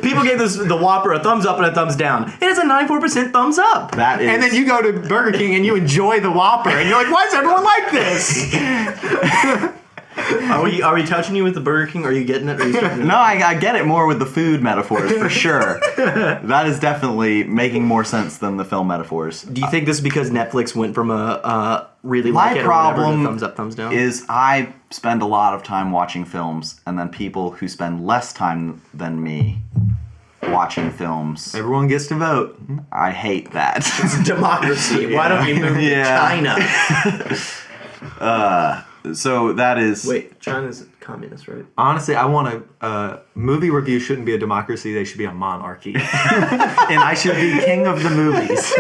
Speaker 3: People gave this the Whopper a thumbs up and a thumbs down. It has a 94% thumbs up.
Speaker 2: that is.
Speaker 1: And then you go to Burger King and you enjoy the Whopper, and you're like, why does everyone like this?
Speaker 3: [laughs] Are we are we touching you with the Burger King? Are you getting it? Or are you skipping it?
Speaker 2: No, I, I get it more with the food metaphors
Speaker 1: [laughs]
Speaker 2: for sure. that is definitely making more sense than the film metaphors.
Speaker 3: [laughs] Do you think this is because Netflix went from a uh, really
Speaker 2: My
Speaker 3: like it or whatever to
Speaker 2: problem
Speaker 3: thumbs up, thumbs down?
Speaker 2: Is I spend a lot of time watching films, and then people who spend less time than me watching films,
Speaker 1: Everyone gets to vote.
Speaker 2: I hate that. [laughs]
Speaker 3: democracy. Why don't we [laughs] move
Speaker 2: Yeah.
Speaker 3: to China?
Speaker 2: so that is
Speaker 3: Wait, China's communist, right?
Speaker 1: Honestly, I want a uh, movie review shouldn't be a democracy. They should be a monarchy, and I should be king of the
Speaker 3: [laughs]
Speaker 1: movies.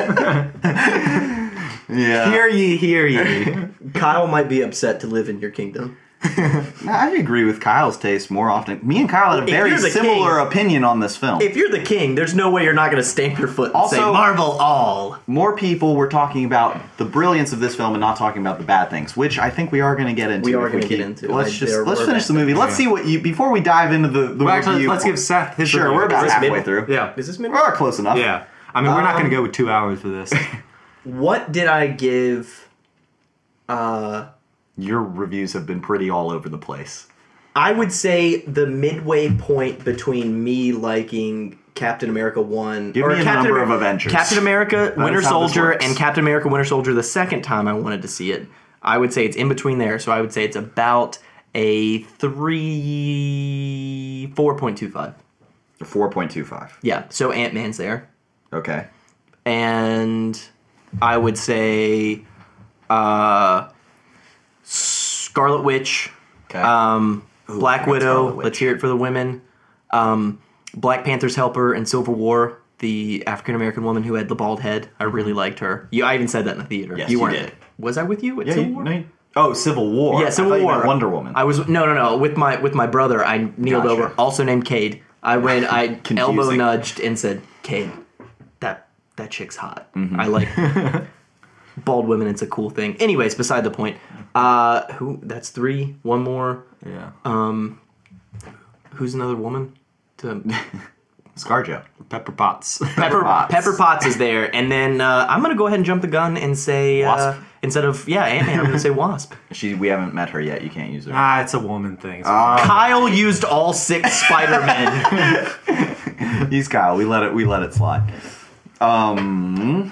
Speaker 2: yeah.
Speaker 1: hear ye, hear ye.
Speaker 3: Kyle might be upset to live in your kingdom.
Speaker 2: I agree with Kyle's taste more often. Me and Kyle had a
Speaker 3: If
Speaker 2: very
Speaker 3: you're the
Speaker 2: similar opinion on this film.
Speaker 3: If you're the king, there's no way you're not going to stamp your foot and say
Speaker 2: Also-
Speaker 3: Marvel all.
Speaker 2: more people were talking about the brilliance of this film and not talking about the bad things, which I think we are going to get into.
Speaker 3: We are
Speaker 2: if
Speaker 3: gonna get
Speaker 2: keep-
Speaker 3: into,
Speaker 2: Let's
Speaker 3: like,
Speaker 2: just
Speaker 3: there
Speaker 2: let's
Speaker 3: were
Speaker 2: finish
Speaker 3: bad
Speaker 2: the movie. Let's see what you before we dive into the the
Speaker 1: Well, actually,
Speaker 2: review.
Speaker 1: let's give Seth his.
Speaker 2: Sure,
Speaker 1: review.
Speaker 2: we're about
Speaker 1: Is this
Speaker 2: halfway
Speaker 1: mid?
Speaker 2: through.
Speaker 1: Yeah,
Speaker 3: Is this mid?
Speaker 2: We're close enough.
Speaker 1: yeah. I mean, we're not going
Speaker 3: Um,
Speaker 1: to go with two hours for
Speaker 2: [laughs]
Speaker 1: this.
Speaker 3: What did I give? Uh,
Speaker 2: Your reviews have been pretty all over the place.
Speaker 3: I would say the midway point between me liking Captain America one
Speaker 2: Give
Speaker 3: or
Speaker 2: me a
Speaker 3: Captain
Speaker 2: number
Speaker 3: Amer-
Speaker 2: of Avengers.
Speaker 3: Captain America Winter
Speaker 2: is how this
Speaker 3: Soldier
Speaker 2: works.
Speaker 3: and Captain America Winter Soldier the second time I wanted to see it. I would say it's in between there, so I would say it's about a three four point two five.
Speaker 2: Four point two five.
Speaker 3: Yeah, so Ant Man's there.
Speaker 2: Okay.
Speaker 3: and I would say uh, Scarlet Witch,
Speaker 2: Okay.
Speaker 3: um, Black
Speaker 2: forgot
Speaker 3: Widow.
Speaker 2: Scarlet Witch.
Speaker 3: Let's hear it for the women. Um, Black Panther's helper and Civil War, the African American woman who had the bald head. I really liked her. You, I even said that in the theater.
Speaker 2: Yes,
Speaker 3: you
Speaker 2: you
Speaker 3: weren't.
Speaker 2: did.
Speaker 3: there. Was I with you at
Speaker 2: yeah,
Speaker 3: Civil
Speaker 2: you-
Speaker 3: War?
Speaker 2: no, you- oh, Civil War.
Speaker 3: Yeah, Civil
Speaker 2: I thought you
Speaker 3: War.
Speaker 2: meant Wonder Woman.
Speaker 3: I was no, no, no. With my with my brother, I kneeled
Speaker 2: Gotcha.
Speaker 3: over, also named Cade. I went, I elbow
Speaker 2: [laughs] Confusing.
Speaker 3: nudged and said, "Cade, that that chick's hot.
Speaker 2: Mm-hmm.
Speaker 3: I like
Speaker 2: [laughs]
Speaker 3: bald women. It's a cool thing." Anyways, beside the point. Uh, who? That's three. One more.
Speaker 1: yeah.
Speaker 3: Who's another woman?
Speaker 2: [laughs]
Speaker 3: To
Speaker 2: ScarJo.
Speaker 1: Pepper
Speaker 2: [laughs]
Speaker 1: Potts.
Speaker 3: Pepper
Speaker 2: Potts.
Speaker 3: Potts. Pepper Potts is there, and then uh, I'm gonna go ahead and jump the gun and say uh,
Speaker 2: Wasp.
Speaker 3: instead of yeah, Ant Man, I'm gonna
Speaker 2: [laughs]
Speaker 3: say Wasp.
Speaker 2: She. We haven't met her yet. You can't use her.
Speaker 1: [laughs] ah, it's a woman thing. It's
Speaker 2: Ah. Um,
Speaker 3: Kyle used
Speaker 2: [laughs]
Speaker 3: all six Spider Men.
Speaker 2: He's Kyle. We let it. We let it slide. Um.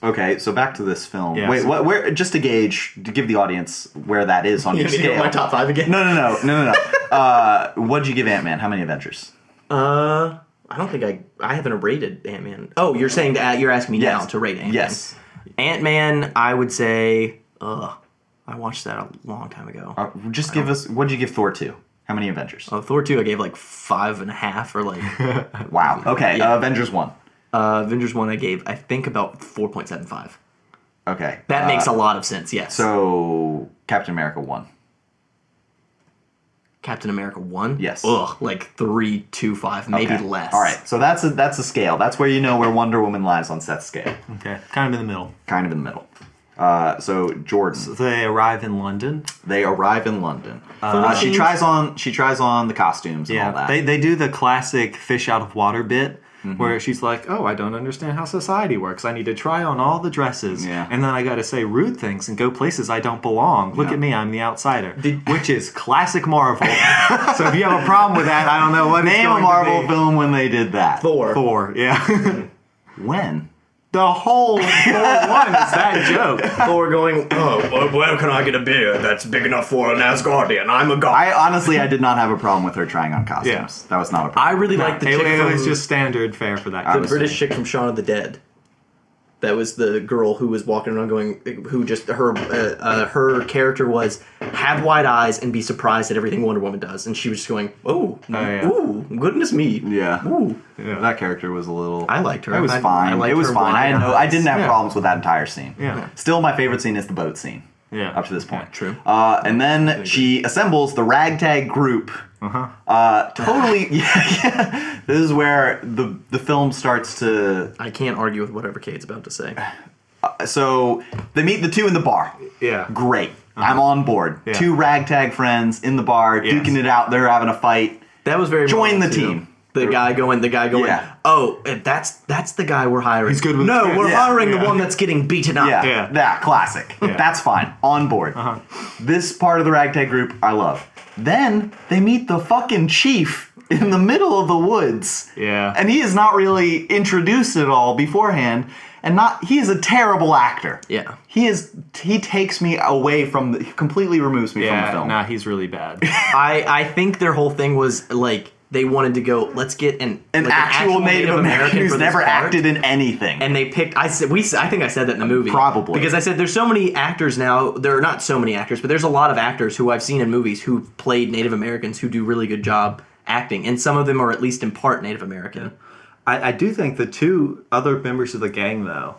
Speaker 2: Okay, so back to this film.
Speaker 1: Yeah,
Speaker 2: Wait,
Speaker 1: so-
Speaker 2: what? Where? Just to gauge, to give the audience where that is
Speaker 3: [laughs]
Speaker 2: on each scale.
Speaker 3: five again?
Speaker 2: No, no, no, no, no, no. [laughs] uh, what'd you give Ant Man? How many Avengers?
Speaker 3: Uh, I don't think I I haven't rated Ant Man. Oh, you're saying that you're asking me
Speaker 2: Yes.
Speaker 3: now to rate Ant Man.
Speaker 2: Yes.
Speaker 3: Ant Man, I would say. Ugh, I watched that a long time ago.
Speaker 2: Uh, just give us. What'd you give Thor two? How many Avengers?
Speaker 3: Oh, Thor two, I gave like five and a half,
Speaker 2: [laughs]
Speaker 3: or like uh,
Speaker 2: Wow. Okay, uh, Avengers one.
Speaker 3: Avengers one, I gave I think about four point seven five.
Speaker 2: Okay.
Speaker 3: That
Speaker 2: uh,
Speaker 3: makes a lot of sense. Yes.
Speaker 2: so Captain America one.
Speaker 3: Captain America one.
Speaker 2: Yes.
Speaker 3: Ugh, like three two five, maybe
Speaker 2: Okay.
Speaker 3: less.
Speaker 2: All right, so that's a that's a scale. That's where you know where Wonder Woman lies on Seth's scale,
Speaker 1: okay, kind of in the middle.
Speaker 2: kind of in the middle. Uh, so Jordan.
Speaker 1: They arrive in London.
Speaker 2: They arrive in London. Uh, she
Speaker 3: things.
Speaker 2: tries on she tries on the costumes and all
Speaker 1: Yeah,
Speaker 2: that. Mm-hmm.
Speaker 1: they they do the classic fish out of water bit. Where she's like, "Oh, I don't understand how society works. I need to try on all the dresses,
Speaker 2: Yeah.
Speaker 1: and then I got to say rude things and go places I don't belong. Look
Speaker 2: Yeah.
Speaker 1: at me, I'm the outsider,
Speaker 2: [laughs]
Speaker 1: which is classic Marvel. so if you have a problem with that, I don't know what it's
Speaker 2: Name
Speaker 1: going
Speaker 2: a
Speaker 1: to
Speaker 2: Marvel
Speaker 1: be.
Speaker 2: film when they did that.
Speaker 3: Thor.
Speaker 1: Thor, yeah, [laughs]
Speaker 2: When?
Speaker 1: the whole Thor one is that joke.
Speaker 3: Thor going. Oh, well, where can I get a beer that's big enough for an Asgardian? I'm a god.
Speaker 2: I honestly I did not have a problem with her trying on costumes.
Speaker 1: Yeah.
Speaker 2: That was not a
Speaker 3: I
Speaker 2: problem.
Speaker 3: really like the
Speaker 1: it,
Speaker 3: chick
Speaker 1: it
Speaker 3: from,
Speaker 1: was just standard fare for that.
Speaker 2: I
Speaker 1: kind
Speaker 3: the
Speaker 1: of
Speaker 2: was-
Speaker 3: British chick from Shaun of the Dead. That was the girl who was walking around going, who just her uh, uh, her character was have wide eyes and be surprised at everything Wonder Woman does, and she was just going, oh,
Speaker 1: yeah.
Speaker 3: ooh, goodness me,
Speaker 2: yeah.
Speaker 3: ooh.
Speaker 1: yeah.
Speaker 2: That character was a little
Speaker 3: I liked her.
Speaker 2: It was
Speaker 3: I- I
Speaker 2: fine.
Speaker 3: liked
Speaker 2: it was
Speaker 3: her
Speaker 2: fine. I had
Speaker 3: wide
Speaker 2: no I didn't have
Speaker 1: Yeah.
Speaker 2: problems with that entire scene.
Speaker 1: Yeah.
Speaker 2: Still my favorite scene is the boat scene.
Speaker 1: Yeah.
Speaker 2: Up to this point.
Speaker 3: True.
Speaker 2: Uh, and then she assembles the ragtag group. Uh-huh. Uh totally [laughs] yeah, yeah. This is where the the film starts to
Speaker 3: I can't argue with whatever Kate's about to say.
Speaker 2: So they meet the two in the bar.
Speaker 1: Yeah.
Speaker 2: Great. I'm on board.
Speaker 1: Yeah.
Speaker 2: Two ragtag friends in the bar,
Speaker 1: Yes.
Speaker 2: duking it out. They're having a fight.
Speaker 3: That was very
Speaker 2: Join
Speaker 3: Marvel,
Speaker 2: the
Speaker 3: too.
Speaker 2: team.
Speaker 3: The guy going, the guy going.
Speaker 2: Yeah.
Speaker 3: Oh, if that's that's the guy we're hiring.
Speaker 1: He's good with
Speaker 3: No,
Speaker 1: kids.
Speaker 3: we're
Speaker 2: Yeah,
Speaker 3: hiring
Speaker 1: yeah.
Speaker 3: the one that's getting beaten up.
Speaker 2: Yeah,
Speaker 1: Yeah.
Speaker 2: that classic. That's fine. On board. This part of the ragtag group I love. Then they meet the fucking chief in the middle of the woods.
Speaker 1: Yeah.
Speaker 2: And he is not really introduced at all beforehand. And not he is a terrible actor.
Speaker 3: Yeah.
Speaker 2: He is he takes me away from the he completely removes me from
Speaker 1: Yeah,
Speaker 2: the film.
Speaker 1: nah, he's really bad.
Speaker 3: I I think their whole thing was like they wanted to go. Let's get an
Speaker 2: An
Speaker 3: like,
Speaker 2: actual, Native, American who's
Speaker 3: for this
Speaker 2: never
Speaker 3: part."
Speaker 2: acted in anything.
Speaker 3: and they picked. I said we. I think I said that in the movie.
Speaker 2: Probably.
Speaker 3: because I said there's so many actors now. There are not so many actors, but there's a lot of actors who I've seen in movies who played Native Americans who do really good job acting, and some of them are at least in part Native American.
Speaker 1: I, I do think the two other members of the gang though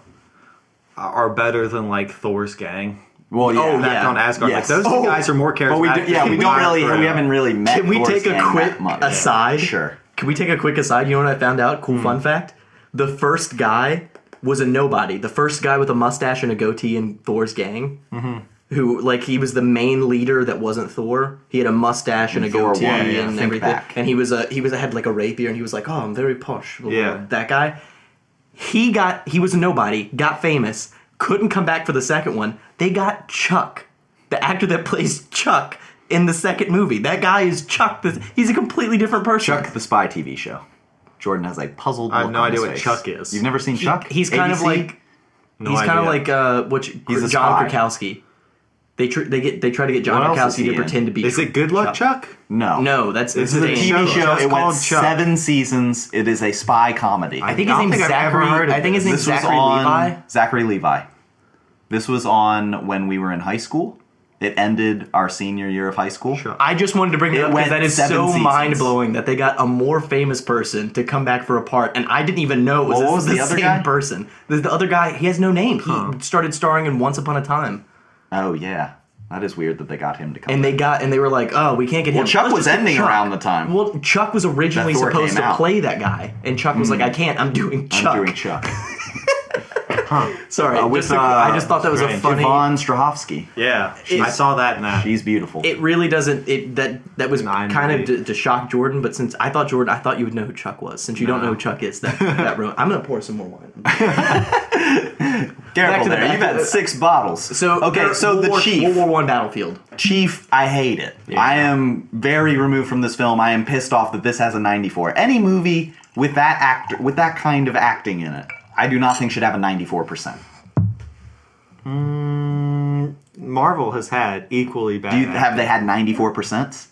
Speaker 1: are are better than like Thor's gang.
Speaker 2: well, yeah.
Speaker 3: Oh,
Speaker 1: Back
Speaker 3: yeah.
Speaker 1: on Asgard,
Speaker 2: Yes.
Speaker 1: like those two
Speaker 2: Oh.
Speaker 1: guys are more
Speaker 2: But
Speaker 1: charismatic.
Speaker 2: we do, yeah,
Speaker 1: than
Speaker 2: we
Speaker 1: the
Speaker 2: don't
Speaker 1: entire
Speaker 2: really
Speaker 1: crew.
Speaker 2: we haven't really met.
Speaker 3: Can we
Speaker 2: Thor's
Speaker 3: take a
Speaker 2: gang that
Speaker 3: quick
Speaker 2: much.
Speaker 3: aside?
Speaker 2: Sure. Hmm.
Speaker 3: Can we take a quick aside? You know what I found out? Cool fun fact: the first guy was a nobody. The first guy with a mustache and a goatee in Thor's gang.
Speaker 2: Mm-hmm.
Speaker 3: Who like he was the main leader that wasn't Thor. He had a mustache and, a
Speaker 2: Thor
Speaker 3: goatee
Speaker 2: won,
Speaker 3: and
Speaker 1: yeah.
Speaker 2: Think
Speaker 3: everything.
Speaker 2: back.
Speaker 3: And he was a he was had like a rapier and he was like, oh, I'm very posh. blah, blah,
Speaker 1: Yeah.
Speaker 3: blah. that guy. He got he was a nobody. Got famous. Couldn't come back for the second one. They got Chuck, the actor that [laughs] plays Chuck in the second movie. That guy is Chuck. The, he's a completely different person.
Speaker 2: Chuck the Spy TV show. Jordan has a puzzled.
Speaker 1: I have
Speaker 2: look
Speaker 1: no
Speaker 2: on
Speaker 1: idea
Speaker 2: his
Speaker 1: what
Speaker 2: face.
Speaker 1: Chuck is.
Speaker 2: You've never seen Chuck?
Speaker 3: He's kind of
Speaker 2: ABC?
Speaker 3: like
Speaker 1: No
Speaker 3: he's kind of
Speaker 1: idea.
Speaker 3: like uh, what you-
Speaker 2: He's a
Speaker 3: John
Speaker 2: spy.
Speaker 3: Krakowski. They tr- they get they try to get John
Speaker 2: What else is
Speaker 3: Krakowski
Speaker 2: he
Speaker 3: to
Speaker 2: in?
Speaker 3: pretend to be.
Speaker 1: Is it Good Luck Chuck?
Speaker 2: no,
Speaker 3: No, that's
Speaker 1: This
Speaker 3: it's
Speaker 1: is a
Speaker 3: Dan.
Speaker 1: show.
Speaker 2: TV show.
Speaker 1: It's
Speaker 2: It went
Speaker 1: called Chuck.
Speaker 2: seven seasons. It is a spy comedy.
Speaker 3: I think
Speaker 1: I
Speaker 3: his
Speaker 1: don't
Speaker 3: name's
Speaker 1: think I've ever
Speaker 3: Zachary.
Speaker 1: heard of
Speaker 3: I think his
Speaker 1: this.
Speaker 3: name's Zachary Levi.
Speaker 2: Zachary Levi. This was on when we were in high school. It ended our senior year of high school.
Speaker 1: Sure.
Speaker 3: I just wanted to bring it,
Speaker 2: It
Speaker 3: up because
Speaker 2: went
Speaker 3: that is
Speaker 2: seven
Speaker 3: so
Speaker 2: seasons.
Speaker 3: mind blowing that they got a more famous person to come back for a part, and I didn't even know it was,
Speaker 2: Well, what was
Speaker 3: this- the,
Speaker 2: the other
Speaker 3: same
Speaker 2: guy?
Speaker 3: person. The, the other guy, he has no name. He started starring in Once Upon a Time,
Speaker 2: Oh yeah, that is weird that they got him to come.
Speaker 3: and they got and they were like, "Oh, we can't get him."
Speaker 2: well, Chuck
Speaker 3: Let's
Speaker 2: was
Speaker 3: just get
Speaker 2: ending
Speaker 3: Chuck.
Speaker 2: around the time.
Speaker 3: Well, Chuck was originally
Speaker 2: That Thor
Speaker 3: supposed
Speaker 2: came
Speaker 3: to
Speaker 2: out. Hmm.
Speaker 3: play that guy, and Chuck was like, "I can't. I'm doing
Speaker 2: I'm
Speaker 3: Chuck."
Speaker 2: doing Chuck.
Speaker 3: [laughs] Sorry,
Speaker 2: with,
Speaker 3: just a-
Speaker 2: uh,
Speaker 3: I just thought that was a
Speaker 1: Strange.
Speaker 3: funny.
Speaker 2: Yvonne Strahovski.
Speaker 1: Yeah, I saw that in that.
Speaker 2: She's beautiful.
Speaker 3: It really doesn't. It that that was
Speaker 1: Nine
Speaker 3: kind of
Speaker 1: eight.
Speaker 3: to, to shock Jordan, but since I thought Jordan, I thought you would know who Chuck was. Since you don't know who Chuck is, that that [laughs] ruined. I'm gonna pour some more wine.
Speaker 2: Careful
Speaker 3: back to the
Speaker 2: there.
Speaker 3: back.
Speaker 2: You've had six bottles.
Speaker 3: So
Speaker 2: okay,
Speaker 3: there-
Speaker 2: so
Speaker 3: World
Speaker 2: the
Speaker 3: War,
Speaker 2: chief.
Speaker 3: World War One battlefield.
Speaker 2: Chief, I hate it. I am very removed from this film. I am pissed off that this has a 94. Any movie with that actor, with that kind of acting in it, I do not think should have a 94 percent.
Speaker 1: Marvel has had equally bad
Speaker 2: Do you have they had 94 percent?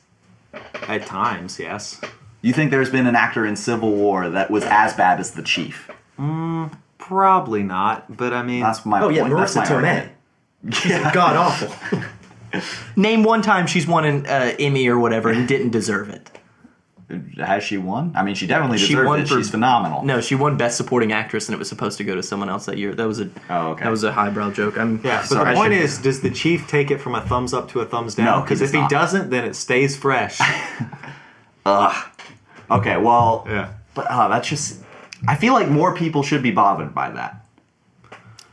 Speaker 1: at times. Yes,
Speaker 2: You think there's been an actor in Civil War that was as bad as the Chief?
Speaker 1: probably not. But I mean,
Speaker 2: That's my
Speaker 3: Oh yeah,
Speaker 2: point. That's
Speaker 3: Marissa
Speaker 2: my
Speaker 3: Tomei.
Speaker 2: argument.
Speaker 3: God awful. Name one time she's won an uh, Emmy or whatever and didn't deserve it.
Speaker 2: Has she won? I mean, she definitely
Speaker 3: She
Speaker 2: deserved
Speaker 3: won
Speaker 2: it.
Speaker 3: for-
Speaker 2: She's phenomenal.
Speaker 3: No, she won Best Supporting Actress, and it was supposed to go to someone else that year. That was a
Speaker 2: Oh, okay.
Speaker 3: that was a highbrow joke. I'm
Speaker 1: yeah. But
Speaker 2: Sorry, I
Speaker 1: the point
Speaker 2: shouldn't-
Speaker 1: is, does the chief take it from a thumbs up to a thumbs down?
Speaker 2: No, he
Speaker 1: because
Speaker 2: does
Speaker 1: if he
Speaker 2: not.
Speaker 1: doesn't, then it stays
Speaker 2: [laughs]
Speaker 1: fresh.
Speaker 2: Okay, well,
Speaker 1: yeah.
Speaker 2: but uh, that's just. I feel like more people should be bothered by that.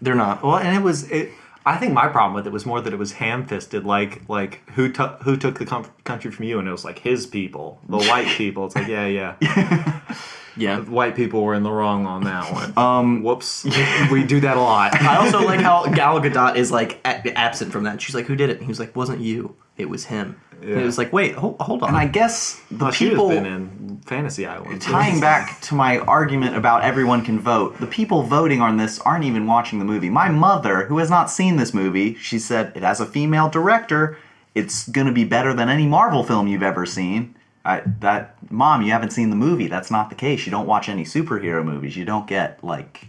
Speaker 3: They're not.
Speaker 1: Well, and it was it. I think my problem with it was more that it was ham-fisted, like like who took who took the com- country from you, and it was like his people, the
Speaker 2: [laughs]
Speaker 1: white people. It's like yeah, yeah, [laughs]
Speaker 3: Yeah.
Speaker 1: white people were in the wrong on
Speaker 2: [laughs]
Speaker 1: that one. Um, whoops, we do that a lot.
Speaker 3: I also like how Gal Gadot is like a- absent from that. She's like, "Who did it?" And he was like, "Wasn't you? It was him." And it was like, "Wait, ho- hold on."
Speaker 2: And I guess the
Speaker 1: She has
Speaker 2: people
Speaker 1: been in Fantasy Island. too.
Speaker 2: tying
Speaker 1: [laughs]
Speaker 2: back to my argument about everyone can vote, the people voting on this aren't even watching the movie. My mother, who has not seen this movie, she said it has a female director. It's going to be better than any Marvel film you've ever seen. I, that mom, you haven't seen the movie. That's not the case. You don't watch any superhero movies. You don't get like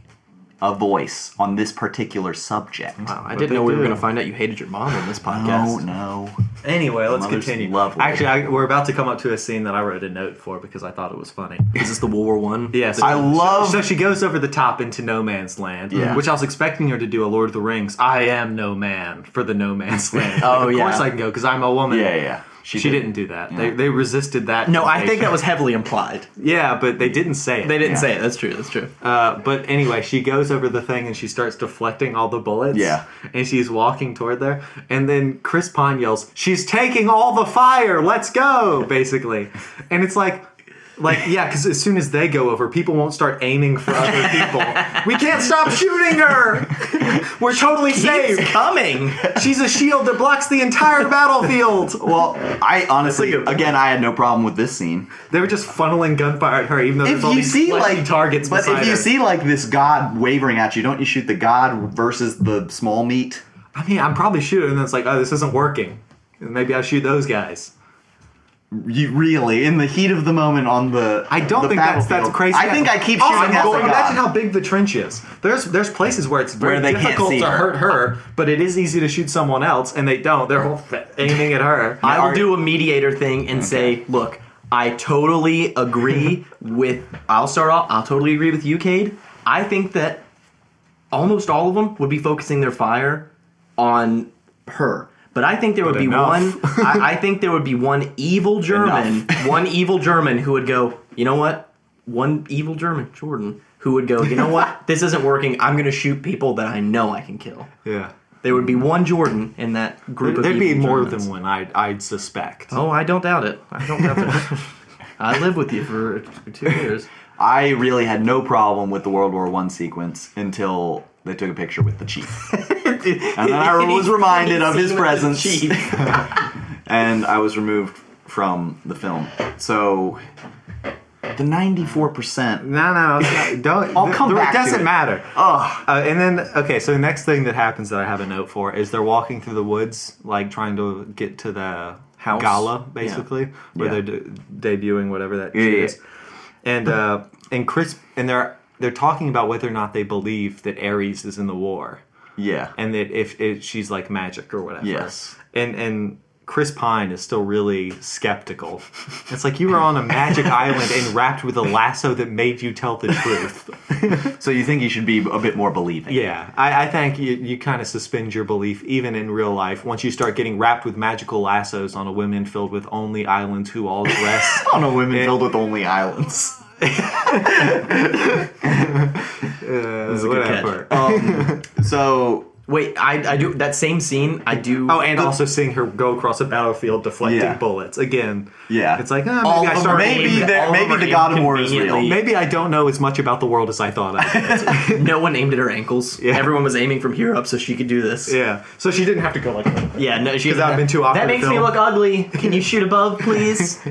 Speaker 2: a voice on this particular subject.
Speaker 3: Wow, I
Speaker 1: But
Speaker 3: didn't
Speaker 1: they
Speaker 3: know we were
Speaker 1: do.
Speaker 3: going to find out you hated your mom on this
Speaker 2: No,
Speaker 3: podcast.
Speaker 2: no.
Speaker 1: Anyway, let's
Speaker 2: Mother's
Speaker 1: continue.
Speaker 2: lovely.
Speaker 1: Actually, I, we're about to come up to a scene that I wrote a note for because I thought it was funny.
Speaker 3: Is this the World War One?
Speaker 1: Yes,
Speaker 2: I love-
Speaker 1: So she goes over the top into No Man's Land,
Speaker 2: Yeah.
Speaker 1: which I was expecting her to do a Lord of the Rings. I am no man for the No Man's Land.
Speaker 3: Oh,
Speaker 1: of
Speaker 3: yeah.
Speaker 1: course I can go because I'm a woman.
Speaker 2: Yeah, yeah.
Speaker 1: She, didn't. do that. They, they resisted that.
Speaker 3: No,
Speaker 1: [laughs]
Speaker 3: I think that was
Speaker 1: temptation.
Speaker 3: heavily implied.
Speaker 1: Yeah, but they didn't say it.
Speaker 3: They didn't
Speaker 2: Yeah.
Speaker 3: say it. That's true. That's true.
Speaker 1: Uh, but anyway, she goes over the thing and she starts deflecting all the bullets.
Speaker 2: Yeah.
Speaker 1: And she's walking toward there. And then Chris Pine yells, She's taking all the fire. Let's go, basically. And it's like, Like, yeah, because as soon as they go over, people won't start aiming for other people.
Speaker 2: [laughs]
Speaker 1: we can't stop shooting her. We're totally
Speaker 3: Keeps
Speaker 1: safe.
Speaker 3: coming.
Speaker 1: She's a shield that blocks the entire battlefield.
Speaker 2: Well, I honestly,
Speaker 1: That's a good-
Speaker 2: again, I had no problem with this scene.
Speaker 1: They were just funneling gunfire at her, even though
Speaker 2: If
Speaker 1: there's all
Speaker 2: you
Speaker 1: these
Speaker 2: see
Speaker 1: fleshy
Speaker 2: like
Speaker 1: targets.
Speaker 2: but
Speaker 1: beside
Speaker 2: if you
Speaker 1: her.
Speaker 2: see like this god wavering at you, don't you shoot the god versus the small meat?
Speaker 1: I mean, I'm probably shooting, and then it's like, oh, this isn't working. Maybe I shoot those guys.
Speaker 2: You really in the heat of the moment on the
Speaker 1: I don't
Speaker 2: the
Speaker 1: think that's that's
Speaker 2: battlefield.
Speaker 1: crazy.
Speaker 2: I think I keep shooting
Speaker 1: I'm
Speaker 2: at
Speaker 1: going-
Speaker 2: the god.
Speaker 1: Imagine how big the trench is. There's there's places where it's very
Speaker 2: Where they can't
Speaker 1: difficult
Speaker 2: see
Speaker 1: to
Speaker 2: her.
Speaker 1: hurt her, but it is easy to shoot someone else, and they don't. They're all [laughs] aiming at her.
Speaker 3: I will
Speaker 2: Are-
Speaker 3: do a mediator thing and say, look, I
Speaker 1: [laughs]
Speaker 3: totally agree with. I'll start off. I'll totally agree with you, Cade. I think that almost all of them would be focusing their fire on her. But I think there would be
Speaker 1: enough.
Speaker 3: one.
Speaker 1: [laughs]
Speaker 3: I, I think there would be one evil German, one evil German who would go. You know what? One evil German, Jordan, who would go. You
Speaker 1: [laughs]
Speaker 3: know what? this isn't working. I'm going to shoot people that I know I can kill.
Speaker 1: yeah.
Speaker 3: There would be one Jordan in that group. of
Speaker 1: There'd be
Speaker 3: evil
Speaker 1: more
Speaker 3: Germans.
Speaker 1: than one, I'd, I'd suspect.
Speaker 3: Oh, I don't doubt it. I don't doubt it. I lived with you for, for two years.
Speaker 2: I really had no problem with the World War One sequence until they took a picture with
Speaker 1: [laughs]
Speaker 2: the chief, and then I was reminded of his
Speaker 3: Scene with the
Speaker 2: presence,
Speaker 3: chief.
Speaker 2: and I was removed from the film. So the ninety-four percent.
Speaker 1: No, no, it's not- don't.
Speaker 2: [laughs] I'll come
Speaker 1: there-
Speaker 2: back
Speaker 1: It
Speaker 2: to
Speaker 1: doesn't
Speaker 2: it.
Speaker 1: matter.
Speaker 2: Oh,
Speaker 1: Uh, and then, okay, so the next thing that happens that I have a note for is they're walking through the woods, like trying to get to the
Speaker 3: House.
Speaker 1: gala, basically, where
Speaker 2: Yeah.
Speaker 1: they're de- debuting whatever that
Speaker 2: Yeah,
Speaker 1: shit
Speaker 2: yeah.
Speaker 1: is. And uh, and Chris and they're they're talking about whether or not they believe that Ares is in the war
Speaker 2: yeah.
Speaker 1: and that if it, she's like magic or whatever.
Speaker 2: Yes.
Speaker 1: And and Chris Pine is still really skeptical. It's like you were on a
Speaker 3: [laughs]
Speaker 1: magic island and wrapped with a lasso that made you tell the truth.
Speaker 2: So you think you should be a bit more believing?
Speaker 1: Yeah, I, I think you, you kind of suspend your belief even in real life once you start getting wrapped with magical lassos on a women filled with only islands who all
Speaker 3: [laughs]
Speaker 1: dress.
Speaker 2: On a women filled with only islands.
Speaker 1: uh,
Speaker 3: catch. Um,
Speaker 1: whatever.
Speaker 2: So
Speaker 3: Wait, I, I do that same scene. I do.
Speaker 1: Oh, and also seeing her go across a battlefield deflecting
Speaker 2: Yeah.
Speaker 1: bullets again.
Speaker 2: Yeah.
Speaker 1: it's like oh, maybe
Speaker 3: All
Speaker 1: I
Speaker 3: of
Speaker 1: start
Speaker 3: them are
Speaker 1: maybe
Speaker 2: maybe
Speaker 3: named-
Speaker 2: the,
Speaker 3: all
Speaker 2: maybe
Speaker 3: over
Speaker 2: the God of War is
Speaker 3: inconveniently-
Speaker 2: real.
Speaker 1: maybe I don't know as much about the world as I thought I did.
Speaker 3: no one aimed at her ankles. Everyone was aiming from here up, so she could do this.
Speaker 1: yeah, so she didn't have to go like that.
Speaker 3: Yeah, no, she
Speaker 1: 'Cause that would've been too awkward
Speaker 3: That makes me
Speaker 1: film.
Speaker 3: look ugly. Can you shoot
Speaker 2: [laughs]
Speaker 3: above, please?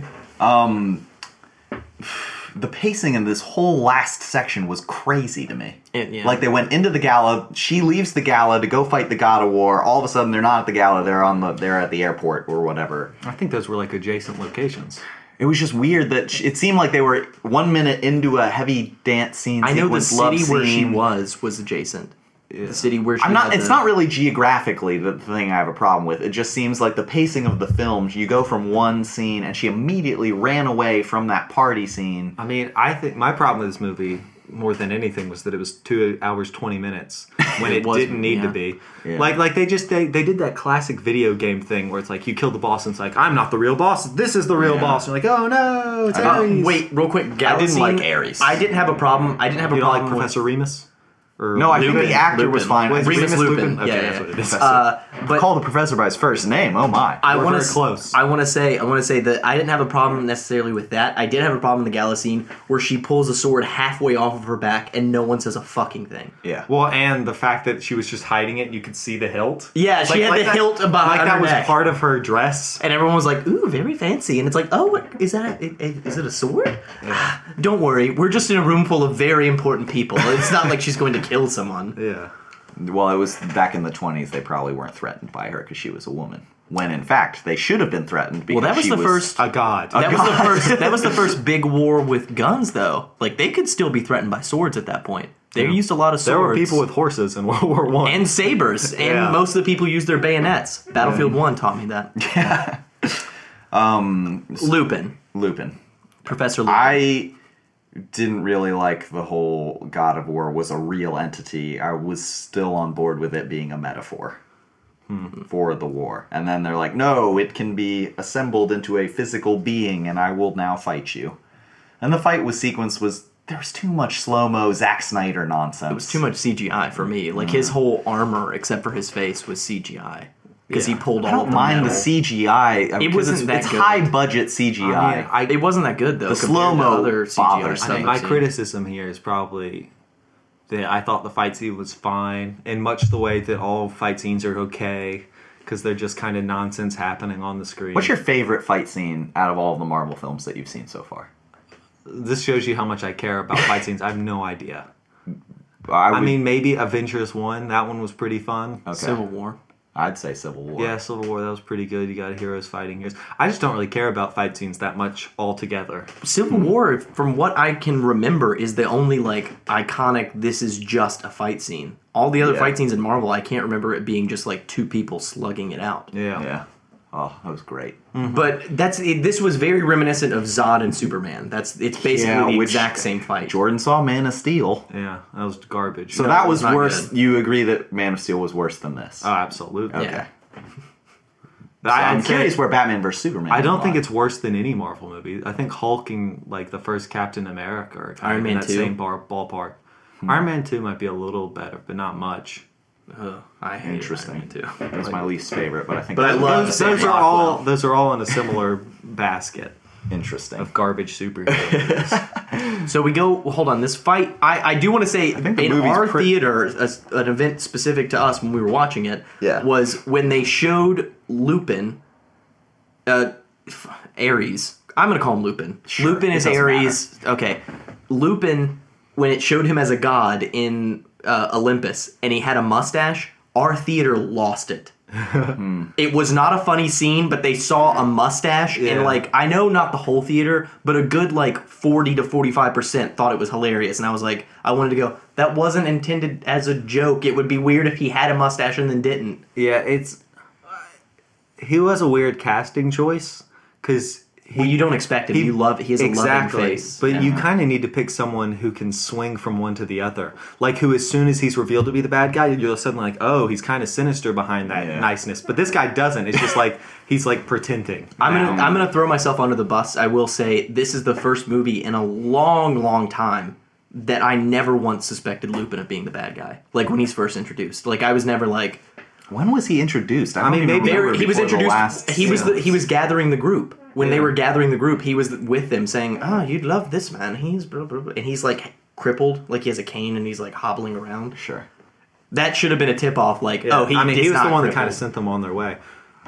Speaker 2: The pacing in this whole last section was crazy to me.
Speaker 3: It- yeah.
Speaker 2: Like they went into the gala, she leaves the gala to go fight the God of War. All of a sudden, they're not at the gala; they're on the they're at the airport or whatever.
Speaker 1: I think those were like adjacent locations.
Speaker 2: It was just weird that sh it seemed like they were one minute into a heavy dance scene.
Speaker 3: I know the
Speaker 2: sequence, love
Speaker 3: city where she
Speaker 2: scene.
Speaker 3: was was adjacent. The city where she.
Speaker 2: I'm not.
Speaker 3: had
Speaker 2: It's
Speaker 3: the-
Speaker 2: not really geographically the thing I have a problem with. It just seems like the pacing of the film. You go from one scene, and she immediately ran away from that party scene.
Speaker 3: Uh,
Speaker 1: I mean, I think my problem with this movie more than anything was that it was two hours twenty minutes when it,
Speaker 3: was,
Speaker 1: didn't need to
Speaker 3: yeah.
Speaker 1: be.
Speaker 2: Yeah.
Speaker 1: Like, like they just they, they did that classic video game thing where it's like you kill the boss and it's like I'm not the real boss. This is the real
Speaker 2: Yeah.
Speaker 1: boss. And you're like, oh no, it's
Speaker 3: Uh,
Speaker 1: Ares.
Speaker 3: wait, real quick. Gala
Speaker 2: didn't
Speaker 3: scene,
Speaker 2: like Ares.
Speaker 3: I didn't have a problem. I didn't have
Speaker 1: you
Speaker 3: a
Speaker 1: don't like
Speaker 3: problem. with-
Speaker 1: Professor Remus? Or
Speaker 2: No, I think the
Speaker 3: Lupin.
Speaker 2: actor was
Speaker 3: Lupin.
Speaker 2: fine.
Speaker 1: Wait,
Speaker 2: Remus
Speaker 3: Remus Lupin.
Speaker 1: Lupin.
Speaker 3: Yeah,
Speaker 1: Okay,
Speaker 3: yeah,
Speaker 1: that's what it
Speaker 3: yeah.
Speaker 1: is.
Speaker 3: Uh, but
Speaker 2: Call the professor by his first name. Oh my!
Speaker 3: I
Speaker 1: We're
Speaker 3: want
Speaker 1: very
Speaker 3: to
Speaker 1: close.
Speaker 3: I want to say I want to say that I didn't have a problem necessarily with that. I did have a problem in the gala scene where she pulls a sword halfway off of her back and no one says a fucking thing.
Speaker 2: yeah.
Speaker 1: Well, and the fact that she was just hiding it, and you could see the hilt.
Speaker 3: Yeah, she had the hilt behind
Speaker 1: Like that
Speaker 3: her
Speaker 1: was
Speaker 3: neck.
Speaker 1: part of her dress.
Speaker 3: And everyone was like, "Ooh, very fancy." And it's like, "Oh, what is that? A, a- is it a sword?" Ah, Don't worry, we're just in a room full of very important people. It's not like she's going to kill someone.
Speaker 1: Yeah.
Speaker 2: Well, it was back in the 20s. They probably weren't threatened by her because she was a woman. When in fact, they should have been threatened. Because
Speaker 3: Well, that was
Speaker 2: she
Speaker 3: the first.
Speaker 1: A Oh, god.
Speaker 3: That was the first. That was the first big war with guns, though. Like they could still be threatened by swords at that point. They used a lot of swords.
Speaker 1: there were people with horses in [laughs] World War One.
Speaker 3: and sabers, and
Speaker 1: Yeah.
Speaker 3: most of the people use their bayonets. Battlefield One taught me that. Yeah. um, Lupin,
Speaker 2: Lupin.
Speaker 3: Professor Lupin.
Speaker 2: I didn't really like the whole God of War was a real entity. I was still on board with it being a metaphor
Speaker 3: Hmm.
Speaker 2: for the war. And then they're like, no, it can be assembled into a physical being, and I will now fight you. And the fight was sequence was there was too much slow mo Zack Snyder nonsense. It
Speaker 3: it was too much CGI for me. Like his whole armor, except for his face, was CGI. because
Speaker 1: Yeah.
Speaker 3: he pulled all.
Speaker 2: I don't mind the
Speaker 3: CGI.
Speaker 2: CGI. I mean, 'cause
Speaker 3: wasn't
Speaker 2: it's,
Speaker 3: that
Speaker 2: it's
Speaker 3: good.
Speaker 2: high budget CGI.
Speaker 3: I, it wasn't that good though. compared to
Speaker 2: slow-mo
Speaker 3: other CGI
Speaker 2: bothers
Speaker 1: I
Speaker 3: stuff
Speaker 1: think
Speaker 3: I've
Speaker 1: my
Speaker 3: seen.
Speaker 1: criticism here is probably that I thought the fight scene was fine, in much the way that all fight scenes are okay because they're just kind of nonsense happening on the screen.
Speaker 2: What's your favorite fight scene out of all of the Marvel films that you've seen so far?
Speaker 1: this shows you how much I care about fight scenes. I have no idea.
Speaker 2: I,
Speaker 1: I
Speaker 2: would-
Speaker 1: mean, maybe Avengers One. That one was pretty fun.
Speaker 2: okay.
Speaker 3: Civil War.
Speaker 2: I'd say Civil War.
Speaker 1: Yeah, Civil War. That was pretty good. You got heroes fighting heroes. I just don't really care about fight scenes that much altogether.
Speaker 3: Civil
Speaker 2: Hmm.
Speaker 3: War, from what I can remember, is the only like iconic. This is just a fight scene. All the other
Speaker 2: Yeah.
Speaker 3: fight scenes in Marvel, I can't remember it being just like two people slugging it out.
Speaker 1: Yeah.
Speaker 2: Yeah. Oh, that was great.
Speaker 3: But that's it, this was very reminiscent of Zod and Superman. That's it's basically
Speaker 2: Yeah,
Speaker 3: the
Speaker 2: which-
Speaker 3: exact same fight.
Speaker 2: Jordan saw Man of Steel.
Speaker 1: Yeah, that was garbage.
Speaker 2: So
Speaker 3: No,
Speaker 2: that
Speaker 3: it was
Speaker 2: was
Speaker 3: not
Speaker 2: worse.
Speaker 3: good. Uh,
Speaker 2: You agree that Man of Steel was worse than this?
Speaker 1: oh, absolutely.
Speaker 3: Yeah.
Speaker 1: I,
Speaker 2: I'm
Speaker 1: I'd say-
Speaker 2: curious where Batman vs Superman.
Speaker 1: I don't
Speaker 2: would
Speaker 1: think
Speaker 2: lie.
Speaker 1: it's worse than any Marvel movie. I think Hulk and like the first Captain America are kind
Speaker 3: Iron
Speaker 1: of
Speaker 3: Man Hmm.
Speaker 1: in that
Speaker 3: 2.
Speaker 1: same bar, ballpark. Iron Man Two might be a little better, but not much.
Speaker 3: Ugh, I hate
Speaker 2: Interesting.
Speaker 3: Iron Man too.
Speaker 2: It was my least favorite, but I think
Speaker 1: But
Speaker 2: that's
Speaker 3: love
Speaker 1: those,
Speaker 3: Sam
Speaker 1: those are
Speaker 3: Rockwell.
Speaker 1: all those are all in a similar
Speaker 3: [laughs]
Speaker 1: basket
Speaker 2: interesting.
Speaker 1: of garbage superheroes.
Speaker 3: So we go. Hold on. This fight, I, I do want to say,
Speaker 2: think the
Speaker 3: in
Speaker 2: movie's
Speaker 3: our
Speaker 2: pre-
Speaker 3: theater, a, an event specific to us when we were watching it,
Speaker 2: Yeah.
Speaker 3: was when they showed Lupin, uh, f- Ares. I'm gonna call him Lupin. Lupin
Speaker 2: it
Speaker 3: is
Speaker 2: doesn't
Speaker 3: Ares. Okay, Lupin. When it showed him as a god in uh, Olympus, and he had a mustache, our theater lost it. It was not a funny scene, but they saw a mustache
Speaker 1: Yeah.
Speaker 3: and like I know not the whole theater, but a good like forty to forty five percent thought it was hilarious, and I was like, I wanted to go. That wasn't intended as a joke. It would be weird if he had a mustache and then didn't.
Speaker 1: [laughs] yeah, it's he was a weird casting choice because
Speaker 3: Well, you don't expect him. you love. He has a loving face.
Speaker 1: But
Speaker 3: Yeah.
Speaker 1: you kind of need to pick someone who can swing from one to the other. Like who, as soon as he's revealed to be the bad guy, you're suddenly like, oh, he's kind of sinister behind that
Speaker 2: Yeah.
Speaker 1: niceness. But this guy doesn't. It's just like he's like
Speaker 3: [laughs]
Speaker 1: pretending.
Speaker 3: I'm gonna I'm gonna throw myself under the bus. I will say this is the first movie in a long, long time that I never once suspected Lupin of being the bad guy. Like when he's first introduced. Like I was never like
Speaker 2: When was he introduced? I, don't
Speaker 1: mean,
Speaker 2: even
Speaker 1: maybe-
Speaker 2: remember
Speaker 3: They were- he was
Speaker 2: before
Speaker 3: introduced.
Speaker 2: The last
Speaker 3: he was
Speaker 2: scene.
Speaker 3: the, he was gathering the group when they
Speaker 1: Yeah.
Speaker 3: were gathering the group. He was with them saying, "Ah, you'd love this man. He's blah blah blah," and he's like crippled, like he has a cane and he's like hobbling around.
Speaker 2: sure.
Speaker 3: That should have been a tip off. Like, oh, he.
Speaker 1: I mean,
Speaker 3: he's
Speaker 1: he was the
Speaker 3: not
Speaker 1: one that
Speaker 3: crippled.
Speaker 1: kind of sent them on their way.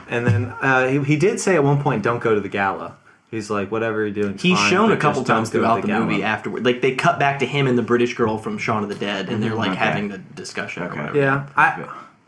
Speaker 1: And then uh, he, he did say at one point, "Don't go to the gala." He's like, "Whatever you're doing."
Speaker 3: He's
Speaker 1: fine,
Speaker 3: shown
Speaker 1: but
Speaker 3: a couple
Speaker 1: just don't
Speaker 3: times
Speaker 1: go to
Speaker 3: throughout the,
Speaker 1: gala."
Speaker 3: movie afterward. Like they cut back to him and the British girl from Shaun of the Dead, and they're like
Speaker 2: okay.
Speaker 3: having the discussion. Or
Speaker 2: Okay.
Speaker 3: whatever.
Speaker 1: Mm-hmm. Yeah, I,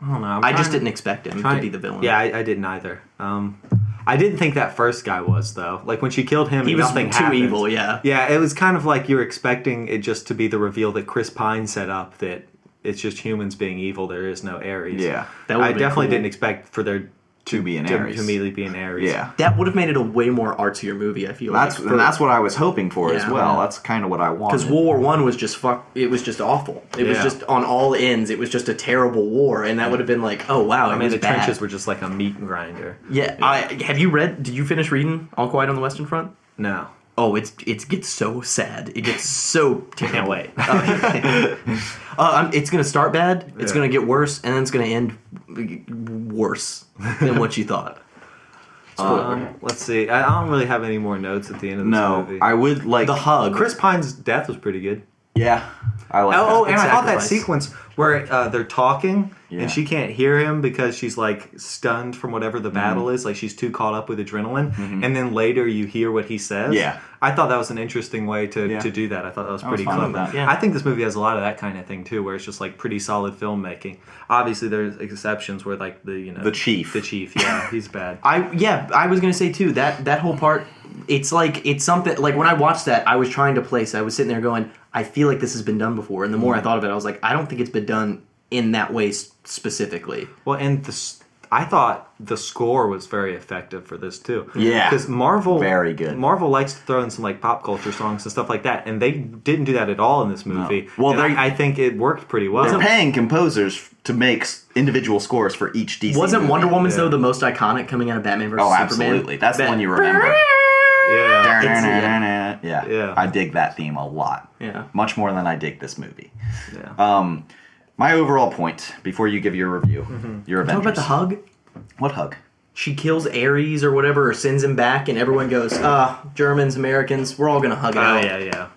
Speaker 1: I don't know. I'm
Speaker 3: I just
Speaker 1: trying-
Speaker 3: didn't expect him
Speaker 1: trying-
Speaker 3: to be the villain.
Speaker 1: Yeah, I, I didn't either. Um, I didn't think that first guy was though. Like when she killed him,
Speaker 3: he was too
Speaker 1: nothing happened.
Speaker 3: evil. Yeah.
Speaker 1: Yeah, it was kind of like you're expecting it just to be the reveal that Chris Pine set up that it's just humans being evil. There is no Ares.
Speaker 2: Yeah.
Speaker 3: That would've
Speaker 1: I
Speaker 3: been
Speaker 1: definitely
Speaker 3: cool.
Speaker 1: didn't expect for there
Speaker 2: To be an
Speaker 1: to,
Speaker 2: Ares.
Speaker 1: to immediately be an Ares.
Speaker 2: Yeah.
Speaker 3: That would have made it a way more artsier movie. I feel
Speaker 2: That's
Speaker 3: like,
Speaker 2: and that's what I was hoping for as
Speaker 3: Yeah.
Speaker 2: well. That's kind of what I wanted.
Speaker 3: because World War One was just fuck. It was just awful. It was
Speaker 1: Yeah.
Speaker 3: just on all ends. It was just a terrible war, and that would have been like, oh wow, it
Speaker 1: I mean,
Speaker 3: was
Speaker 1: the
Speaker 3: bad.
Speaker 1: trenches were just like a meat grinder.
Speaker 3: Yeah, I have you read? Did you finish reading All Quiet on the Western Front?
Speaker 1: No.
Speaker 3: Oh, it's it gets so sad. It gets
Speaker 1: [laughs]
Speaker 3: so terrible. Oh,
Speaker 1: Can't
Speaker 3: [laughs]
Speaker 1: wait. [laughs]
Speaker 3: Uh, I'm- it's gonna start bad. It's
Speaker 1: Yeah.
Speaker 3: gonna get worse, and then it's gonna end w- worse than what you thought.
Speaker 1: Um, let's see. I, I don't really have any more notes at the end of this
Speaker 2: no,
Speaker 1: movie.
Speaker 2: I would like
Speaker 3: The hug.
Speaker 1: Chris Pine's death was pretty good.
Speaker 2: Yeah, I like.
Speaker 1: Oh, oh,
Speaker 2: that.
Speaker 1: and I thought that
Speaker 3: sacrifice.
Speaker 1: sequence where uh, they're talking
Speaker 2: Yeah.
Speaker 1: and she can't hear him because she's like stunned from whatever the battle
Speaker 2: Mm-hmm.
Speaker 1: is, like she's too caught up with adrenaline. And then later you hear what he says.
Speaker 2: Yeah.
Speaker 1: I thought that was an interesting way to,
Speaker 2: Yeah.
Speaker 1: to do that. I thought that was
Speaker 2: I was
Speaker 1: pretty
Speaker 2: fine with
Speaker 1: clever.
Speaker 2: that.
Speaker 3: Yeah.
Speaker 1: I think this movie has a lot of that kind of thing too, where it's just like pretty solid filmmaking. Obviously, there's exceptions where like the you know
Speaker 2: The chief.
Speaker 1: the chief, yeah, he's
Speaker 2: [laughs]
Speaker 1: bad.
Speaker 3: I yeah, I was gonna say too that that whole part. It's like it's something like when I watched that, I was trying to place. I was sitting there going, I feel like this has been done before. And the more I thought of it, I was like, I don't think it's been done in that way s- specifically.
Speaker 1: Well, and the s- I thought the score was very effective for this too.
Speaker 2: Yeah.
Speaker 1: because Marvel
Speaker 2: Very good.
Speaker 1: Marvel likes to throw in some like pop culture songs and stuff like that, and they didn't do that at all in this movie.
Speaker 2: Well,
Speaker 1: And
Speaker 2: they-
Speaker 1: I, I think it worked pretty well.
Speaker 2: They're paying composers f- to make s- individual scores for each DC.
Speaker 3: Wasn't
Speaker 2: movie.
Speaker 3: Wonder Woman's
Speaker 1: yeah.
Speaker 3: though the most iconic coming out of Batman versus
Speaker 2: Oh,
Speaker 3: Superman?
Speaker 2: absolutely. That's the
Speaker 3: That-
Speaker 2: one you [laughs] remember.
Speaker 1: yeah,
Speaker 2: yeah.
Speaker 1: Yeah.
Speaker 2: I dig that theme a lot.
Speaker 3: Yeah.
Speaker 2: much more than I dig this movie.
Speaker 1: yeah.
Speaker 2: Uh, Um, my overall point before you give your review, your
Speaker 3: Talk
Speaker 2: Avengers.
Speaker 3: about the hug.
Speaker 2: What hug?
Speaker 3: she kills Ares or whatever, or sends him back, and everyone goes, "Ah, Germans, Americans, we're all gonna hug it
Speaker 1: Oh
Speaker 3: out."
Speaker 1: yeah, yeah.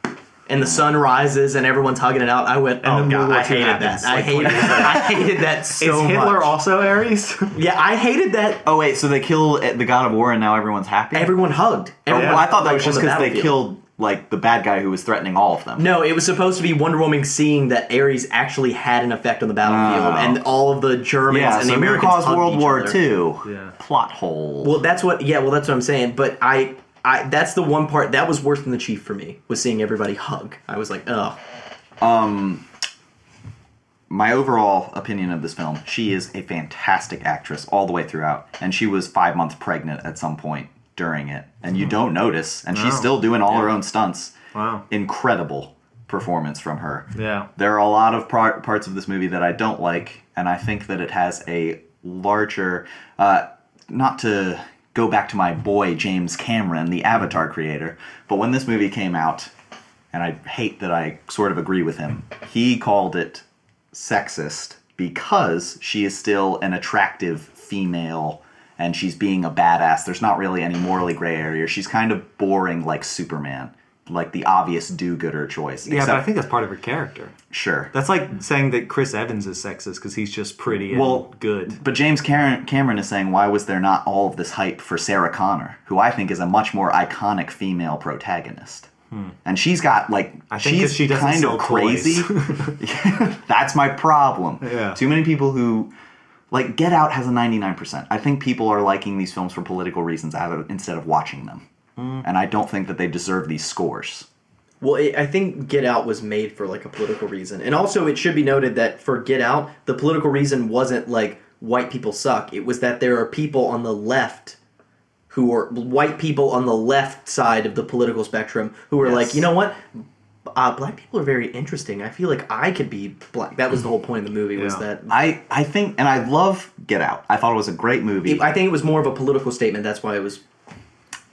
Speaker 3: And the sun rises, and everyone's hugging it out. I went, "Oh
Speaker 1: then World
Speaker 3: god,
Speaker 1: War
Speaker 3: I
Speaker 1: II
Speaker 3: hated
Speaker 1: happens,
Speaker 3: that. I
Speaker 1: like,
Speaker 3: hated, I hated that so
Speaker 1: Is Hitler
Speaker 3: much."
Speaker 1: also [laughs] Aries?
Speaker 3: yeah, I hated that.
Speaker 2: Oh wait, so they kill uh, the God of War and now everyone's happy.
Speaker 3: Everyone hugged.
Speaker 2: Oh,
Speaker 3: Everyone
Speaker 2: well, I thought that
Speaker 3: hugged
Speaker 2: was just
Speaker 3: on the
Speaker 2: because they
Speaker 3: battlefield.
Speaker 2: killed like the bad guy who was threatening all of them.
Speaker 3: No, it was supposed to be Wonder Woman seeing that Ares actually had an effect on the battlefield,
Speaker 2: Oh.
Speaker 3: and all of the Germans
Speaker 2: yeah,
Speaker 3: and
Speaker 2: so
Speaker 3: the
Speaker 2: who
Speaker 3: Americans
Speaker 2: caused
Speaker 3: hugged
Speaker 2: World
Speaker 3: each
Speaker 2: War
Speaker 3: other.
Speaker 2: Two?
Speaker 1: Yeah.
Speaker 2: Plot hole.
Speaker 3: Well, that's what. Yeah, well, that's what I'm saying. But I, I, that's the one part that was worse than the chief for me was seeing everybody hug. I was like, oh,
Speaker 2: my overall opinion of this film, she is a fantastic actress all the way throughout, and she was five months pregnant at some point during it, and you don't notice, and she's still doing all her own stunts.
Speaker 1: Hmm. Wow.
Speaker 2: Incredible performance from her.
Speaker 1: Yeah.
Speaker 2: There are a lot of par- parts of this movie that I don't like, and I think that it has a larger. Uh, not to go back to my boy James Cameron, the Avatar creator, but when this movie came out, and I hate that I sort of agree with him, he called it sexist because she is still an attractive female and she's being a badass. There's not really any morally gray area. She's kind of boring like Superman, like the obvious do gooder choice.
Speaker 1: Yeah, but
Speaker 2: except-
Speaker 1: I think that's part of her character.
Speaker 2: sure.
Speaker 1: That's like saying that Chris Evans is sexist because he's just pretty and
Speaker 2: Well,
Speaker 1: good.
Speaker 2: But James Cameron, Cameron is saying, why was there not all of this hype for Sarah Connor, who I think is a much more iconic female protagonist? And she's got like
Speaker 1: Hmm. think 'cause
Speaker 2: she's
Speaker 1: she doesn't
Speaker 2: kind
Speaker 1: sell
Speaker 2: of
Speaker 1: toys. [laughs]
Speaker 2: crazy. That's my problem.
Speaker 1: Yeah.
Speaker 2: Too many people who like Get Out has a ninety nine percent. I think people are liking these films for political reasons out of- instead of watching them,
Speaker 1: Hmm.
Speaker 2: and I don't think that they deserve these scores.
Speaker 3: Well, it, I think Get Out was made for like a political reason, and also it should be noted that for Get Out, the political reason wasn't like white people suck. It was that there are people on the left who are white people on the left side of the political spectrum who are like,
Speaker 2: Yes.
Speaker 3: you know what? Uh, black people are very interesting. I feel like I could be black. That was the whole point of the movie was
Speaker 1: Yeah.
Speaker 3: that
Speaker 2: I I think, and I love Get Out. I thought it was a great movie.
Speaker 3: I think it was more of a political statement. That's why it was.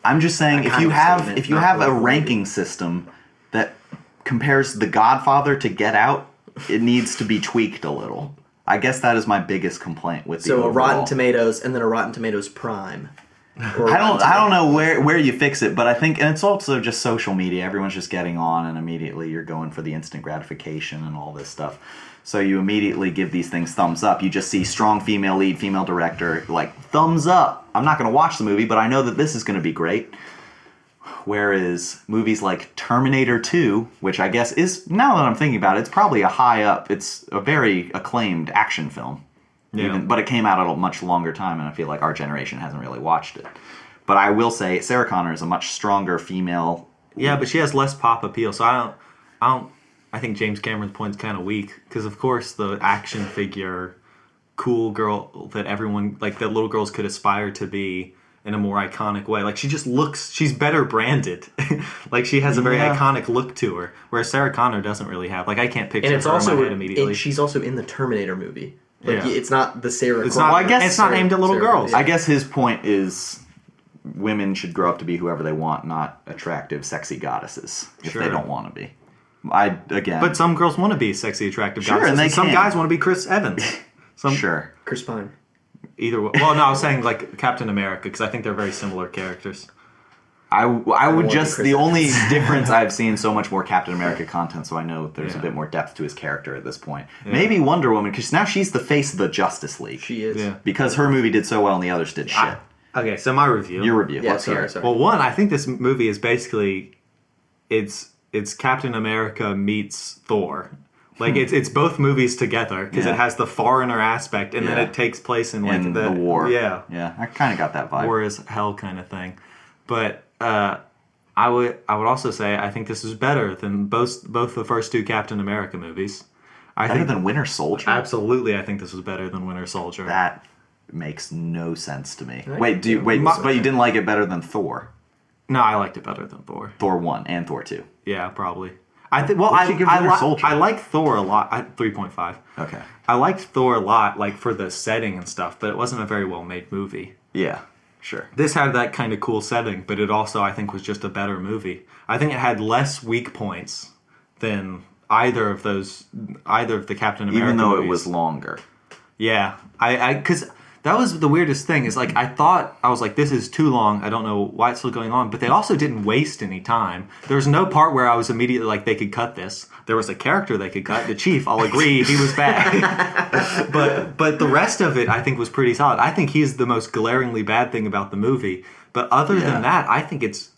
Speaker 2: I'm just saying if you
Speaker 3: kinda
Speaker 2: have
Speaker 3: statement,
Speaker 2: if you
Speaker 3: not
Speaker 2: have a
Speaker 3: political
Speaker 2: ranking system that compares The Godfather to Get Out, it needs to be tweaked a little. I guess that is my biggest complaint with the
Speaker 3: So a Rotten
Speaker 2: overall.
Speaker 3: Tomatoes and then a Rotten
Speaker 2: [laughs]
Speaker 3: Tomatoes Prime. Or a
Speaker 2: I don't
Speaker 3: Rotten
Speaker 2: I don't know where where you fix it, but I think and it's also just social media. Everyone's just getting on and immediately you're going for the instant gratification and all this stuff. So you immediately give these things thumbs up. You just see strong female lead, female director, like thumbs up. I'm not going to watch the movie, but I know that this is going to be great. Whereas movies like Terminator 2, which I guess is now that I'm thinking about it, it's probably a high up. It's a very acclaimed action film.
Speaker 1: Yeah.
Speaker 2: Even, but it came out at a much longer time, and I feel like our generation hasn't really watched it. But I will say Sarah Connor is a much stronger female.
Speaker 1: Yeah, but she has less pop appeal, so I don't. I don't. I think James Cameron's point's kind of weak because, of course, the action figure, cool girl that everyone like that little girls could aspire to be in a more iconic way. Like she just looks. She's better branded. [laughs] like she has a very
Speaker 2: Yeah.
Speaker 1: iconic look to her, whereas Sarah Connor doesn't really have. Like I can't picture
Speaker 3: and it's
Speaker 1: her in
Speaker 3: also
Speaker 1: my head immediately.
Speaker 3: and she's also in the Terminator movie. Like
Speaker 1: Yeah.
Speaker 3: it's not the Sarah.
Speaker 1: It's not-
Speaker 2: Well, I guess-
Speaker 1: it's not aimed at little girls.
Speaker 2: I guess his point is women should grow up to be whoever they want, not attractive, sexy goddesses if
Speaker 1: Sure.
Speaker 2: they don't want to be. I again,
Speaker 1: but some girls want to be sexy, attractive
Speaker 2: Sure,
Speaker 1: guys,
Speaker 2: and
Speaker 1: and,
Speaker 2: they
Speaker 1: some
Speaker 2: can.
Speaker 1: guys want to be Chris
Speaker 2: [laughs]
Speaker 1: Evans. Some
Speaker 2: sure.
Speaker 3: Chris Pine.
Speaker 1: either. Way. Well, no, I was saying like Captain America because I think they're very similar characters.
Speaker 2: I, I would
Speaker 3: want
Speaker 2: just
Speaker 3: Chris
Speaker 2: the
Speaker 3: Evans.
Speaker 2: only difference I've seen so much more Captain America content, so I know there's a
Speaker 1: Yeah.
Speaker 2: bit more depth to his character at this point. Maybe Wonder Woman because now she's the face of the Justice League
Speaker 3: She is.
Speaker 1: Yeah.
Speaker 2: because her movie did so well and the others did shit.
Speaker 1: Okay, so my review.
Speaker 2: Your review,
Speaker 3: Yeah,
Speaker 2: let's
Speaker 3: sorry,
Speaker 2: hear it.
Speaker 3: sorry.
Speaker 1: Well, one, I think this movie is basically it's it's Captain America meets Thor. Like it's it's both movies together because
Speaker 2: Hmm. Yeah.
Speaker 1: it has the foreigner aspect, and
Speaker 2: Yeah.
Speaker 1: then it takes place in like
Speaker 2: in the, war.
Speaker 1: yeah,
Speaker 2: yeah. I kind of got that vibe.
Speaker 1: war is hell kind of thing. But uh, I would I would also say I think this is better than both both the first two Captain America movies. I
Speaker 2: Better
Speaker 1: think
Speaker 2: than Winter Soldier.
Speaker 1: absolutely I think this was better than Winter Soldier.
Speaker 2: That makes no sense to me. Wait, do you, wait, but you didn't like it better than Thor,
Speaker 1: no, I liked it better than Thor.
Speaker 2: Thor one and Thor two.
Speaker 1: Yeah, probably. I think. Well, I,
Speaker 2: What'd you give
Speaker 1: I,
Speaker 2: Winter
Speaker 1: li-
Speaker 2: Soldier? Uh.
Speaker 1: I like Thor a lot. I, Three point five.
Speaker 2: Okay.
Speaker 1: I liked Thor a lot, like for the setting and stuff, but it wasn't a very well made movie.
Speaker 2: Yeah. Sure.
Speaker 1: This had that kind of cool setting, but it also, I think, was just a better movie. I think it had less weak points than either of those, either of the Captain America.
Speaker 2: Even though it
Speaker 1: movies.
Speaker 2: was longer.
Speaker 1: yeah, I, I, because That was the weirdest thing. Is like I thought I was like this is too long. I don't know why it's still going on, but they also didn't waste any time. There was no part where I was immediately like they could cut this. There was a character they could cut. The chief, I'll agree, he was bad. but but the rest of it I think was pretty solid. I think he's the most glaringly bad thing about the movie. But other
Speaker 2: Yeah.
Speaker 1: than that, I think it's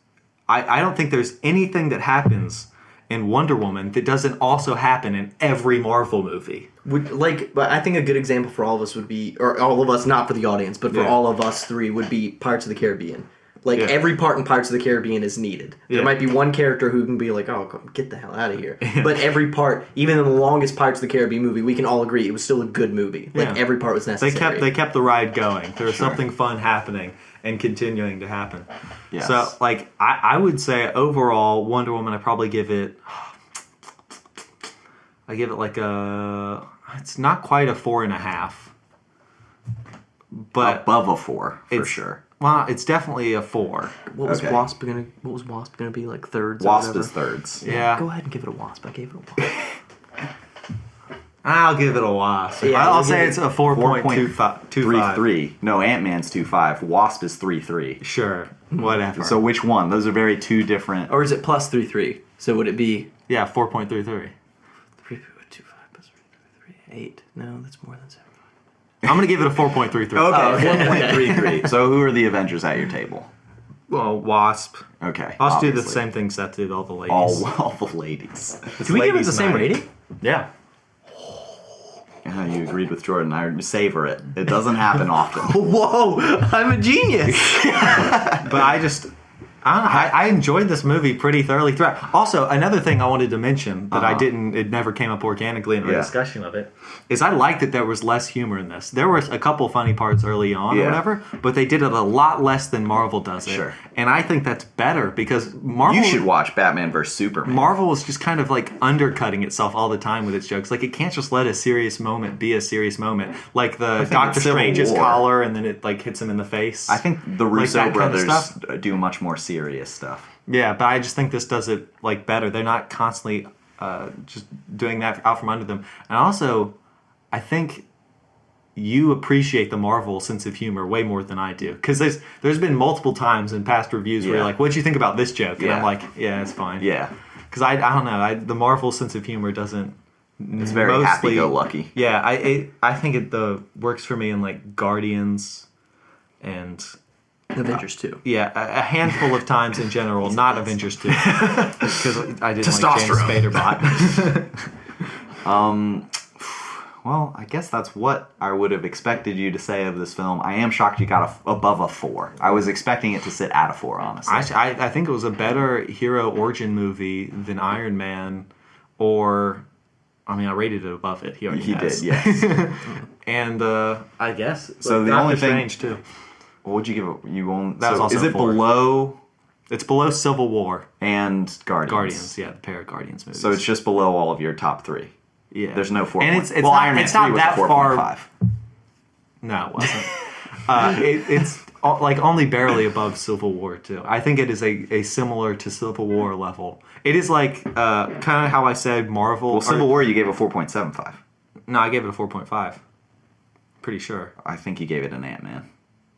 Speaker 1: I, I don't think there's anything that happens in Wonder Woman that doesn't also happen in every Marvel movie.
Speaker 3: would like but i think a good example for all of us would be or all of us not for the audience but for
Speaker 1: Yeah.
Speaker 3: all of us three would be pirates of the caribbean like
Speaker 1: Yeah.
Speaker 3: every part in pirates of the caribbean is needed there
Speaker 1: Yeah.
Speaker 3: might be one character who can be like oh come- get the hell out of here but every part even in the longest pirates of the caribbean movie we can all agree it was still a good movie like
Speaker 1: Yeah.
Speaker 3: every part was
Speaker 1: They
Speaker 3: necessary
Speaker 1: kept they kept the ride going. There was something fun happening and continuing to happen.
Speaker 2: Yes.
Speaker 1: So like I, I would say overall Wonder Woman I probably give it I give it like a it's not quite a four and a half. But
Speaker 2: above a four for
Speaker 1: it's-
Speaker 2: sure.
Speaker 1: well, it's definitely a four.
Speaker 3: what was
Speaker 2: Okay.
Speaker 3: wasp gonna what was wasp gonna be like thirds or
Speaker 2: Wasp
Speaker 3: whatever?
Speaker 2: is thirds.
Speaker 1: Yeah.
Speaker 3: go ahead and give it a wasp i gave it a wasp
Speaker 1: I'll give it a wasp.
Speaker 3: Yeah,
Speaker 1: I'll
Speaker 3: we'll give
Speaker 1: say
Speaker 3: it
Speaker 1: it's a four point two five two
Speaker 2: Three
Speaker 1: five.
Speaker 2: three. No, Ant Man's two five. Wasp is three three.
Speaker 1: Sure. Whatever.
Speaker 2: So
Speaker 1: So
Speaker 2: which one? Those are very two
Speaker 1: Oh,
Speaker 2: different.
Speaker 3: [laughs] or is it plus three three so would it be
Speaker 1: yeah, four point three three.
Speaker 3: three two five plus three three eight no that's more than seven
Speaker 1: I'm gonna give it a four point three three.
Speaker 2: One point three three. Oh, [laughs] So who are the Avengers at your table?
Speaker 1: Well, wasp.
Speaker 2: Okay.
Speaker 1: I'll just do the
Speaker 2: obviously.
Speaker 1: same thing Seth did all the ladies.
Speaker 2: [laughs] All, all the ladies.
Speaker 3: Do we give it
Speaker 1: Ladies'
Speaker 3: the same
Speaker 1: night.
Speaker 3: rating?
Speaker 1: Yeah.
Speaker 2: Yeah, you agreed with Jordan. I savor it. It
Speaker 1: [laughs]
Speaker 2: doesn't happen often.
Speaker 3: Whoa, I'm a
Speaker 2: [laughs]
Speaker 3: genius.
Speaker 1: but I just I, don't know, I I enjoyed this movie pretty thoroughly throughout. Also, another thing I wanted to mention that I
Speaker 2: Uh-huh.
Speaker 1: didn't it never came up organically in our
Speaker 2: Yeah.
Speaker 1: discussion of it is I liked that there was less humor in this. There was a couple funny parts early on
Speaker 2: Yeah.
Speaker 1: or whatever, but they did it a lot less than Marvel does it.
Speaker 2: Sure.
Speaker 1: And I think that's better because Marvel
Speaker 2: You should watch Batman vs Superman.
Speaker 1: Marvel is just kind of like undercutting itself all the time with its jokes. Like it can't just let a serious moment be a serious moment. Like the Doctor
Speaker 2: it's Civil
Speaker 1: Strange's
Speaker 2: War.
Speaker 1: collar, and then it like hits him in the face.
Speaker 2: I think the
Speaker 1: Like
Speaker 2: Russo
Speaker 1: that kind of
Speaker 2: brothers
Speaker 1: stuff.
Speaker 2: do much more serious stuff.
Speaker 1: Yeah, but I just think this does it like better. They're not constantly uh, just doing that out from under them. And also, I think you appreciate the Marvel sense of humor way more than I do because there's there's been multiple times in past reviews where
Speaker 2: Yeah.
Speaker 1: you're like, "What'd you think about this joke?" And
Speaker 2: Yeah.
Speaker 1: I'm like, "Yeah, it's fine."
Speaker 2: Yeah,
Speaker 1: because I, I don't know I, the Marvel sense of humor doesn't.
Speaker 2: it's very
Speaker 1: Mostly-
Speaker 2: happy-go-lucky.
Speaker 1: Yeah, I it, I think it the works for me in like Guardians, and
Speaker 3: Avengers 2.
Speaker 1: yeah, a, a handful of times in [laughs] general, not Avengers two, because I didn't like James
Speaker 2: Testosterone.
Speaker 1: Spader bot.
Speaker 2: [laughs] Well, I guess that's what I would have expected you to say of this film. I am shocked you got a f above a four. I was expecting it to sit at a four, honestly.
Speaker 1: I, I I think it was a better hero origin movie than Iron Man, or I mean I rated it above it. He, already
Speaker 2: he
Speaker 1: has.
Speaker 2: did, yes.
Speaker 1: and uh, I guess
Speaker 2: So
Speaker 1: like,
Speaker 2: the
Speaker 1: Doctor
Speaker 2: only thing-
Speaker 1: Strange too.
Speaker 2: [laughs] what would you give it? You won't.
Speaker 1: That was
Speaker 2: so
Speaker 1: also
Speaker 2: is
Speaker 1: a
Speaker 2: it
Speaker 1: four.
Speaker 2: below
Speaker 1: It's below Civil War,
Speaker 2: and Guardians?
Speaker 1: Guardians. Yeah, the pair of Guardians movies.
Speaker 2: So it's just below all of your top three.
Speaker 1: Yeah.
Speaker 2: There's no four.
Speaker 1: And
Speaker 2: point-
Speaker 1: it's, it's
Speaker 2: well,
Speaker 1: not,
Speaker 2: Iron Man
Speaker 1: it's
Speaker 2: 3
Speaker 1: not
Speaker 2: was a
Speaker 1: that far.
Speaker 2: 4.5.
Speaker 1: No, it wasn't. uh, it, it's o- like only barely above Civil War too. I think it is a, a similar to Civil War level. It is like uh, kind of how I said Marvel.
Speaker 2: Well,
Speaker 1: or-
Speaker 2: Civil War, you gave a four point seven five.
Speaker 1: No, I gave it a four point five. Pretty sure.
Speaker 2: I think you gave it an Ant Man.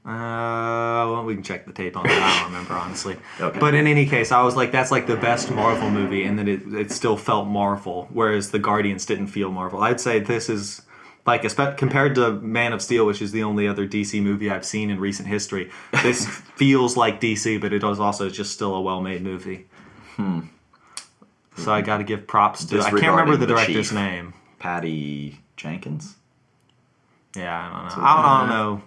Speaker 1: Uh, well, we can check the tape on that. I don't remember [laughs] honestly.
Speaker 2: Okay.
Speaker 1: But in any case, I was like, that's like the best Marvel movie, and then it it still felt Marvel, whereas the Guardians didn't feel Marvel. I'd say this is like espe- compared to Man of Steel, which is the only other DC movie I've seen in recent history. [laughs] This feels like DC, but it is also just still a well made movie. Hmm. So I got to give props to. I can't remember
Speaker 2: Disregarding
Speaker 1: the
Speaker 2: the
Speaker 1: director's
Speaker 2: chief.
Speaker 1: name.
Speaker 2: Patty Jenkins.
Speaker 1: Yeah, I don't know. I don't, I don't know.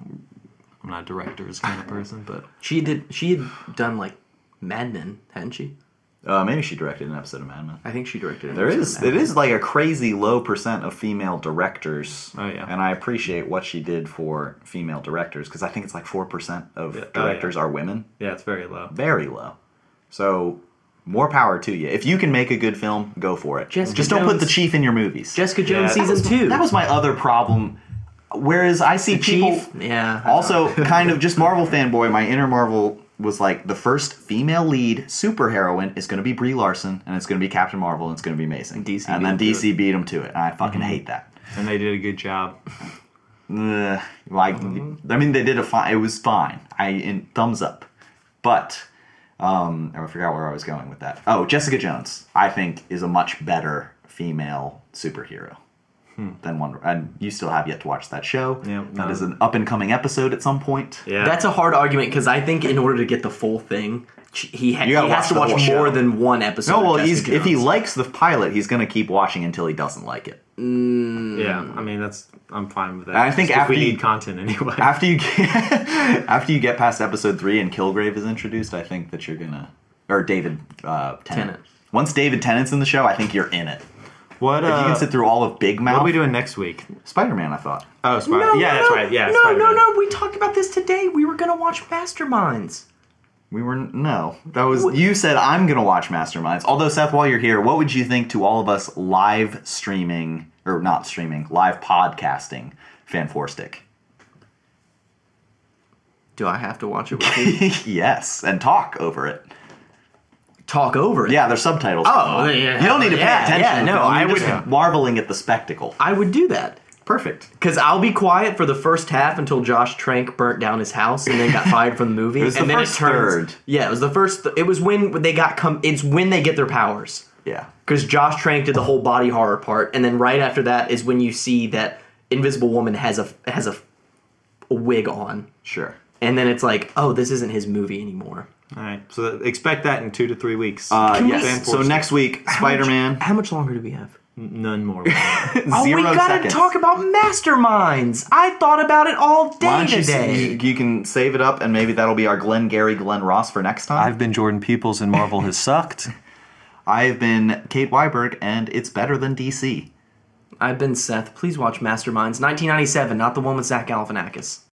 Speaker 1: I'm not a director's kind of person, but
Speaker 3: She did she had done like Mad Men, hadn't she?
Speaker 2: Uh, maybe she directed an episode of Mad Men.
Speaker 3: I think she directed it.
Speaker 2: There is it is like a crazy low percent of female directors.
Speaker 1: Oh, yeah.
Speaker 2: and I appreciate what she did for female directors because I think it's like four percent of
Speaker 1: oh,
Speaker 2: directors are women.
Speaker 1: yeah, it's very low.
Speaker 2: Very low. So more power to you. If you can make a good film, go for it.
Speaker 3: Jessica
Speaker 2: Just don't put the
Speaker 3: Jones-
Speaker 2: chief in your movies.
Speaker 3: Jessica Jones
Speaker 1: Yeah, that
Speaker 3: season 2.
Speaker 2: That was my other problem. Whereas I see people
Speaker 3: Chief. Yeah. I
Speaker 2: also kind of just Marvel fanboy. My inner Marvel was like the first female lead superheroine is going to be Brie Larson, and it's going to be Captain Marvel, and it's going to be amazing.
Speaker 3: DC
Speaker 2: and
Speaker 3: beat
Speaker 2: then
Speaker 3: 'em to
Speaker 2: DC beat them to it, and I fucking hate that.
Speaker 1: and they did a good job.
Speaker 2: uh, like I mean they did a fine. It was fine. I in, thumbs up, but um, I forgot where I was going with that. Oh, Jessica Jones, I think is a much better female superhero than Wonder. And you still have yet to watch that show.
Speaker 1: Yeah,
Speaker 2: that
Speaker 1: no.
Speaker 2: is an up and coming episode at some point.
Speaker 1: Yeah.
Speaker 3: That's a hard argument because I think in order to get the full thing, ch- he, ha- he
Speaker 2: You gotta
Speaker 3: has
Speaker 2: watch
Speaker 3: to
Speaker 2: the
Speaker 3: watch more
Speaker 2: whole show.
Speaker 3: than one episode.
Speaker 2: No,
Speaker 3: of
Speaker 2: well,
Speaker 3: Jessica
Speaker 2: he's, if he
Speaker 3: Jones.
Speaker 2: likes the pilot, he's going to keep watching until he doesn't like it.
Speaker 1: yeah. I mean, that's I'm fine with that.
Speaker 2: I think
Speaker 1: Just 'cause
Speaker 2: after
Speaker 1: we
Speaker 2: you-
Speaker 1: need content anyway.
Speaker 2: [laughs] After you get, after you get past episode three and Kilgrave is introduced, I think that you're gonna or David uh, Tennant.
Speaker 3: Tennant.
Speaker 2: Once David Tennant's in the show, I think you're in it.
Speaker 1: what
Speaker 2: if you
Speaker 1: uh,
Speaker 2: can sit through all of Big
Speaker 1: what
Speaker 2: Mouth,
Speaker 1: are we doing next week?
Speaker 2: Spider Man, I thought.
Speaker 1: Oh, Spider.
Speaker 3: No,
Speaker 1: yeah,
Speaker 3: no,
Speaker 1: that's
Speaker 3: no,
Speaker 1: right. Yeah,
Speaker 3: no,
Speaker 1: Spider-Man.
Speaker 3: no, no. We talked about this today. We were gonna watch Masterminds.
Speaker 2: We were no. That was you said I'm gonna watch Masterminds. Although Seth, while you're here, what would you think to all of us live streaming or not streaming, live podcasting Fanforstic?
Speaker 3: Do I have to watch it
Speaker 2: [laughs]
Speaker 3: with you?
Speaker 2: [laughs] yes, and talk over it.
Speaker 3: Talk over it.
Speaker 2: Yeah, there's subtitles.
Speaker 3: Oh, yeah.
Speaker 2: you don't need to pay
Speaker 3: Yeah,
Speaker 2: attention.
Speaker 3: yeah,
Speaker 2: to
Speaker 3: no,
Speaker 2: them.
Speaker 3: I
Speaker 2: You're
Speaker 3: would-
Speaker 2: just marveling at the spectacle.
Speaker 3: I would do that.
Speaker 2: Perfect.
Speaker 3: Cause I'll be quiet for the first half until Josh Trank burnt down his house and then [laughs] got fired from the movie.
Speaker 2: was
Speaker 3: and
Speaker 2: the
Speaker 3: then
Speaker 2: first
Speaker 3: it turns.
Speaker 2: third.
Speaker 3: Yeah, it was the first. Th- it was when they got come. It's when they get their powers.
Speaker 2: Yeah.
Speaker 3: Because Josh Trank did the whole body horror part, and then right after that is when you see that Invisible Woman has a has a, a wig on,
Speaker 2: Sure.
Speaker 3: and then it's like, oh, this isn't his movie anymore.
Speaker 1: All right. So expect that in two to three weeks.
Speaker 2: Uh,
Speaker 3: Can we-
Speaker 2: yes. So next week, Spider Man.
Speaker 3: How much longer do we have?
Speaker 1: none more.
Speaker 3: Oh, we gotta talk about Masterminds. I thought about it all
Speaker 2: Why don't
Speaker 3: day
Speaker 2: you,
Speaker 3: today.
Speaker 2: you, you can save it up, and maybe that'll be our Glenn Gary, Glenn Ross for next time.
Speaker 1: been Jordan Peoples, and Marvel has sucked.
Speaker 2: I've, been Kate Weiberg, and it's better than DC.
Speaker 3: I've been Seth. Please watch Masterminds, 1997, not the one with Zach Galifianakis.